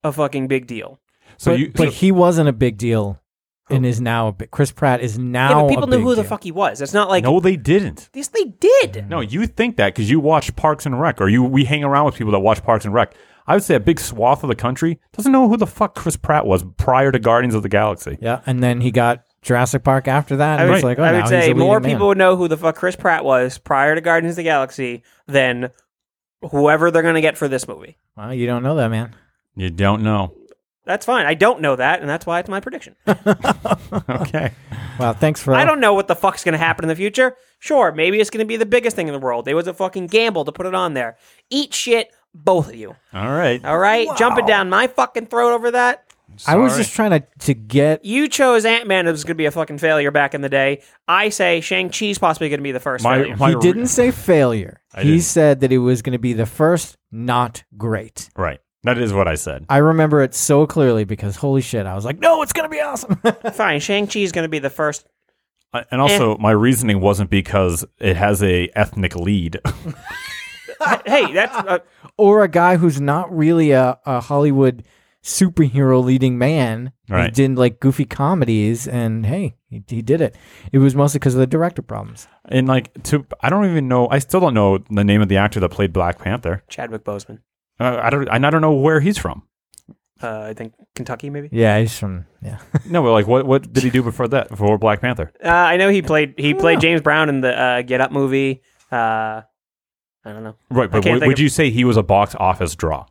Speaker 4: a fucking big deal.
Speaker 3: So
Speaker 5: but,
Speaker 3: you,
Speaker 5: but
Speaker 3: so- Oh.
Speaker 5: he wasn't a big deal, and is now a big. Chris Pratt is now.
Speaker 4: yeah, but
Speaker 5: a
Speaker 4: people knew
Speaker 5: big
Speaker 4: who the
Speaker 5: deal.
Speaker 4: fuck he was. It's not like
Speaker 3: no, they didn't.
Speaker 4: this. They
Speaker 5: Mm.
Speaker 4: did.
Speaker 3: No, you think that because you watch Parks and Rec, or you we hang around with people that watch Parks and Rec. I would say a big swath of the country doesn't know who the fuck Chris Pratt was prior to Guardians of the Galaxy.
Speaker 5: Yeah, and then he got Jurassic Park after that.
Speaker 4: I
Speaker 5: And
Speaker 4: would,
Speaker 5: it's like, oh,
Speaker 4: I
Speaker 5: now
Speaker 4: would
Speaker 5: he's a
Speaker 4: say
Speaker 5: leading
Speaker 4: more
Speaker 5: man.
Speaker 4: people would know who the fuck Chris Pratt was prior to Guardians of the Galaxy than whoever they're going to get for this movie.
Speaker 5: Well, you don't know that, man.
Speaker 3: You don't know.
Speaker 4: That's fine. I don't know that, and that's why it's my prediction.
Speaker 3: Okay.
Speaker 5: Well, thanks for.
Speaker 4: I don't know what the fuck's going to happen in the future. Sure, maybe it's going to be the biggest thing in the world. It was a fucking gamble to put it on there. Eat shit, both of you.
Speaker 3: All right.
Speaker 4: All right, jumping down my fucking throat over that.
Speaker 5: I was
Speaker 3: Sorry.
Speaker 5: just trying to to get.
Speaker 4: You chose Ant Man. It was going to be a fucking failure back in the day. I say Shang Chi's possibly going to be the first
Speaker 3: My-
Speaker 4: failure.
Speaker 3: my-
Speaker 5: He didn't say failure.
Speaker 3: I
Speaker 5: he
Speaker 3: didn't.
Speaker 5: said that it was going to be the first not great.
Speaker 3: Right. That is what I said.
Speaker 5: I remember it so clearly because holy shit, I was like, no, it's going to be awesome.
Speaker 4: Fine, Shang Chi's going to be the first.
Speaker 3: I-
Speaker 4: Eh.
Speaker 3: And also, my reasoning wasn't because it has a ethnic lead.
Speaker 4: hey, that's uh,
Speaker 5: or a guy who's not really a, a Hollywood superhero leading man. He
Speaker 3: Right.
Speaker 5: did like goofy comedies, and hey, he, he did it. It was mostly because of the director problems.
Speaker 3: and like, to I don't even know. I still don't know the name of the actor that played Black Panther.
Speaker 4: Chadwick Boseman.
Speaker 3: Uh, I don't. And I don't know where he's from.
Speaker 4: Uh, I think Kentucky, maybe.
Speaker 5: Yeah, he's from yeah.
Speaker 3: No, but like, what what did he do before that? Before Black Panther?
Speaker 4: Uh, I know he played he played James Brown in the uh, Get Up movie. Uh, I don't know.
Speaker 3: Right. But
Speaker 4: can't
Speaker 3: would,
Speaker 4: think
Speaker 3: would
Speaker 4: of-
Speaker 3: you say he was a box office draw?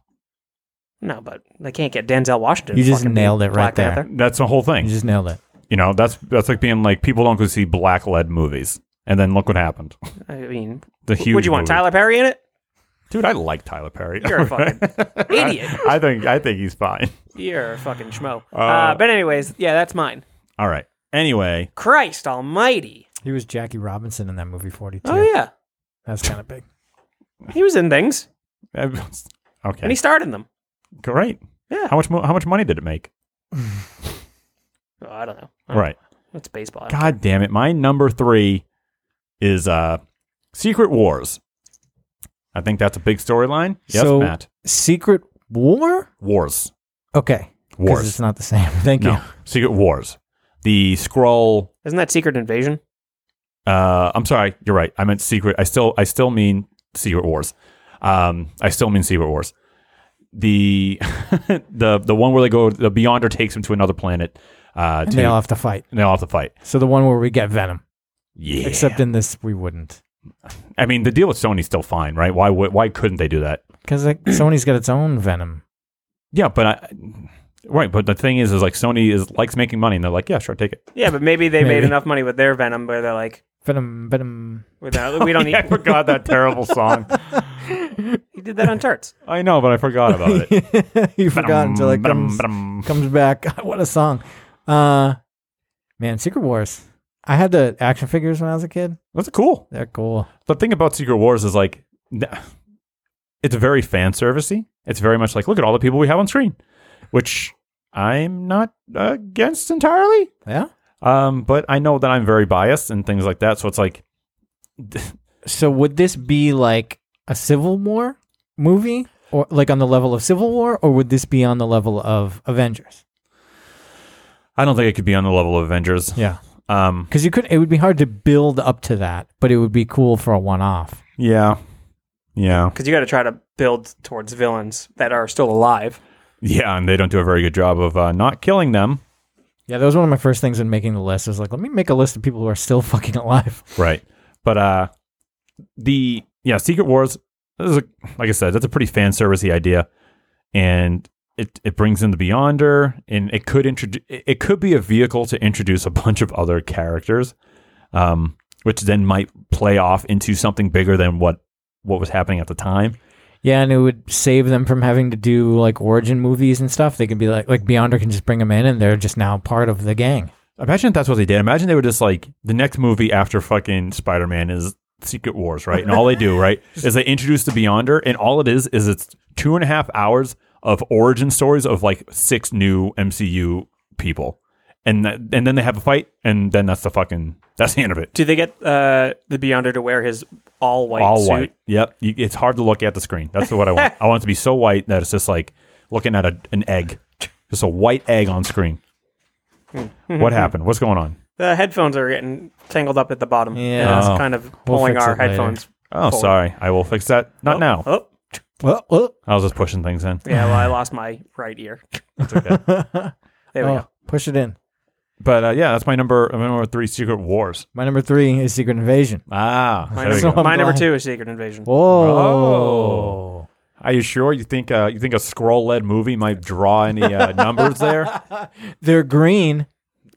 Speaker 4: No, but they can't get Denzel Washington.
Speaker 5: You
Speaker 4: to
Speaker 5: just
Speaker 4: fucking be
Speaker 5: nailed it right
Speaker 4: Black
Speaker 5: there.
Speaker 4: Panther.
Speaker 3: That's the whole thing.
Speaker 5: You just nailed it.
Speaker 3: You know, that's that's like being like people don't go see black led movies, and then look what happened.
Speaker 4: I mean,
Speaker 3: The
Speaker 4: w-
Speaker 3: huge.
Speaker 4: would you want
Speaker 3: movie.
Speaker 4: Tyler Perry in it?
Speaker 3: Dude, I like Tyler Perry.
Speaker 4: You're a fucking idiot.
Speaker 3: I think I think he's fine.
Speaker 4: You're a fucking schmo. Uh,
Speaker 3: Uh,
Speaker 4: but anyways, yeah, that's mine.
Speaker 3: All right. Anyway,
Speaker 4: Christ Almighty!
Speaker 5: He was Jackie Robinson in that movie Forty Two.
Speaker 4: Oh yeah,
Speaker 5: That's kind of big.
Speaker 4: he was in things
Speaker 3: uh, okay.
Speaker 4: and he starred in them.
Speaker 3: Great.
Speaker 4: Yeah.
Speaker 3: How much mo- how much money did it make?
Speaker 4: Oh, I don't know. I don't
Speaker 3: Right.
Speaker 4: know. It's baseball. I don't-
Speaker 3: God damn it. My number 3 is uh Secret Wars. I think that's a big storyline. Yes,
Speaker 5: So-
Speaker 3: Matt.
Speaker 5: Secret War.
Speaker 3: Wars.
Speaker 5: Okay, 'Cause
Speaker 3: Wars.
Speaker 5: It's not the same. Thank
Speaker 3: no.
Speaker 5: you.
Speaker 3: Secret Wars. The scroll
Speaker 4: Isn't that Secret Invasion?
Speaker 3: Uh, I'm sorry, you're right. I meant Secret. I still, I still mean Secret Wars. Um, I still mean Secret Wars. The, the, the one where they go, the Beyonder takes him to another planet. Uh,
Speaker 5: And
Speaker 3: to,
Speaker 5: they all have to fight.
Speaker 3: they all have to fight.
Speaker 5: So the one where we get Venom.
Speaker 3: Yeah.
Speaker 5: Except in this, we wouldn't
Speaker 3: I mean, the deal with Sony's still fine, right? Why, would- why couldn't they do that?
Speaker 5: because like, Sony's got its own Venom.
Speaker 3: Yeah, but I, right. But the thing is, is like Sony is likes making money, and they're like, yeah, sure, take it.
Speaker 4: Yeah, but maybe they made
Speaker 5: Maybe.
Speaker 4: enough money with their Venom where they're like,
Speaker 5: Venom. Venom.
Speaker 4: without, we don't
Speaker 3: I
Speaker 4: need.
Speaker 3: forgot that terrible song.
Speaker 4: He did that on Turts.
Speaker 3: I know, but I forgot about it.
Speaker 5: you forgot until it
Speaker 3: Ba-dum,
Speaker 5: comes,
Speaker 3: ba-dum.
Speaker 5: comes back. God, what a song. Uh, man, Secret Wars. I had the action figures when I was a kid.
Speaker 3: That's cool.
Speaker 5: They're cool.
Speaker 3: the thing about Secret Wars is like th- it's very fan servicey. It's very much like look at all the people we have on screen, which I'm not against entirely.
Speaker 5: Yeah.
Speaker 3: Um, but I know that I'm very biased and things like that. So it's like
Speaker 5: So would this be like a Civil War movie, or like on the level of Civil War, or would this be on the level of Avengers?
Speaker 3: I don't think it could be on the level of Avengers.
Speaker 5: Yeah.
Speaker 3: Um,
Speaker 5: Because you could, it would be hard to build up to that, but it would be cool for a one-off.
Speaker 3: yeah, yeah,
Speaker 4: Because you got to try to build towards villains that are still alive.
Speaker 3: yeah. And they don't do a very good job of uh, not killing them.
Speaker 5: Yeah, that was one of my first things in making the list. Was like, let me make a list of people who are still fucking alive.
Speaker 3: Right. But uh the yeah, Secret Wars this is a, like I said, that's a pretty fan servicey idea, and it it brings in the Beyonder, and it could introduce it it could be a vehicle to introduce a bunch of other characters, um, which then might play off into something bigger than what what was happening at the time.
Speaker 5: Yeah, and it would save them from having to do like origin movies and stuff. They could be like, like Beyonder can just bring them in, and they're just now part of the gang.
Speaker 3: Imagine if that's what they did. Imagine they were just like the next movie after fucking Spider Man is Secret Wars, right? And all they do, right, is they introduce the Beyonder, and all it is is it's two and a half hours of origin stories of like six new MCU people, and that, and then they have a fight, and then that's the fucking that's the end of it.
Speaker 4: Do they get uh, the Beyonder to wear his all white
Speaker 3: all
Speaker 4: suit?
Speaker 3: white. Yep, you, it's hard to look at the screen. That's what I want. I want it to be so white that it's just like looking at a, an egg, just a white egg on screen. what happened? What's going on?
Speaker 4: The headphones are getting tangled up at the bottom.
Speaker 5: Yeah.
Speaker 4: And
Speaker 3: Oh.
Speaker 4: it's kind of pulling
Speaker 5: fix
Speaker 4: our
Speaker 5: it later.
Speaker 4: headphones.
Speaker 3: Oh,
Speaker 4: forward.
Speaker 3: sorry. I will fix that. Not
Speaker 4: Oh,
Speaker 3: now.
Speaker 4: Oh,
Speaker 5: Well, well,
Speaker 3: I was just pushing things in.
Speaker 4: yeah. Well, I lost my right ear. There we
Speaker 5: oh,
Speaker 4: go.
Speaker 5: push it in.
Speaker 3: But uh, yeah, that's my number. My number three, Secret Wars.
Speaker 5: My number three is Secret Invasion.
Speaker 3: Ah,
Speaker 4: My,
Speaker 3: there you
Speaker 5: so-
Speaker 3: go.
Speaker 4: number, my number
Speaker 5: glad.
Speaker 4: two is Secret Invasion.
Speaker 5: Whoa.
Speaker 3: Are you sure you think uh, you think a scroll-led movie might draw any uh, numbers there?
Speaker 5: They're green.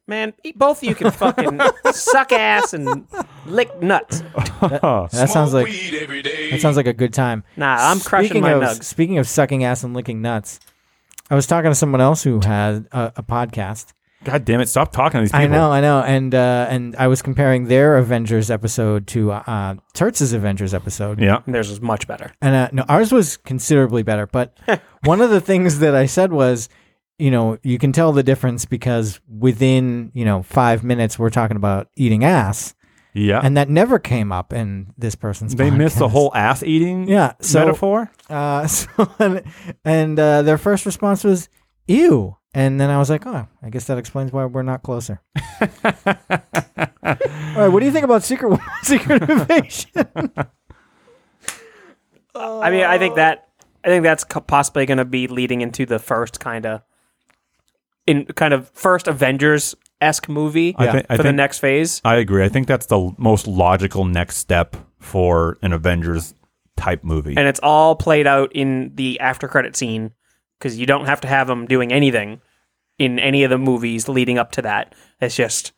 Speaker 4: Man, e- both of you can fucking suck ass and lick nuts.
Speaker 5: That sounds like that sounds like a good time.
Speaker 4: Nah, I'm crushing
Speaker 5: Speaking
Speaker 4: my
Speaker 5: of,
Speaker 4: nugs.
Speaker 5: Speaking of sucking ass and licking nuts, I was talking to someone else who had a, a podcast.
Speaker 3: God damn it! Stop talking to these people.
Speaker 5: I know, I know, and uh, and I was comparing their Avengers episode to uh, Turtz's Avengers episode.
Speaker 3: Yeah.
Speaker 4: And Theirs was much better.
Speaker 5: And uh, no, ours was considerably better. But one of the things that I said was, you know, you can tell the difference because within you know five minutes we're talking about eating ass,
Speaker 3: Yeah.
Speaker 5: and that never came up in this person's.
Speaker 3: Uh, they missed the
Speaker 5: podcast.
Speaker 3: whole ass eating
Speaker 5: Yeah, so-
Speaker 3: metaphor.
Speaker 5: Uh, so, and and uh, their first response was "ew," and then I was like, "Oh, I guess that explains why we're not closer." All right, what do you think about Secret War- Secret Invasion?
Speaker 4: I mean, I think that I think that's co- possibly going to be leading into the first kind of in kind of first Avengers esque movie
Speaker 3: I think-
Speaker 4: for
Speaker 3: I
Speaker 4: the
Speaker 3: think-
Speaker 4: next phase.
Speaker 3: I agree. I think that's the most logical next step for an Avengers type movie.
Speaker 4: and it's all played out in the after credit scene because you don't have to have them doing anything in any of the movies leading up to that. It's just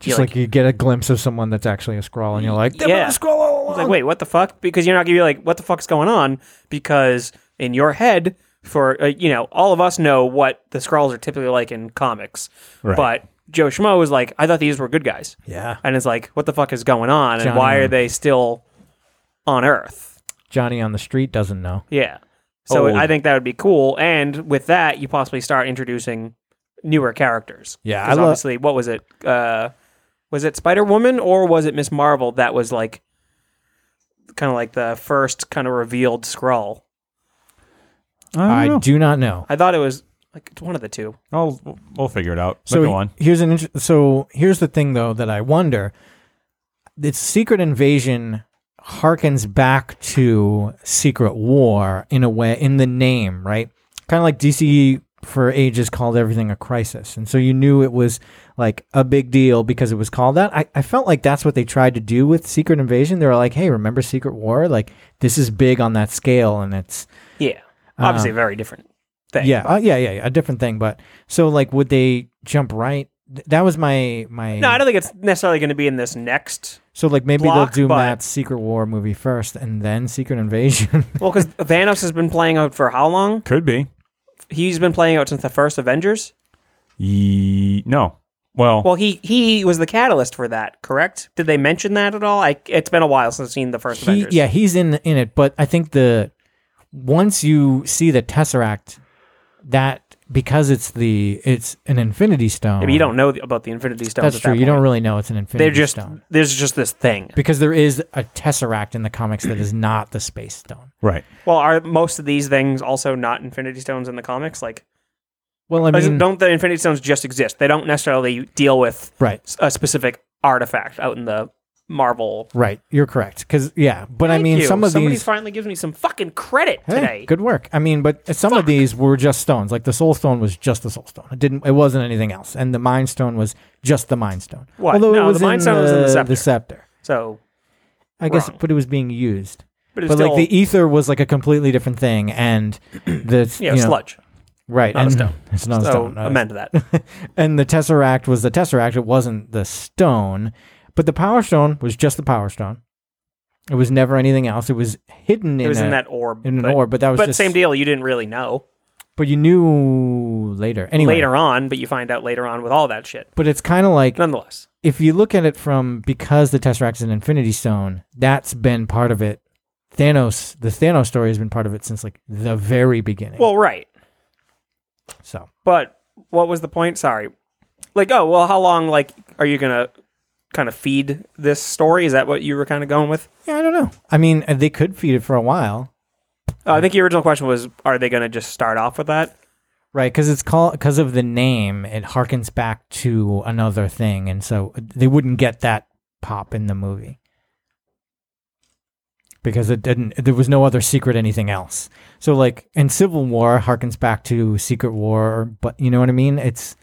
Speaker 5: Just
Speaker 4: like-
Speaker 5: like you get a glimpse of someone that's actually a scroll, and you're like, "They
Speaker 4: Yeah.
Speaker 5: were a scroll all
Speaker 4: it's
Speaker 5: along."
Speaker 4: like, wait, what the fuck? Because you're not gonna be like, what the fuck's going on? Because in your head, for uh, you know, all of us know what the scrolls are typically like in comics,
Speaker 3: Right.
Speaker 4: but Joe Schmo is like, I thought these were good guys,
Speaker 5: yeah,
Speaker 4: and it's like, what the fuck is going on, and
Speaker 5: Johnny.
Speaker 4: why are they still on Earth?
Speaker 5: Johnny on the street doesn't know.
Speaker 4: Yeah. So
Speaker 3: Old.
Speaker 5: Oh.
Speaker 4: I think that would be cool. And with that, you possibly start introducing newer characters.
Speaker 5: Yeah,
Speaker 4: 'Cause
Speaker 5: I lo-
Speaker 4: obviously, what was it? Uh, was it Spider Woman or was it Miss Marvel that was like kind of like the first kind of revealed scroll?
Speaker 5: I,
Speaker 3: don't know.
Speaker 5: do not know.
Speaker 4: I thought it was like it's one of the two.
Speaker 3: I'll we'll figure it out. But
Speaker 5: so
Speaker 3: go on.
Speaker 5: here's an inter- so here's the thing though that I wonder. This Secret Invasion harkens back to Secret War in a way in the name, right? Kind of like DC for ages called everything a crisis, and so you knew it was like a big deal because it was called that. I, I felt like that's what they tried to do with Secret Invasion. They were like, "Hey, remember Secret War? Like this is big on that scale, and it's
Speaker 4: Yeah. Obviously, a very different thing.
Speaker 5: Uh, yeah, uh, yeah, yeah, yeah, a different thing. But so, like, would they jump right? Th- That was my my.
Speaker 4: No, I don't think it's necessarily going to be in this next.
Speaker 5: so, like, maybe
Speaker 4: block,
Speaker 5: they'll do
Speaker 4: but-
Speaker 5: Matt's Secret War movie first, and then Secret Invasion.
Speaker 4: Well, because Thanos has been playing out for how long?
Speaker 3: Could be.
Speaker 4: He's been playing out since the first Avengers.
Speaker 3: Ye- no. Well,
Speaker 4: Well, he he was the catalyst for that, correct? Did they mention that at all? I, it's been a while since I've seen the first
Speaker 5: he,
Speaker 4: Avengers.
Speaker 5: yeah, he's in in it, but I think the once you see the Tesseract, that because it's the it's an Infinity Stone.
Speaker 4: Maybe you don't know the- about the Infinity Stones.
Speaker 5: That's
Speaker 4: at
Speaker 5: true.
Speaker 4: that
Speaker 5: You don't
Speaker 4: point.
Speaker 5: really know it's an Infinity
Speaker 4: They're just
Speaker 5: Stone
Speaker 4: there's just this thing.
Speaker 5: because there is a Tesseract in the comics that is not the Space Stone.
Speaker 3: right.
Speaker 4: Well, are most of these things also not Infinity Stones in the comics? Like,
Speaker 5: Well, I mean,
Speaker 4: don't the Infinity Stones just exist? They don't necessarily deal with
Speaker 5: right.
Speaker 4: s- a specific artifact out in the Marvel.
Speaker 5: Right, you're correct. Because yeah, but I
Speaker 4: Thank
Speaker 5: mean,
Speaker 4: you.
Speaker 5: some of
Speaker 4: somebody
Speaker 5: these
Speaker 4: finally gives me some fucking credit
Speaker 5: Hey,
Speaker 4: today.
Speaker 5: Good work. I mean, but some of these were just stones. Like the soul stone was just the soul stone. It didn't. It wasn't anything else. And the mind stone was just the mind stone.
Speaker 4: What?
Speaker 5: Although
Speaker 4: No,
Speaker 5: it
Speaker 4: the
Speaker 5: was
Speaker 4: Mind
Speaker 5: in
Speaker 4: Stone
Speaker 5: the,
Speaker 4: was in the scepter.
Speaker 5: scepter.
Speaker 4: So
Speaker 5: I guess,
Speaker 4: Wrong.
Speaker 5: but it was being used.
Speaker 4: But it's
Speaker 5: But
Speaker 4: still
Speaker 5: like the e ether was like a completely different thing, and the
Speaker 4: yeah,
Speaker 5: you know,
Speaker 4: sludge.
Speaker 5: right?
Speaker 4: not a
Speaker 5: and
Speaker 4: stone.
Speaker 5: It's not a
Speaker 4: So
Speaker 5: stone. uh,
Speaker 4: amend that.
Speaker 5: and the tesseract was the tesseract. It wasn't the stone, but the power stone was just the power stone. It was never anything else. It was hidden.
Speaker 4: It was
Speaker 5: a,
Speaker 4: in that orb.
Speaker 5: in an orb, but that was
Speaker 4: but
Speaker 5: just-
Speaker 4: same deal. You didn't really know
Speaker 5: But you knew later. Anyway,
Speaker 4: later on, but you find out later on with all that shit.
Speaker 5: But it's kind of like
Speaker 4: Nonetheless,
Speaker 5: if you look at it from because the Tesseract is an Infinity Stone, that's been part of it. Thanos, the Thanos story has been part of it since like the very beginning.
Speaker 4: well, right.
Speaker 5: so
Speaker 4: But what was the point? Sorry. Like, oh well, how long? Like, are you gonna kind of feed this story? Is that what you were kind of going with?
Speaker 5: yeah, I don't know. I mean, uh, they could feed it for a while,
Speaker 4: Uh, I think the original question was, are they gonna just start off with that?
Speaker 5: right? Because it's called because of the name, it harkens back to another thing, and so uh, they wouldn't get that pop in the movie because it didn't. There was no other secret anything else. So like, and Civil War harkens back to Secret War, but you know what I mean? It's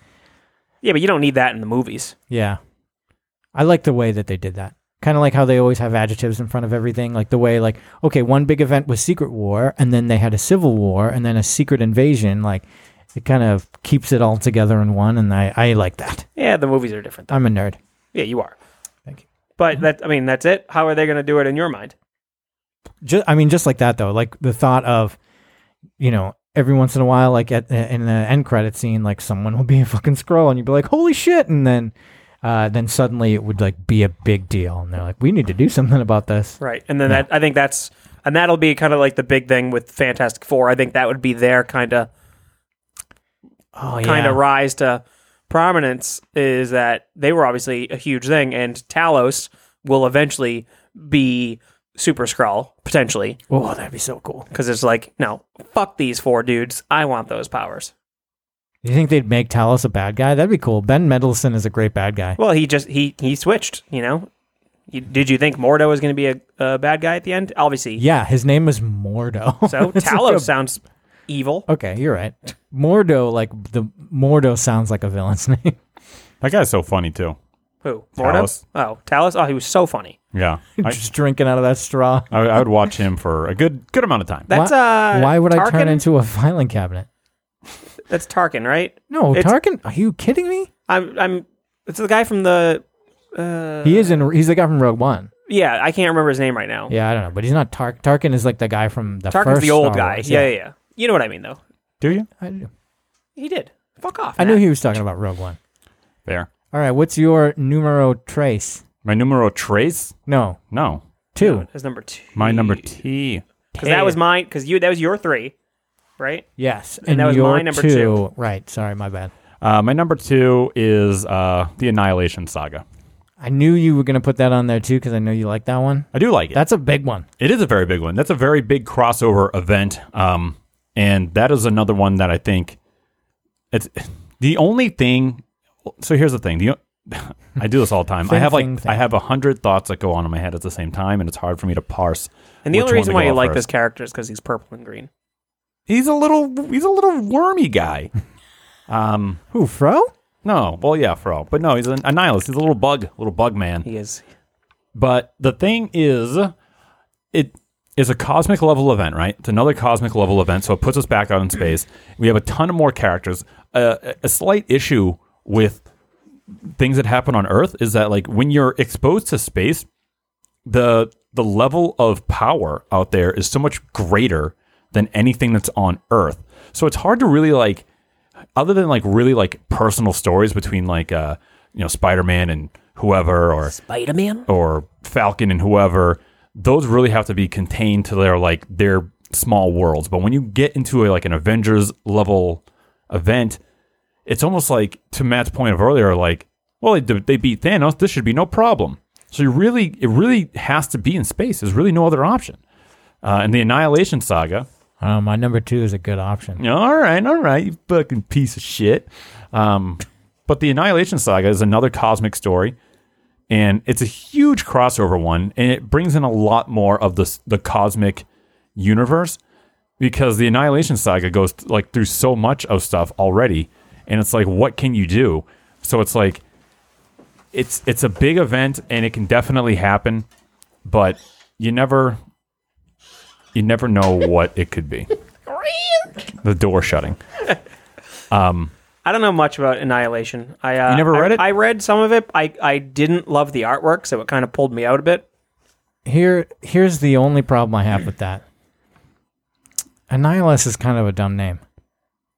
Speaker 4: Yeah, but you don't need that in the movies.
Speaker 5: Yeah. I like the way that they did that. Kind of like how they always have adjectives in front of everything, like the way like okay, one big event was secret war and then they had a civil war and then a secret invasion, like it kind of keeps it all together in one and I I like that.
Speaker 4: Yeah, the movies are different.
Speaker 5: I'm a nerd.
Speaker 4: Yeah, you are.
Speaker 5: Thank you.
Speaker 4: But that, I mean, that's it. How are they going to do it in your mind?
Speaker 5: Just I mean just like that though, like the thought of you know, every once in a while like at in the end credit scene like someone will be a fucking scroll and you'd be like, "Holy shit." And then uh, then suddenly it would like be a big deal and they're like, "We need to do something about this."
Speaker 4: Right. And then that, I think that's, and that'll be kind of like the big thing with Fantastic Four. I think that would be their kind of,
Speaker 5: Oh
Speaker 4: kind of rise to prominence is that they were obviously a huge thing and Talos will eventually be Super Skrull, potentially.
Speaker 5: Oh, that'd be so cool.
Speaker 4: Because it's like, no, fuck these four dudes. I want those powers.
Speaker 5: You think they'd make Talos a bad guy? That'd be cool. Ben Mendelsohn is a great bad guy.
Speaker 4: Well, he just, he, he switched, you know? You- Did you think Mordo was going to be a, a bad guy at the end? Obviously,
Speaker 5: Yeah, his name was Mordo.
Speaker 4: So
Speaker 5: It's like
Speaker 4: Talos
Speaker 5: a-
Speaker 4: sounds evil.
Speaker 5: okay, you're right. Mordo, like the Mordo sounds like a villain's name.
Speaker 3: That guy's so funny too.
Speaker 4: Who?
Speaker 3: Talos.
Speaker 4: Mordo? Oh, Talos. Oh, he was so funny.
Speaker 3: Yeah, I,
Speaker 5: Just drinking out of that straw.
Speaker 3: I, I would watch him for a good good amount of time.
Speaker 4: That's
Speaker 5: why,
Speaker 4: uh.
Speaker 5: why would I
Speaker 4: Tarkin?
Speaker 5: turn into a filing cabinet?
Speaker 4: That's Tarkin, right?
Speaker 5: No,
Speaker 4: It's-
Speaker 5: Tarkin. Are you kidding me?
Speaker 4: I'm. I'm. It's the guy from the. Uh,
Speaker 5: He is in. He's the guy from Rogue One.
Speaker 4: yeah, I can't remember his name right now.
Speaker 5: Yeah, I don't know, but he's not Tark. Tarkin is like the guy from the
Speaker 4: Tarkin's
Speaker 5: first
Speaker 4: the old
Speaker 5: Star
Speaker 4: guy.
Speaker 5: Wars.
Speaker 4: Yeah. yeah, yeah. You know what I mean, though.
Speaker 3: Do you?
Speaker 5: I, knew-
Speaker 4: He did. Fuck off.
Speaker 5: I
Speaker 4: Matt.
Speaker 5: knew he was talking about Rogue One.
Speaker 3: There.
Speaker 5: All right, what's your numero trace?
Speaker 3: My numero tres?
Speaker 5: No,
Speaker 3: No.
Speaker 5: two.
Speaker 4: His number two.
Speaker 3: My number T.
Speaker 4: Because that was mine. Because you. That was your three, right?
Speaker 5: Yes, and,
Speaker 4: And that was
Speaker 5: your
Speaker 4: my number
Speaker 5: two,
Speaker 4: two.
Speaker 5: Right. Sorry, my bad.
Speaker 3: Uh, my number two is uh, the Annihilation Saga.
Speaker 5: I knew you were gonna put that on there too because I know you like that one.
Speaker 3: I do like it.
Speaker 5: That's a big one.
Speaker 3: It is a very big one. That's a very big crossover event. Um, and that is another one that I think it's the only thing. So here's the thing. The, o- I do this all the time. I
Speaker 5: Thing,
Speaker 3: have like
Speaker 5: thing, thing.
Speaker 3: I have a hundred thoughts that go on in my head at the same time, and it's hard for me to parse.
Speaker 4: And the
Speaker 3: which
Speaker 4: only
Speaker 3: one
Speaker 4: reason
Speaker 3: to
Speaker 4: why
Speaker 3: go
Speaker 4: you
Speaker 3: on
Speaker 4: like
Speaker 3: first.
Speaker 4: this character is because he's purple and green.
Speaker 3: he's a little he's a little wormy guy. um,
Speaker 5: Who, Fro?
Speaker 3: no, well, yeah, for all, but no, he's an, a nihilist. He's a little bug, little bug man.
Speaker 4: He is.
Speaker 3: But the thing is, it is a cosmic level event, right? It's another cosmic level event, so it puts us back out in space. We have a ton of more characters. Uh, a slight issue with things that happen on Earth is that, like, when you're exposed to space, the the level of power out there is so much greater than anything that's on Earth. So it's hard to really like other than like really like personal stories between like uh you know Spider-Man and whoever or Spider-Man or Falcon and whoever those really have to be contained to their like their small worlds but when you get into a, like an Avengers level event it's almost like to Matt's point of earlier like well they, they beat Thanos this should be no problem so you really it really has to be in space there's really no other option uh, and the Annihilation Saga
Speaker 5: Oh, my number two is a good option.
Speaker 3: all right, all right, you fucking piece of shit. Um, but the Annihilation Saga is another cosmic story, and it's a huge crossover one, and it brings in a lot more of the s- the cosmic universe because the Annihilation Saga goes like through so much of stuff already, and it's like, what can you do? So it's like, it's it's a big event, and it can definitely happen, but you never You never know what it could be. the door shutting.
Speaker 4: I don't know much about Annihilation. I uh,
Speaker 3: You never
Speaker 4: I-
Speaker 3: read it?
Speaker 4: I read some of it. I I didn't love the artwork, so it kind of pulled me out a bit.
Speaker 5: Here, here's the only problem I have with that. Annihilus is kind of a dumb name.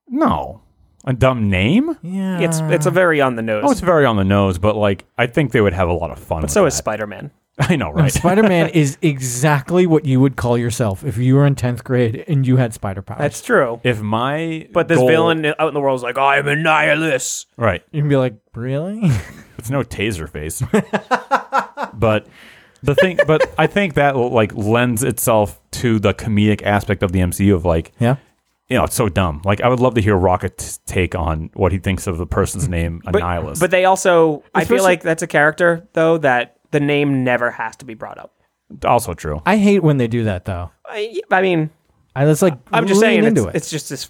Speaker 3: No, a dumb name.
Speaker 5: Yeah,
Speaker 4: It's it's a very on the nose.
Speaker 3: Oh, it's very on the nose, but like I think they would have a lot of fun. But
Speaker 4: so is Spider Man.
Speaker 3: I know, right?
Speaker 5: Spider Man is exactly what you would call yourself if you were in tenth grade and you had spider powers.
Speaker 4: That's true.
Speaker 3: if my
Speaker 4: But this
Speaker 3: goal-
Speaker 4: villain out in the world is like, I'm a nihilist.
Speaker 3: right?
Speaker 5: you can be like, really?
Speaker 3: It's no taser face. but the thing, but I think that like lends itself to the comedic aspect of the MCU of like,
Speaker 5: yeah.
Speaker 3: you know, it's so dumb. Like I would love to hear Rocket's take on what he thinks of the person's name,
Speaker 4: But,
Speaker 3: Annihilus.
Speaker 4: but they also, I feel
Speaker 5: Especially-
Speaker 4: like that's a character though that the name never has to be brought up.
Speaker 3: also true.
Speaker 5: I hate when they do that though.
Speaker 4: I, I mean,
Speaker 5: I that's like
Speaker 4: I'm just
Speaker 5: lean
Speaker 4: saying
Speaker 5: into
Speaker 4: it's,
Speaker 5: it
Speaker 4: it's just this.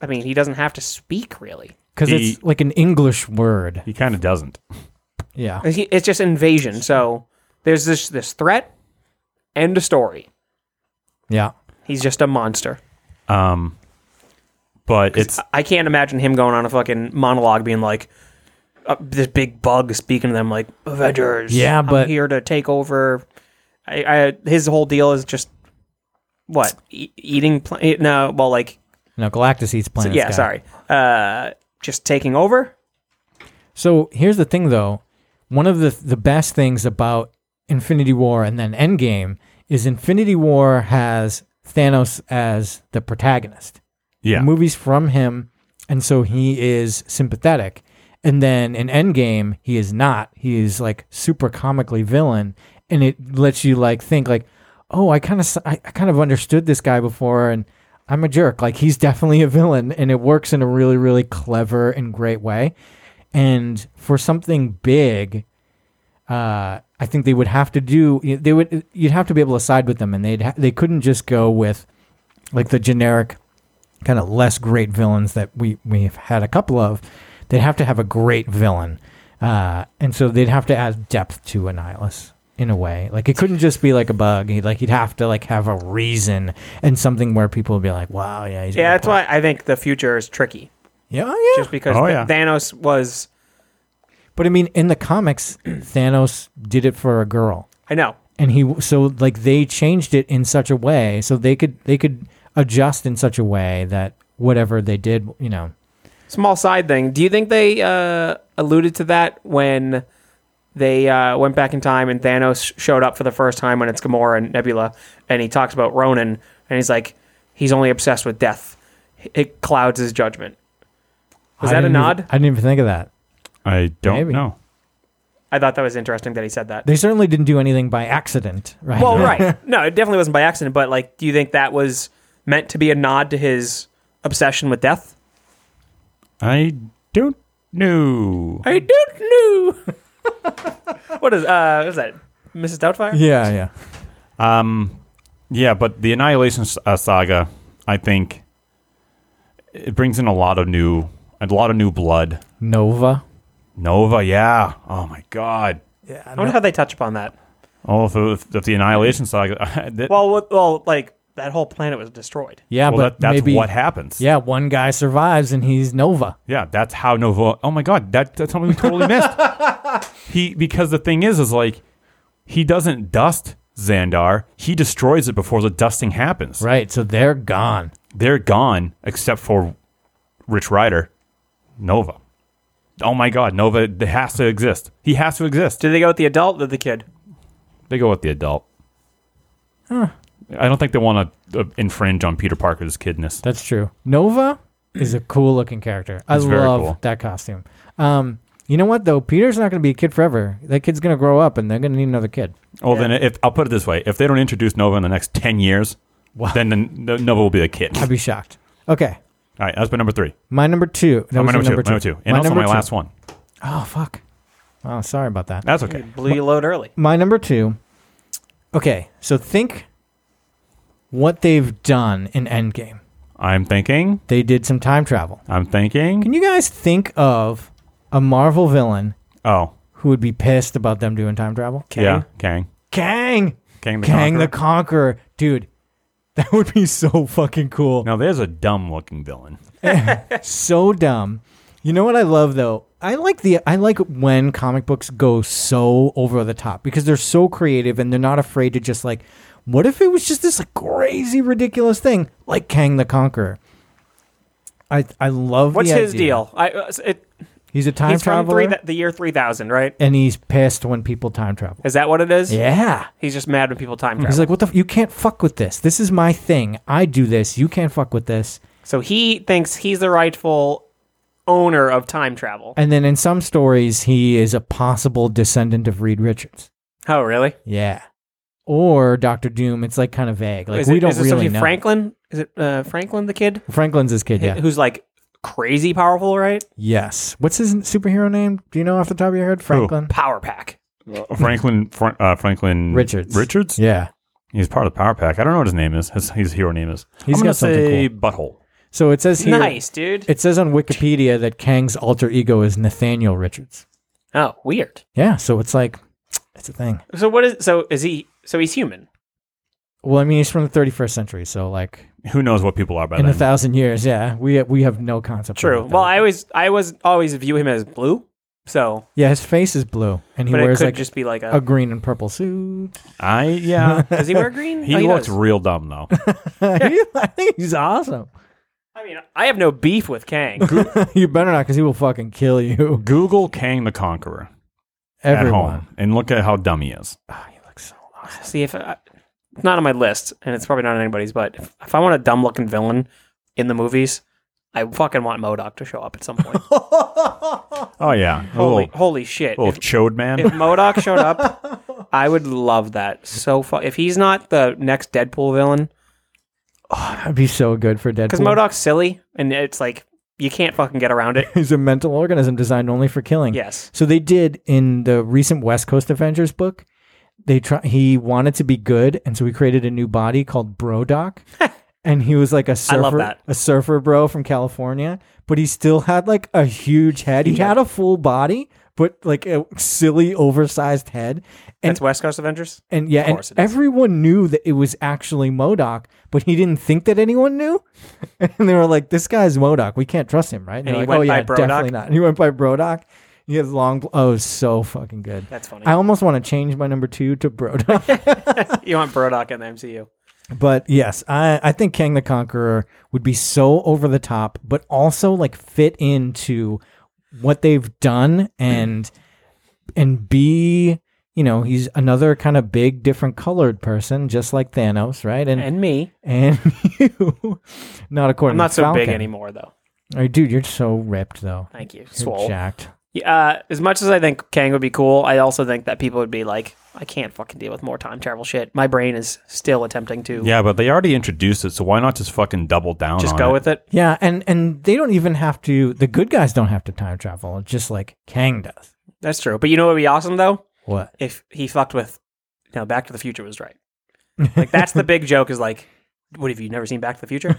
Speaker 4: I mean, he doesn't have to speak really.
Speaker 5: because
Speaker 3: he-
Speaker 5: it's like an English word.
Speaker 3: He kind of doesn't.
Speaker 5: Yeah.
Speaker 4: It's it's just invasion. So there's this this threat. End of story.
Speaker 5: Yeah.
Speaker 4: He's just a monster.
Speaker 3: Um, but it's
Speaker 4: I can't imagine him going on a fucking monologue being like, uh, this big bug speaking to them like, Avengers.
Speaker 5: Yeah,
Speaker 4: I'm
Speaker 5: but-
Speaker 4: here to take over. I, I his whole deal is just what e- eating. Pla- no, well, like
Speaker 5: No, Galactus eats planets.
Speaker 4: yeah,
Speaker 5: guy.
Speaker 4: sorry, uh, just taking over.
Speaker 5: So here's the thing, though. One of the the best things about Infinity War and then Endgame is Infinity War has Thanos as the protagonist.
Speaker 3: yeah,
Speaker 5: Movies from him, and so he is sympathetic. And then in Endgame, he is not. He is like super comically villain, and it lets you like think like, oh, I kind of I, I kind of understood this guy before, and I'm a jerk. Like he's definitely a villain, and it works in a really really clever and great way. And for something big, uh, I think they would have to do. They would you'd have to be able to side with them, and they'd ha- they couldn't just go with like the generic kind of less great villains that we we've had a couple of. They'd have to have a great villain, uh, and so they'd have to add depth to Annihilus in a way. Like it couldn't just be like a bug. He'd like he'd have to like have a reason and something where people would be like, "Wow, yeah, he's a
Speaker 4: Yeah,
Speaker 5: good
Speaker 4: that's why I think the future is tricky,
Speaker 5: guy." yeah, yeah."
Speaker 4: just because
Speaker 3: Oh,
Speaker 4: Th-
Speaker 3: yeah.
Speaker 4: Thanos was.
Speaker 5: but I mean, in the comics, Thanos did it for a girl.
Speaker 4: I know.
Speaker 5: and he so like they changed it in such a way so they could they could adjust in such a way that whatever they did you know
Speaker 4: Small side thing. Do you think they uh, alluded to that when they uh, went back in time and Thanos showed up for the first time when it's Gamora and Nebula, and he talks about Ronan, and he's like, he's only obsessed with death. It clouds his judgment. Was
Speaker 5: I
Speaker 4: that a
Speaker 5: didn't even-
Speaker 4: nod?
Speaker 5: i didn't even think of that
Speaker 3: I don't
Speaker 5: Maybe.
Speaker 3: know.
Speaker 4: I thought that was interesting that he said that.
Speaker 5: they certainly didn't do anything by accident right
Speaker 4: Well, right. No, it definitely wasn't by accident, but like, do you think that was meant to be a nod to his obsession with death?
Speaker 3: I don't know.
Speaker 4: I don't know. what is uh? What is that? Mrs. Doubtfire?
Speaker 5: yeah yeah
Speaker 3: Um, yeah, but the Annihilation s- uh, saga, I think, it brings in a lot of new, a lot of new blood.
Speaker 5: nova
Speaker 3: Nova, yeah. Oh my God.
Speaker 4: I wonder how they touch upon that.
Speaker 3: Oh, if, if, if the Annihilation saga. that-
Speaker 4: Well, what, well, like that whole planet was destroyed.
Speaker 5: yeah
Speaker 3: well, that,
Speaker 5: but
Speaker 3: that's
Speaker 5: maybe
Speaker 3: what happens.
Speaker 5: yeah one guy survives and he's nova
Speaker 3: Yeah, that's how Nova. Oh my God, that, that's something we totally missed. He because the thing is, is like he doesn't dust Xandar. He destroys it before the dusting happens.
Speaker 5: right so they're gone
Speaker 3: They're gone except for Rich Rider, Nova. Oh my God, Nova it has to exist. He has to exist.
Speaker 4: Did they go with the adult or the kid?
Speaker 3: They go with the adult. I don't think they want to uh, infringe on Peter Parker's kidness.
Speaker 5: that's true nova is a cool looking character i
Speaker 3: It's very
Speaker 5: love
Speaker 3: cool.
Speaker 5: that costume um you know what though peter's not going to be a kid forever that kid's going to grow up and they're going to need another kid
Speaker 3: Well, then, if I'll put it this way: if they don't introduce Nova in the next ten years,
Speaker 5: Wow.
Speaker 3: then the, the Nova will be a kid. All
Speaker 5: I'd be shocked. Okay.
Speaker 3: right, that's been number three.
Speaker 5: My number two. That
Speaker 3: Oh, my
Speaker 5: was your
Speaker 3: number, two, my number two, and also
Speaker 5: number
Speaker 3: my
Speaker 5: two.
Speaker 3: last one.
Speaker 5: Oh, fuck. Oh, sorry about that.
Speaker 3: That's okay.
Speaker 4: Blew you load early.
Speaker 5: My number two. Okay. So think what they've done in Endgame.
Speaker 3: I'm thinking.
Speaker 5: They did some time travel.
Speaker 3: I'm thinking.
Speaker 5: Can you guys think of a Marvel villain
Speaker 3: Oh,
Speaker 5: who would be pissed about them doing time travel?
Speaker 3: yeah, Kang.
Speaker 5: Kang.
Speaker 3: Kang the
Speaker 5: Kang
Speaker 3: Conqueror.
Speaker 5: the Conqueror. Dude, That would be so fucking cool.
Speaker 3: Now there's a dumb looking villain.
Speaker 5: so dumb. You know what I love though? I like the I like when comic books go so over the top because they're so creative and they're not afraid to just like what if it was just this like crazy ridiculous thing like Kang the Conqueror. I I love
Speaker 4: What's
Speaker 5: the
Speaker 4: his
Speaker 5: idea.
Speaker 4: deal? I, uh, it,
Speaker 5: He's a time
Speaker 4: he's from
Speaker 5: traveler
Speaker 4: three, th- the year 3000, right?
Speaker 5: and he's pissed when people time travel.
Speaker 4: Is that what it is?
Speaker 5: Yeah.
Speaker 4: He's just mad when people time travel.
Speaker 5: He's like what the f- you can't fuck with this. This is my thing. I do this. You can't fuck with this.
Speaker 4: so he thinks he's the rightful owner of time travel.
Speaker 5: And then in some stories he is a possible descendant of Reed Richards.
Speaker 4: Oh, really?
Speaker 5: Yeah. Or Doctor Doom. It's like kind of vague. Like
Speaker 4: is
Speaker 5: we
Speaker 4: it,
Speaker 5: don't
Speaker 4: is it
Speaker 5: really
Speaker 4: something
Speaker 5: know.
Speaker 4: Franklin? Is it uh, Franklin the kid?
Speaker 5: Franklin's his kid. Yeah.
Speaker 4: Who's like crazy powerful, right?
Speaker 5: yes. What's his superhero name? Do you know off the top of your head? Franklin.
Speaker 4: Power pack.
Speaker 3: Franklin Fran- uh, Franklin
Speaker 5: Richards.
Speaker 3: Richards.
Speaker 5: Yeah.
Speaker 3: He's part of the Power Pack. I don't know what his name is. His, his hero name is.
Speaker 5: He's
Speaker 3: I'm gonna
Speaker 5: got something
Speaker 3: say butthole.
Speaker 5: So it says here.
Speaker 4: Nice, dude.
Speaker 5: It says on Wikipedia that Kang's alter ego is Nathaniel Richards.
Speaker 4: oh, weird.
Speaker 5: Yeah. So it's like it's a thing.
Speaker 4: So what is? So is he? So he's human.
Speaker 5: Well, I mean, he's from the 31st century, so like
Speaker 3: Who knows what people are by
Speaker 5: in a
Speaker 3: then?
Speaker 5: thousand years, yeah, we we have no concept. of
Speaker 4: True.
Speaker 5: what
Speaker 4: Well,
Speaker 5: that-
Speaker 4: I always, I was always view him as blue. So,
Speaker 5: yeah, his face is blue, and he
Speaker 4: but it
Speaker 5: wears
Speaker 4: could
Speaker 5: like
Speaker 4: just be like
Speaker 5: a
Speaker 4: a.
Speaker 5: green and purple suit.
Speaker 3: I yeah.
Speaker 4: does he wear green?
Speaker 3: He
Speaker 4: Oh,
Speaker 3: looks
Speaker 4: does.
Speaker 3: real dumb though.
Speaker 5: He- I think he's awesome.
Speaker 4: I mean, I have no beef with Kang.
Speaker 5: you better not, because he will fucking kill you.
Speaker 3: Google Kang the Conqueror
Speaker 5: Everyone.
Speaker 3: at home and look at how dumb he is.
Speaker 4: See if I, it's not on my list, and it's probably not on anybody's. But if, if I want a dumb looking villain in the movies, I fucking want Modoc to show up at some point.
Speaker 3: Oh yeah, a
Speaker 4: holy,
Speaker 3: little,
Speaker 4: holy shit!
Speaker 3: little
Speaker 4: If,
Speaker 3: chode man.
Speaker 4: if Modoc showed up, I would love that so far. If he's not the next Deadpool villain,
Speaker 5: That'd be so good for Deadpool.
Speaker 4: because Modoc's silly, and it's like you can't fucking get around it.
Speaker 5: is a mental organism designed only for killing.
Speaker 4: Yes.
Speaker 5: So they did in the recent West Coast Avengers book. They try. He wanted to be good, and so he created a new body called Brodoc. And he was like a surfer,
Speaker 4: love that.
Speaker 5: a surfer bro from California, but he still had like a huge head. He had a full body, but like a silly, oversized head. And
Speaker 4: That's West Coast Avengers.
Speaker 5: And yeah, and
Speaker 4: course it is.
Speaker 5: everyone knew that it was actually Modoc, but he didn't think that anyone knew. And they were like, "This guy's Modoc. We can't trust him, right?" And,
Speaker 4: And
Speaker 5: they're
Speaker 4: he
Speaker 5: like,
Speaker 4: went
Speaker 5: "Oh yeah,
Speaker 4: by Brodok?
Speaker 5: definitely not." And he went by Brodoc. He has long. Bl- oh, so fucking good.
Speaker 4: That's funny.
Speaker 5: I almost want to change my number two to Brodoc,
Speaker 4: you want Brodock in the MCU?
Speaker 5: but yes, I I think Kang the Conqueror would be so over the top, but also like fit into what they've done and and be. You know, he's another kind of big, different colored person, just like Thanos, right? And
Speaker 4: And me,
Speaker 5: and you. Not according.
Speaker 4: I'm not
Speaker 5: to
Speaker 4: so big
Speaker 5: Falcon.
Speaker 4: anymore though.
Speaker 5: Oh, dude, you're so ripped though.
Speaker 4: Thank you,
Speaker 5: You're
Speaker 4: swole.
Speaker 5: jacked.
Speaker 4: Yeah, uh, as much as I think Kang would be cool, I also think that people would be like, I can't fucking deal with more time travel shit. My brain is still attempting to
Speaker 3: yeah, but they already introduced it, so why not just fucking double down?
Speaker 4: just
Speaker 3: on
Speaker 4: go
Speaker 3: it?
Speaker 4: with it.
Speaker 5: Yeah, and and they don't even have to. The good guys don't have to time travel, just like Kang does.
Speaker 4: That's true. But you know what would be awesome though?
Speaker 5: What?
Speaker 4: If he fucked with, you know, Back to the Future was right. Like that's the big joke is like, what have you never seen Back to the Future?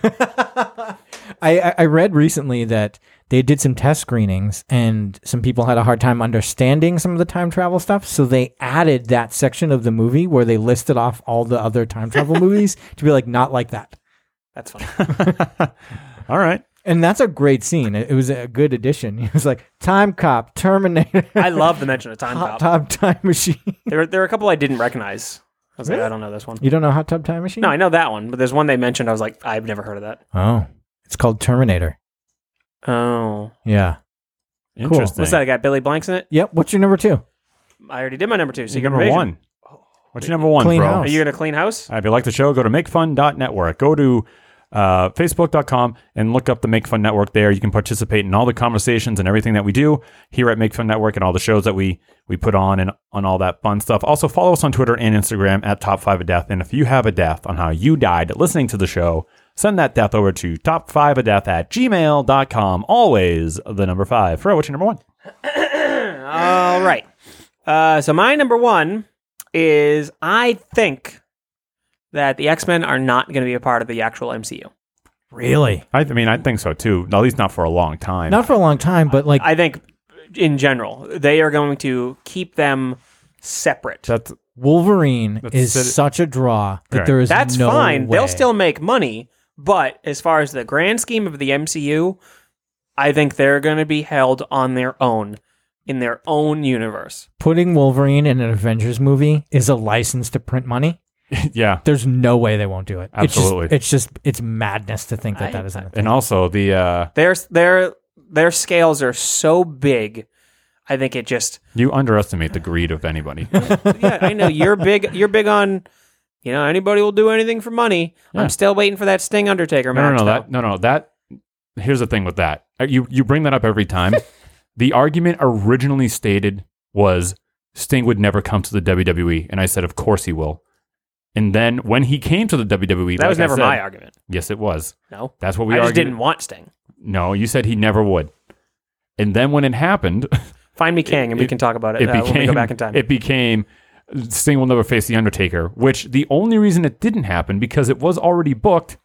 Speaker 5: I, I- I read recently that they did some test screenings and some people had a hard time understanding some of the time travel stuff. So they added that section of the movie where they listed off all the other time travel movies to be like, not like that.
Speaker 4: That's funny.
Speaker 3: All right.
Speaker 5: And that's a great scene. It it was a good addition. He was like Time Cop, Terminator,
Speaker 4: I love the mention of time
Speaker 5: Hot
Speaker 4: travel.
Speaker 5: Tub Time Machine.
Speaker 4: There, were- there were a couple I didn't recognize. I was like, I don't know this one.
Speaker 5: You don't know Hot Tub Time Machine?
Speaker 4: No, I know that one, but there's one they mentioned. I was like, I've never heard of that.
Speaker 5: Oh, it's called Terminator.
Speaker 4: Oh,
Speaker 5: Yeah.
Speaker 3: Interesting.
Speaker 4: what's that? I got Billy Blanks in it.
Speaker 5: Yep. What's your number two?
Speaker 4: I already did my number two. So you
Speaker 3: number one. What's your number one,
Speaker 5: Clean
Speaker 3: bro?
Speaker 5: house.
Speaker 4: Are you gonna clean house?
Speaker 3: All right, if you like the show, go to makefun.network. Go to uh, facebook.com and look up the Make Fun Network there. You can participate in all the conversations and everything that we do here at Make Fun Network and all the shows that we we put on and on all that fun stuff. Also, follow us on Twitter and Instagram at Top 5 of Death. And if you have a death on how you died listening to the show, send that death over to top 5 of death at gmail.com. Always the number five. Fro, what's your number one?
Speaker 4: All right. Uh, so my number one is I think that the X Men are not going to be a part of the actual MCU.
Speaker 5: Really?
Speaker 3: I, I mean, I think so too. At least not for a long time.
Speaker 5: Not for a long time, but like
Speaker 4: I think in general they are going to keep them separate.
Speaker 3: That's
Speaker 5: Wolverine
Speaker 3: That's
Speaker 5: is
Speaker 3: it.
Speaker 5: such a draw that
Speaker 3: Right.
Speaker 5: there is
Speaker 4: That's
Speaker 5: no
Speaker 4: fine. They'll
Speaker 5: way.
Speaker 4: still make money, but as far as the grand scheme of the MCU, I think they're going to be held on their own in their own universe.
Speaker 5: putting Wolverine in an Avengers movie is a license to print money.
Speaker 3: yeah.
Speaker 5: There's no way they won't do it.
Speaker 3: Absolutely.
Speaker 5: it's just it's, just, it's madness to think that
Speaker 4: I-
Speaker 5: that isn't. a thing.
Speaker 3: And also the uh,
Speaker 4: Their their their scales are so big. I think it just
Speaker 3: you underestimate the greed of anybody.
Speaker 4: yeah, I know you're big you're big on you know anybody will do anything for money.
Speaker 3: Yeah.
Speaker 4: I'm still waiting for that Sting Undertaker
Speaker 3: No, no,
Speaker 4: match.
Speaker 3: no.
Speaker 4: though.
Speaker 3: That no, no. That here's the thing with that. Uh, You you bring that up every time. the argument originally stated was Sting would never come to the WWE, and I said, of course he will. And then when he came to the WWE,
Speaker 4: That was
Speaker 3: like I
Speaker 4: never
Speaker 3: said-
Speaker 4: my argument.
Speaker 3: Yes, it was.
Speaker 4: No.
Speaker 3: That's what we
Speaker 4: I just
Speaker 3: argued.
Speaker 4: didn't want Sting.
Speaker 3: No, you said he never would. And then when it happened,
Speaker 4: Find me Kang, and we
Speaker 3: it-
Speaker 4: can talk about it,
Speaker 3: it
Speaker 4: uh,
Speaker 3: became
Speaker 4: when we go back in time.
Speaker 3: It became Sting will never face the Undertaker, which the only reason it didn't happen because it was already booked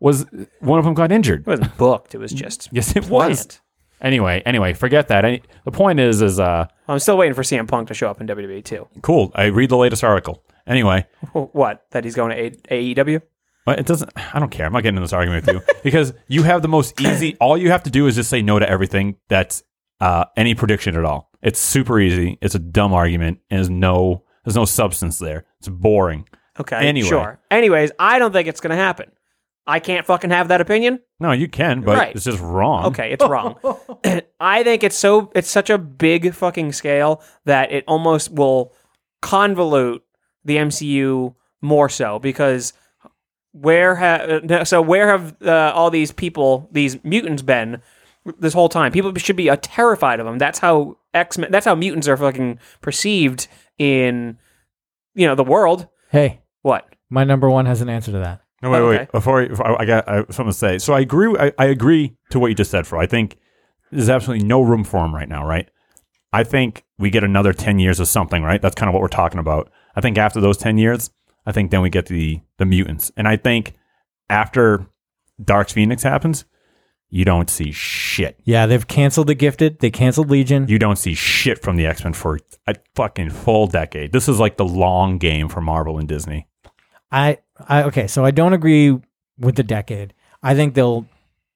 Speaker 3: was one of them got injured.
Speaker 4: It wasn't booked. It was just
Speaker 3: Yes, it was.
Speaker 4: planned.
Speaker 3: Anyway, anyway, forget that. Any, the point is, is uh,
Speaker 4: I'm still waiting for CM Punk to show up in WWE too.
Speaker 3: cool. I read the latest article. Anyway,
Speaker 4: What? That he's going to A- E AEW?
Speaker 3: but it doesn't. I don't care. I'm not getting in this argument with you because you have the most easy. All you have to do is just say no to everything. That's uh, any prediction at all. It's super easy. It's a dumb argument, and there's no there's no substance there. It's boring.
Speaker 4: Okay.
Speaker 3: Anyway.
Speaker 4: Sure. Anyways, I don't think it's going to happen. I can't fucking have that opinion.
Speaker 3: No, you can, but
Speaker 4: Right.
Speaker 3: it's just wrong.
Speaker 4: Okay, it's wrong. I think it's so it's such a big fucking scale that it almost will convolute the MCU more so because where have so where have uh, all these people these mutants been this whole time? People should be uh, terrified of them. That's how X Men. That's how mutants are fucking perceived in you know the world.
Speaker 5: Hey,
Speaker 4: What?
Speaker 5: my number one has an answer to that.
Speaker 3: No, wait, wait.
Speaker 4: Okay.
Speaker 3: Before, I- before I I got I, have something to say. So I agree. I, I agree to what you just said, Fro. I think there's absolutely no room for him right now. Right. I think we get another ten years of something. Right. That's kind of what we're talking about. I think after those ten years, I think then we get the the mutants, and I think after Dark's Phoenix happens, you don't see shit.
Speaker 5: Yeah, they've canceled the Gifted. They canceled Legion.
Speaker 3: You don't see shit from the X Men for a fucking full decade. This is like the long game for Marvel and Disney.
Speaker 5: I, I okay. So I don't agree with the decade. I think they'll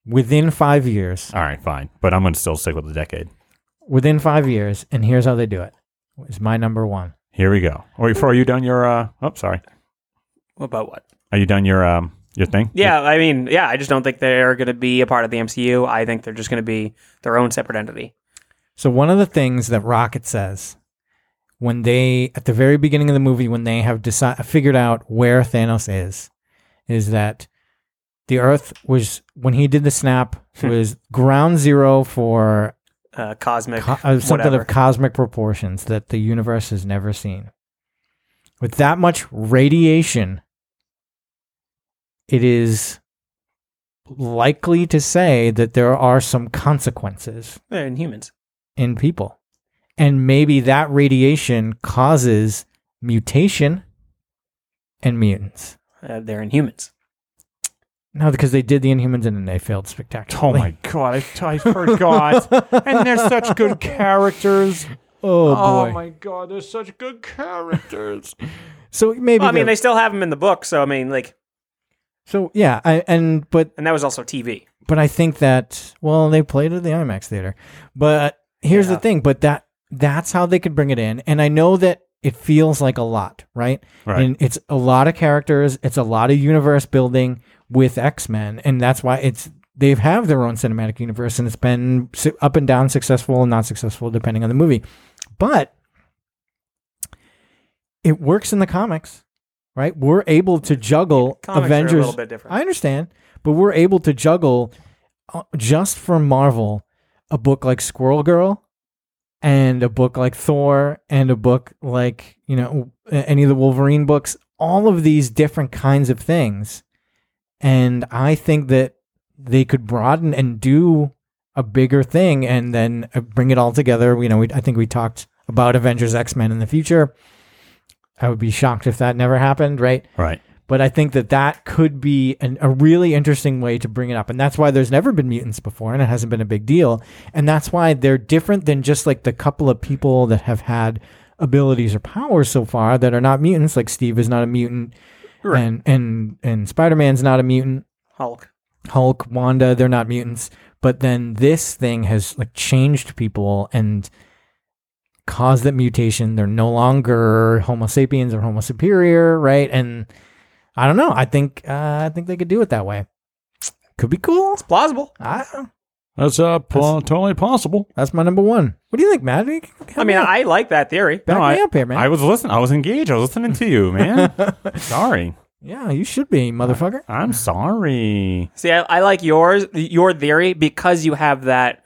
Speaker 5: within five years.
Speaker 3: All right, fine, but I'm going to still stick with the decade.
Speaker 5: Within five years, and here's how they do it. Is my number one.
Speaker 3: Here we go. Or before you done your uh oh sorry.
Speaker 4: About what?
Speaker 3: Are you done your um your thing?
Speaker 4: Yeah, I mean, yeah, I just don't think they're going to be a part of the MCU. I think they're just going to be their own separate entity.
Speaker 5: So one of the things that Rocket says when they at the very beginning of the movie when they have decided figured out where Thanos is is that the Earth was when he did the snap was ground zero for
Speaker 4: Uh, cosmic,
Speaker 5: co- uh, something
Speaker 4: whatever.
Speaker 5: of cosmic proportions that the universe has never seen. With that much radiation, it is likely to say that there are some consequences
Speaker 4: They're Inhumans.
Speaker 5: in people. And maybe that radiation causes mutation and mutants.
Speaker 4: Uh, they're Inhumans.
Speaker 5: No, because they did the Inhumans and then they failed
Speaker 3: Oh
Speaker 5: spectacularly.
Speaker 3: my god, I, I forgot. and they're such good characters.
Speaker 5: Oh, boy.
Speaker 3: my god, they're such good characters.
Speaker 5: So maybe.
Speaker 4: Well, I mean,
Speaker 5: they're-
Speaker 4: they still have them in the book, so I mean, like,
Speaker 5: so yeah, I, and but
Speaker 4: and that was also TV.
Speaker 5: but I think that well, they played at the IMAX theater. But here's
Speaker 4: Yeah.
Speaker 5: the thing, but that that's how they could bring it in. And I know that it feels like a lot, right?
Speaker 3: Right.
Speaker 5: And it's a lot of characters, it's a lot of universe building with X-Men, and that's why it's they have their own cinematic universe and it's been su- up and down successful and not successful depending on the movie. But it works in the comics, right? We're able to juggle
Speaker 4: Comics
Speaker 5: Avengers
Speaker 4: are a little bit different.
Speaker 5: I understand, but we're able to juggle uh, just for Marvel a book like Squirrel Girl and a book like Thor and a book like, you know, a- any of the Wolverine books, all of these different kinds of things. And I think that they could broaden and do a bigger thing and then uh, bring it all together. You know, we, I think we talked about Avengers X Men in the future. I would be shocked if that never happened, right?
Speaker 3: Right.
Speaker 5: but I think that that could be an, a really interesting way to bring it up. And that's why there's never been mutants before and it hasn't been a big deal. And that's why they're different than just like the couple of people that have had abilities or powers so far that are not mutants. Like Steve is not a mutant,
Speaker 4: Right.
Speaker 5: and and and Spider Man's not a mutant.
Speaker 4: Hulk.
Speaker 5: Hulk, Wanda, they're not mutants. But then this thing has like changed people and caused that mutation. They're no longer Homo sapiens or Homo superior, right? And I don't know. I think uh, I think they could do it that way. Could be cool.
Speaker 4: Plausible.
Speaker 5: I don't know.
Speaker 3: That's uh, po- totally possible.
Speaker 5: That's my number one. What do you think, Matt? You can-
Speaker 4: I mean, I like that theory.
Speaker 5: back
Speaker 3: No,
Speaker 5: me
Speaker 3: I-
Speaker 5: up here, man.
Speaker 3: I was listening. I was engaged. I was listening to you, man. sorry,
Speaker 5: yeah, you should be, motherfucker.
Speaker 3: I'm sorry.
Speaker 4: See, I, I like yours, your theory, because you have that.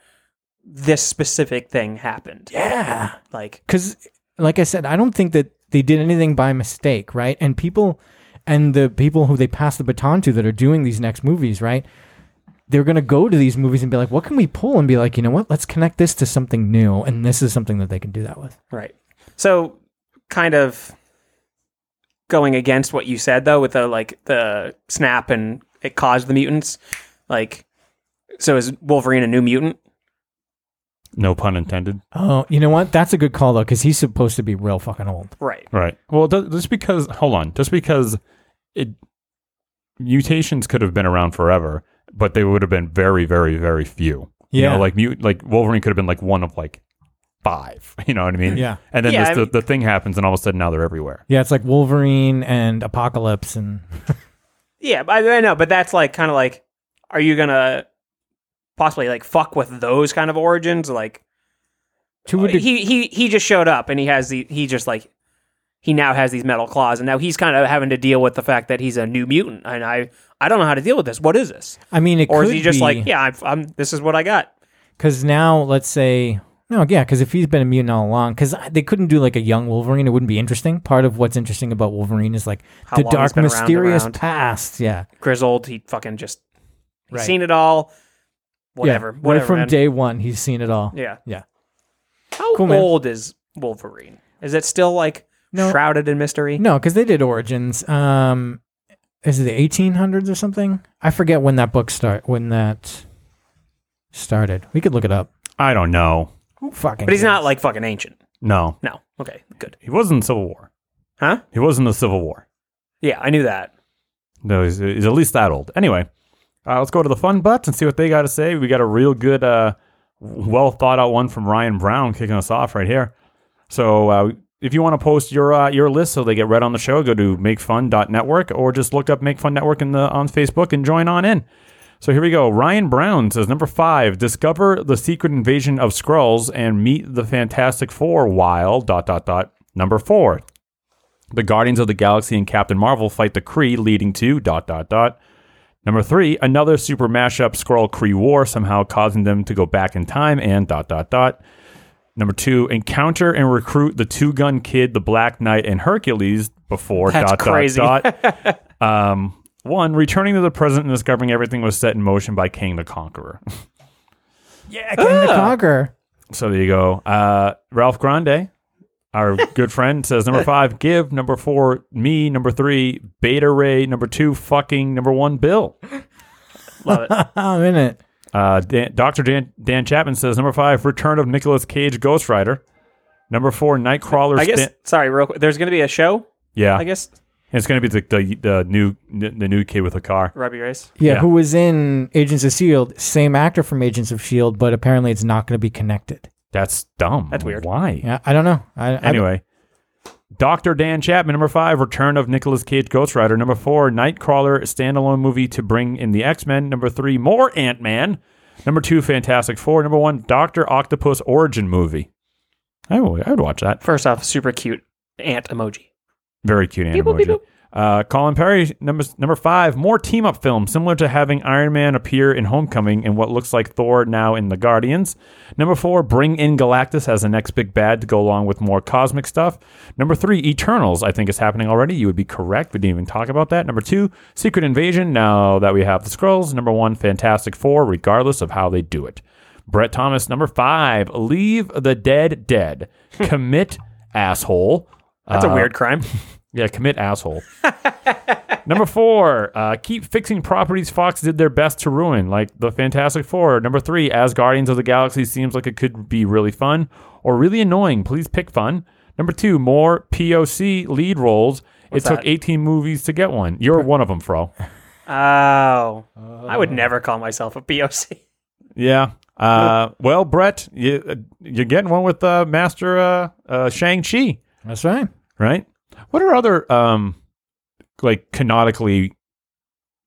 Speaker 4: This specific thing happened.
Speaker 5: Yeah.
Speaker 4: Like,
Speaker 5: because like i said i don't think that they did anything by mistake right and people and the people who they pass the baton to that are doing these next movies right they're going to go to these movies and be like what can we pull and be like you know what let's connect this to something new and this is something that they can do that with
Speaker 4: right. So, kind of going against what you said though, with the like the snap and it caused the mutants. Like, so is Wolverine a new mutant?
Speaker 3: No pun intended.
Speaker 5: oh you know what that's a good call though because he's supposed to be real fucking old
Speaker 4: Right.
Speaker 3: Right. Well, th- just because, hold on, just because it mutations could have been around forever, but they would have been very, very, very few. You
Speaker 5: Yeah.
Speaker 3: know, like mute, like Wolverine could have been like one of like five. You know what I mean?
Speaker 5: Yeah.
Speaker 3: And then
Speaker 4: Yeah,
Speaker 3: this,
Speaker 4: I
Speaker 3: the,
Speaker 4: mean-
Speaker 3: the thing happens, and all of a sudden now they're everywhere.
Speaker 5: yeah it's like wolverine and apocalypse and
Speaker 4: Yeah, but I, I know, but that's like kind of like, are you gonna possibly like fuck with those kind of origins? Like,
Speaker 5: to a deg-
Speaker 4: he he he just showed up and he has the he just like he now has these metal claws and now he's kind of having to deal with the fact that he's a new mutant and I I don't know how to deal with this. What is this?
Speaker 5: i mean it
Speaker 4: Or
Speaker 5: could
Speaker 4: is he just
Speaker 5: be,
Speaker 4: like, yeah, I'm, I'm this is what I got.
Speaker 5: Because now, let's say, no, yeah, because if he's been a mutant all along, because they couldn't do like a young Wolverine, it wouldn't be interesting. Part of what's interesting about Wolverine is like
Speaker 4: How
Speaker 5: the
Speaker 4: long he's
Speaker 5: dark,
Speaker 4: been around,
Speaker 5: mysterious
Speaker 4: around.
Speaker 5: past. Yeah.
Speaker 4: Grizzled, he fucking just he's
Speaker 5: Right.
Speaker 4: seen it all.
Speaker 5: Yeah.
Speaker 4: Whatever,
Speaker 5: Right
Speaker 4: whatever.
Speaker 5: from
Speaker 4: man.
Speaker 5: day one, he's seen it all.
Speaker 4: yeah.
Speaker 5: Yeah.
Speaker 4: How
Speaker 5: Cool, man.
Speaker 4: old is Wolverine? Is it still like
Speaker 5: No.
Speaker 4: shrouded in mystery?
Speaker 5: No, because they did Origins. Um, is it the 1800s or something? I forget when that book start when that started. We could look it up.
Speaker 3: I don't know.
Speaker 5: Who fucking?
Speaker 4: But he's
Speaker 5: cares?
Speaker 4: not like fucking ancient.
Speaker 3: No,
Speaker 4: No. Okay. Good.
Speaker 3: he wasn't in the Civil War.
Speaker 4: Huh?
Speaker 3: He wasn't in the Civil War.
Speaker 4: Yeah, I knew that.
Speaker 3: No, he's, he's at least that old. Anyway, uh, let's go to the fun butts and see what they got to say. We got a real good, uh, well thought out one from Ryan Brown kicking us off right here. So uh, if you want to post your uh, your list so they get read on the show, go to makefun.network or just look up Make Fun Network in the on Facebook and join on in. So here we go. Ryan Brown says number five: discover the secret invasion of Skrulls and meet the Fantastic Four. While dot dot dot number four, the Guardians of the Galaxy and Captain Marvel fight the Kree, leading to dot dot dot. Number three, another super mashup Skrull Kree war, somehow causing them to go back in time and dot dot dot. Number two, encounter and recruit the two gun kid, the Black Knight, and Hercules before
Speaker 4: That's
Speaker 3: dot
Speaker 4: crazy.
Speaker 3: dot dot. um, one, returning to the present and discovering everything was set in motion by King the Conqueror.
Speaker 5: Yeah, King the Conqueror.
Speaker 3: So there you go. Uh, Ralph Grande, our good friend, says number five, give. Number four, me. Number three, Beta Ray. Number two, fucking. Number one, Bill.
Speaker 4: Love it.
Speaker 5: Oh, I'm in it.
Speaker 3: Uh, Dan, Dr. Dan, Dan Chapman says number five, return of Nicolas Cage Ghost Rider. Number four, Nightcrawler.
Speaker 4: I guess.
Speaker 3: Stan-
Speaker 4: Sorry, real quick. There's going to be a show.
Speaker 3: yeah.
Speaker 4: I guess
Speaker 3: It's going to be the, the, the new the new kid with a car.
Speaker 4: Robbie Reyes.
Speaker 5: Yeah,
Speaker 3: Yeah.
Speaker 5: who was in Agents of Shield? E Same actor from Agents of Shield, E but apparently it's not going to be connected.
Speaker 3: That's dumb.
Speaker 4: That's weird.
Speaker 3: Why?
Speaker 5: Yeah, I don't know. I, I-
Speaker 3: Anyway, Dr. Dan Chapman, number five, Return of Nicolas Cage Ghost Rider. Number four, Nightcrawler, standalone movie to bring in the X Men. Number three, more Ant Man. Number two, Fantastic Four. Number one, Dr. Octopus origin movie. I would, I would watch that.
Speaker 4: First off, super cute ant emoji.
Speaker 3: Very cute
Speaker 4: Beep,
Speaker 3: animal.
Speaker 4: boop, beep, boop.
Speaker 3: Uh, Colin Perry, number number five, more team up film, similar to having Iron Man appear in Homecoming and what looks like Thor now in The Guardians. Number four, bring in Galactus as the next big bad to go along with more cosmic stuff. Number three, Eternals, I think is happening already. You would be correct. We didn't even talk about that. Number two, Secret Invasion, now that we have the Skrulls. Number one, Fantastic Four, regardless of how they do it. Brett Thomas, number five, leave the dead dead. Commit, asshole.
Speaker 4: That's
Speaker 5: Uh,
Speaker 4: a weird crime.
Speaker 3: Yeah, commit asshole. Number four, uh, keep fixing properties Fox did their best to ruin, like the Fantastic Four. Number three, as Guardians of the Galaxy seems like it could be really fun or really annoying. Please pick fun. Number two, more POC lead roles.
Speaker 4: What's
Speaker 3: it took
Speaker 4: that?
Speaker 3: 18 movies to get one. You're one of them, Fro.
Speaker 4: Oh, I would never call myself a POC.
Speaker 3: Yeah. Uh, well, Brett, you, uh, you're getting one with uh, Master uh, uh, Shang Chi,
Speaker 5: That's right.
Speaker 3: right? What are other um, like canonically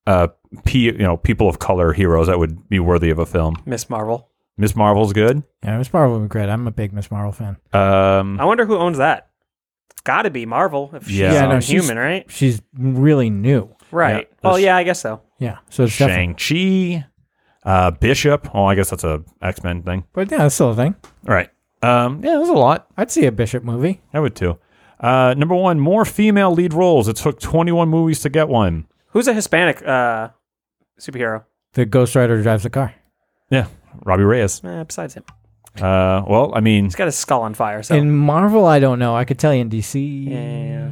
Speaker 3: uh, P, you know people of color heroes that would be worthy of a film?
Speaker 4: Miss Marvel.
Speaker 3: Miss Marvel's good.
Speaker 5: Yeah, Miss Marvel would be great. I'm a big Miss Marvel fan.
Speaker 3: Um,
Speaker 4: I wonder who owns that. It's got to be Marvel if she's
Speaker 3: Yeah. Yeah,
Speaker 4: yeah,
Speaker 5: no, she's-
Speaker 4: human, right?
Speaker 5: She's really new.
Speaker 4: Right.
Speaker 3: Yeah,
Speaker 4: well,
Speaker 3: that's-
Speaker 4: yeah, I guess so.
Speaker 5: Yeah, so it's definitely.
Speaker 3: Shang Chi, uh, Bishop. Oh, I guess that's a X Men thing.
Speaker 5: But yeah, that's still a thing.
Speaker 3: All right. Um, yeah, there's a lot.
Speaker 5: I'd see a Bishop movie.
Speaker 3: I would too. Uh, number one, more female lead roles. It took 21 movies to get one.
Speaker 4: Who's a Hispanic uh, superhero
Speaker 5: The Ghost Rider drives the car.
Speaker 3: Yeah, Robbie Reyes.
Speaker 4: eh, besides him?
Speaker 3: Uh, well, I mean,
Speaker 4: He's got his skull on fire. So
Speaker 5: In Marvel, I don't know. I could tell you in DC,
Speaker 4: yeah.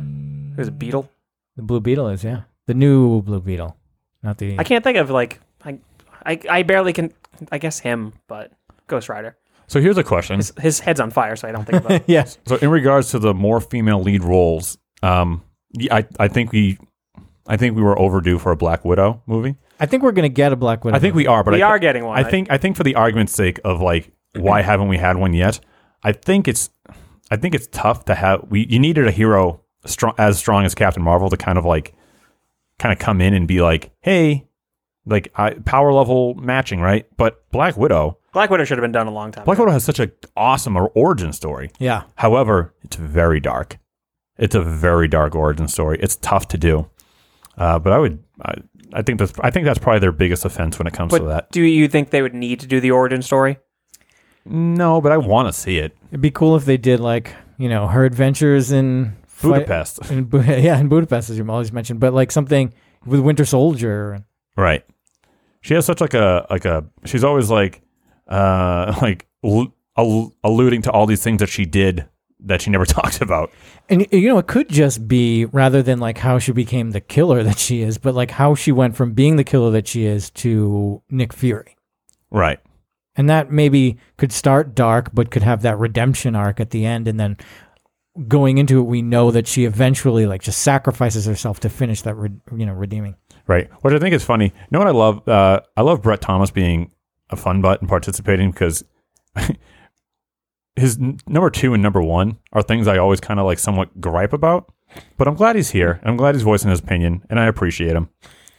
Speaker 4: who's a beetle?
Speaker 5: the Blue Beetle is yeah, the new Blue Beetle, not the.
Speaker 4: I can't think of like I, I, I barely can. I guess him, but Ghost Rider.
Speaker 3: so here's a question.
Speaker 4: His, his head's on fire, so I don't think about it.
Speaker 5: yes.
Speaker 3: So in regards to the more female lead roles, um, yeah, I I think we. I think we were overdue for a Black Widow movie.
Speaker 5: I think we're gonna get a Black Widow.
Speaker 3: I think we are, but
Speaker 4: We
Speaker 3: I,
Speaker 4: are getting one.
Speaker 3: I think I think for the argument's sake of like why haven't we had one yet? I think it's I think it's tough to have we you needed a hero strong as strong as Captain Marvel to kind of like kind of come in and be like, "Hey, like I, power level matching, right?" But Black Widow,
Speaker 4: Black Widow should have been done a long time.
Speaker 3: Black
Speaker 4: ago.
Speaker 3: Widow has such an awesome or- origin story.
Speaker 5: Yeah.
Speaker 3: However, it's very dark. It's a very dark origin story. It's tough to do. Uh, but I would I, I think that's I think that's probably their biggest offense when it comes to
Speaker 4: But
Speaker 3: that.
Speaker 4: do you think they would need to do the origin story?
Speaker 3: No, but I want to see it.
Speaker 5: It'd be cool if they did like you know her adventures in flight-
Speaker 3: Budapest.
Speaker 5: in Bu- yeah, in Budapest as you always mentioned, but like something with Winter Soldier.
Speaker 3: Right. She has such like a like a she's always like uh like l- al- alluding to all these things that she did that she never talked about.
Speaker 5: And you know, it could just be rather than like how she became the killer that she is, but like how she went from being the killer that she is to Nick Fury.
Speaker 3: Right.
Speaker 5: And that maybe could start dark, but could have that redemption arc at the end. And then going into it, we know that she eventually like just sacrifices herself to finish that, re- you know, redeeming.
Speaker 3: Right. What I think is funny. You know what I love? Uh, I love Brett Thomas being a fun butt and participating because his n- number two and number one are things I always kind of like somewhat gripe about. But I'm glad he's here. I'm glad he's voicing his opinion, and I appreciate him.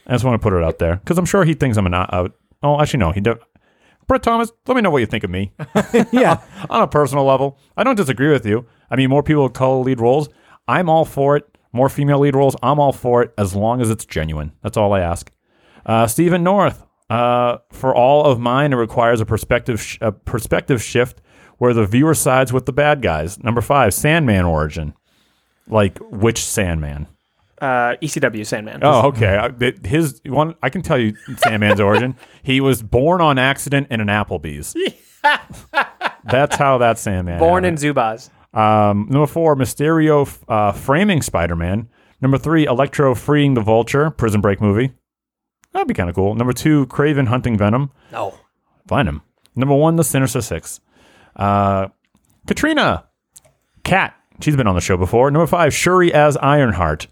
Speaker 3: I just want to put it out there because I'm sure he thinks I'm not out. Oh, actually, no, he don't. Brett Thomas, let me know what you think of me
Speaker 5: yeah.
Speaker 3: on a personal level. I don't disagree with you. I mean, more people of color lead roles. I'm all for it. More female lead roles. I'm all for it as long as it's genuine. That's all I ask. Uh, Stephen North. Uh, for all of mine, it requires a perspective sh- a perspective shift where the viewer sides with the bad guys. Number five, Sandman origin. Like which Sandman?
Speaker 4: Uh, ECW Sandman.
Speaker 3: Oh, okay. I, th- his one, I can tell you Sandman's origin. He was born on accident in an Applebee's. That's how that Sandman.
Speaker 4: Born
Speaker 3: happened.
Speaker 4: in Zubaz.
Speaker 3: Um, number four, Mysterio f- uh, framing Spider Man. Number three, Electro freeing the Vulture, Prison Break movie. That'd be kind of cool. Number two, Craven hunting Venom.
Speaker 4: No.
Speaker 3: Venom. Number one, The Sinister Six. Uh, Katrina, Cat. She's been on the show before. Number five, Shuri as Ironheart.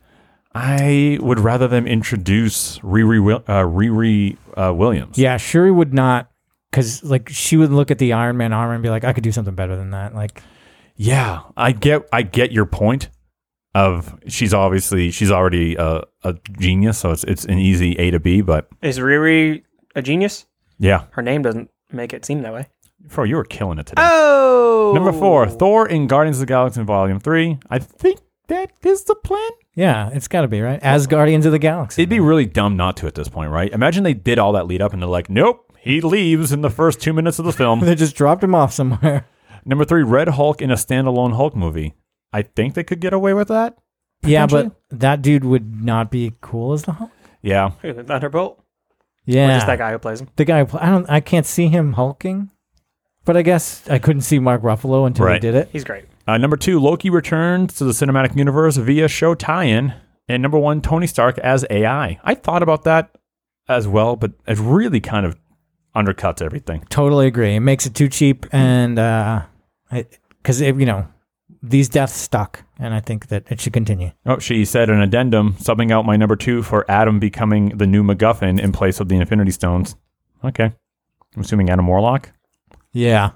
Speaker 3: I would rather them introduce Riri, Wil- uh, Riri uh, Williams.
Speaker 5: Yeah. Shuri would not, because like she would look at the Iron Man armor and be like, I could do something better than that. Like,
Speaker 3: Yeah, I get I get your point of she's obviously she's already a, a genius, so it's it's an easy A to B, but
Speaker 4: Is Riri a genius?
Speaker 3: yeah.
Speaker 4: Her name doesn't make it seem that way.
Speaker 3: Bro, you were killing it today.
Speaker 4: Oh.
Speaker 3: Number four, Thor in Guardians of the Galaxy Volume Three. I think that is the plan.
Speaker 5: yeah, it's got to be, right? As Guardians of the Galaxy.
Speaker 3: It'd be really dumb not to at this point, right? Imagine they did all that lead up and they're like, Nope, he leaves in the first two minutes of the film.
Speaker 5: they just dropped him off somewhere.
Speaker 3: Number three, Red Hulk in a standalone Hulk movie. I think they could get away with that.
Speaker 5: Yeah, but that dude would not be cool as the Hulk.
Speaker 3: Yeah.
Speaker 4: Thunderbolt.
Speaker 5: Yeah,
Speaker 4: Or just that guy who plays him.
Speaker 5: The guy. who pl- I don't. I can't see him hulking. But I guess I couldn't see Mark Ruffalo until
Speaker 3: Right.
Speaker 5: he did it.
Speaker 4: He's great.
Speaker 3: Uh, number two, Loki returns to the cinematic universe via show tie-in, and number one, Tony Stark as AI. I thought about that as well, but it really kind of undercuts everything.
Speaker 5: Totally agree. uh, It makes it too cheap, and because it, you know, these deaths stuck, and I think that it should continue.
Speaker 3: Oh, she said an addendum subbing out my number two for Adam becoming the new MacGuffin in place of the Infinity Stones. Okay. I'm assuming Adam Warlock.
Speaker 5: Yeah.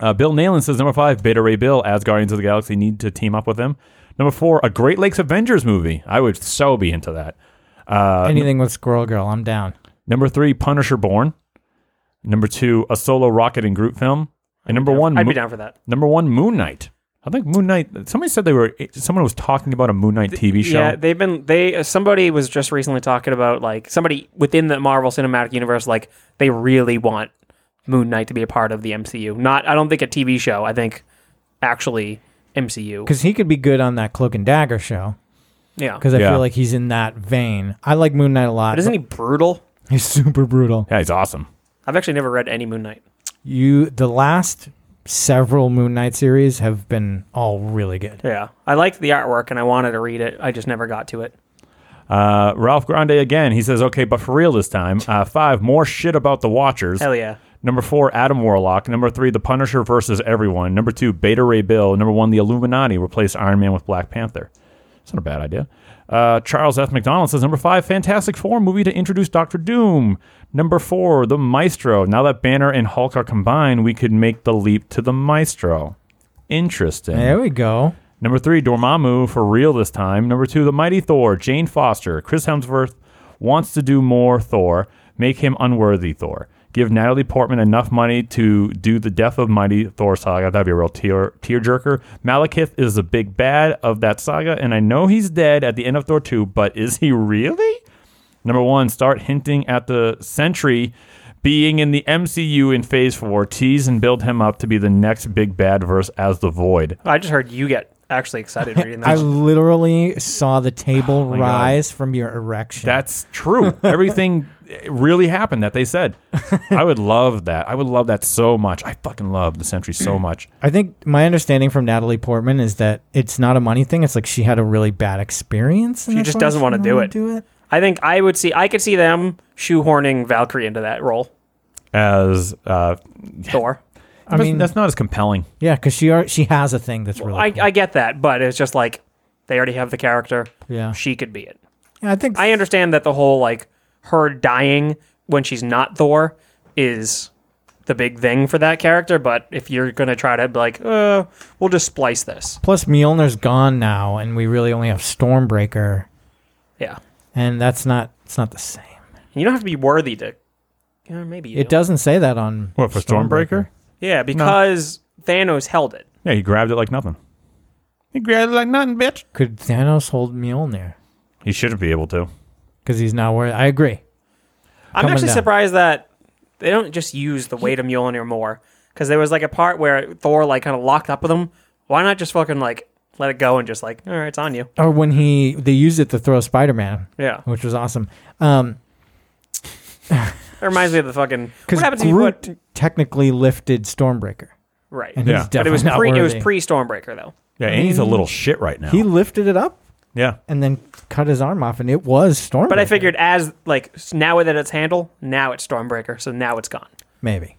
Speaker 3: Uh, Bill Nalen says number five, Beta Ray Bill as Guardians of the Galaxy need to team up with him. Number four, a Great Lakes Avengers movie. I would so be into that. Uh,
Speaker 5: Anything with Squirrel Girl, I'm down.
Speaker 3: number three, Punisher Born. Number two, a solo Rocket and Groot film. And number one,
Speaker 4: I'd be
Speaker 3: Mo-
Speaker 4: down for that.
Speaker 3: number one, Moon Knight. I think Moon Knight. Somebody said they were. Someone was talking about a Moon Knight TV show.
Speaker 4: Yeah, they've been they uh, somebody was just recently talking about like somebody within the Marvel Cinematic Universe like they really want Moon Knight to be a part of the MCU. Not I don't think a TV show. I think actually MCU.
Speaker 5: Because he could be good on that Cloak and Dagger show.
Speaker 4: Yeah.
Speaker 5: Because I
Speaker 3: Yeah.
Speaker 5: feel like he's in that vein. I like Moon Knight a lot.
Speaker 4: But isn't he brutal?
Speaker 5: but He's super brutal.
Speaker 3: yeah, he's awesome.
Speaker 4: I've actually never read any Moon Knight.
Speaker 5: You, the last several Moon Knight series have been all really good.
Speaker 4: Yeah. I liked the artwork and I wanted to read it. I just never got to it.
Speaker 3: Uh, Ralph Grande again. He says, okay, but for real this time. Uh, five, more shit about the Watchers.
Speaker 4: Hell yeah.
Speaker 3: Number four, Adam Warlock. Number three, The Punisher versus everyone. Number two, Beta Ray Bill. Number one, The Illuminati replace Iron Man with Black Panther. It's not a bad idea. Uh, Charles F. McDonald says number five, Fantastic Four movie to introduce Doctor Doom. Number four, The Maestro. Now that Banner and Hulk are combined, we could make the leap to the Maestro. Interesting.
Speaker 5: There we go.
Speaker 3: Number three, Dormammu for real this time. Number two, The Mighty Thor, Jane Foster. Chris Hemsworth wants to do more Thor. Make him unworthy Thor. Give Natalie Portman enough money to do the death of Mighty Thor saga. That'd be a real tear tearjerker. Malekith is the big bad of that saga, and I know he's dead at the end of Thor 2, but is he really? Number one, start hinting at the Sentry being in the MCU in Phase 4. Tease and build him up to be the next big bad verse as the Void.
Speaker 4: I just heard you get actually excited reading
Speaker 5: I
Speaker 4: that.
Speaker 5: literally saw the
Speaker 4: Oh
Speaker 5: table
Speaker 3: my God.
Speaker 5: rise from your erection.
Speaker 3: That's true. Everything really happened that they said. I would love that. I would love that so much. I fucking love the Sentry so much.
Speaker 5: I think my understanding from Natalie Portman is that it's not a money thing. It's like she had a really bad experience. and
Speaker 4: She
Speaker 5: that's
Speaker 4: just
Speaker 5: why
Speaker 4: doesn't wanna
Speaker 5: didn't
Speaker 4: do
Speaker 5: wanna
Speaker 4: it. I think I would see I could see them shoehorning Valkyrie into that role.
Speaker 3: As uh,
Speaker 4: Thor.
Speaker 5: I mean,
Speaker 3: that's not as compelling.
Speaker 5: yeah, because she are, she has a thing that's really.
Speaker 4: I,
Speaker 5: cool.
Speaker 4: I get that, but it's just like they already have the character.
Speaker 5: Yeah.
Speaker 4: She could be it.
Speaker 5: Yeah, I think
Speaker 4: I understand that the whole like her dying when she's not Thor is the big thing for that character, but if you're gonna try to be like, uh, we'll just splice this.
Speaker 5: Plus, Mjolnir's gone now, and we really only have Stormbreaker,
Speaker 4: Yeah.
Speaker 5: and that's not it's not the same.
Speaker 4: You don't have to be worthy to yeah, maybe you
Speaker 5: It
Speaker 4: do.
Speaker 5: doesn't say that on
Speaker 3: What, for Stormbreaker?
Speaker 4: Yeah, because Thanos held it.
Speaker 3: Yeah, he grabbed it like nothing. He grabbed it like nothing, bitch.
Speaker 5: Could Thanos hold Mjolnir?
Speaker 3: He shouldn't be able to.
Speaker 5: Because he's not worth. I agree.
Speaker 4: I'm
Speaker 5: Coming
Speaker 4: actually
Speaker 5: down.
Speaker 4: surprised that they don't just use the weight of Mjolnir more. Because there was like a part where Thor like kind of locked up with him. Why not just fucking like let it go and just like, all right, it's on you.
Speaker 5: Or when he they used it to throw Spider Man,
Speaker 4: Yeah.
Speaker 5: which was awesome. Um,
Speaker 4: It reminds me of the fucking. What
Speaker 5: because
Speaker 4: happens if you
Speaker 5: Groot
Speaker 4: put
Speaker 5: technically lifted Stormbreaker,
Speaker 4: right?
Speaker 5: and
Speaker 3: Yeah.
Speaker 5: he's
Speaker 4: But it
Speaker 5: definitely
Speaker 4: was
Speaker 5: not
Speaker 4: pre. It was
Speaker 5: worthy.
Speaker 4: pre Stormbreaker though.
Speaker 3: Yeah, and he's a little shit right now.
Speaker 5: He lifted it up
Speaker 3: yeah.
Speaker 5: and then cut his arm off, and it was Stormbreaker.
Speaker 4: But I figured as like s- now that it's handle, now it's Stormbreaker, so now it's gone.
Speaker 5: maybe.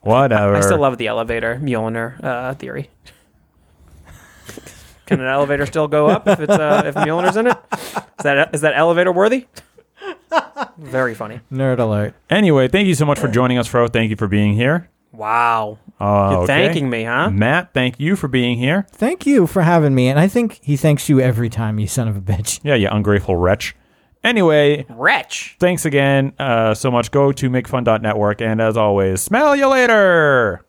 Speaker 3: Whatever.
Speaker 4: I still love the elevator Mjolnir uh, theory. Can an elevator still go up if it's uh, if Mjolnir's in it? Is that is that elevator worthy? Very funny.
Speaker 5: Nerd alert.
Speaker 3: Anyway, thank you so much for joining us, Fro. Thank you for being here.
Speaker 4: Wow.
Speaker 3: Uh,
Speaker 4: You're
Speaker 3: okay.
Speaker 4: thanking me, huh?
Speaker 3: Matt, thank you for being here.
Speaker 5: Thank you for having me, and I think he thanks you every time, you son of a bitch.
Speaker 3: Yeah, you ungrateful wretch. Anyway,
Speaker 4: Wretch.
Speaker 3: thanks again uh, so much. Go to makefun.network. And as always, smell you later.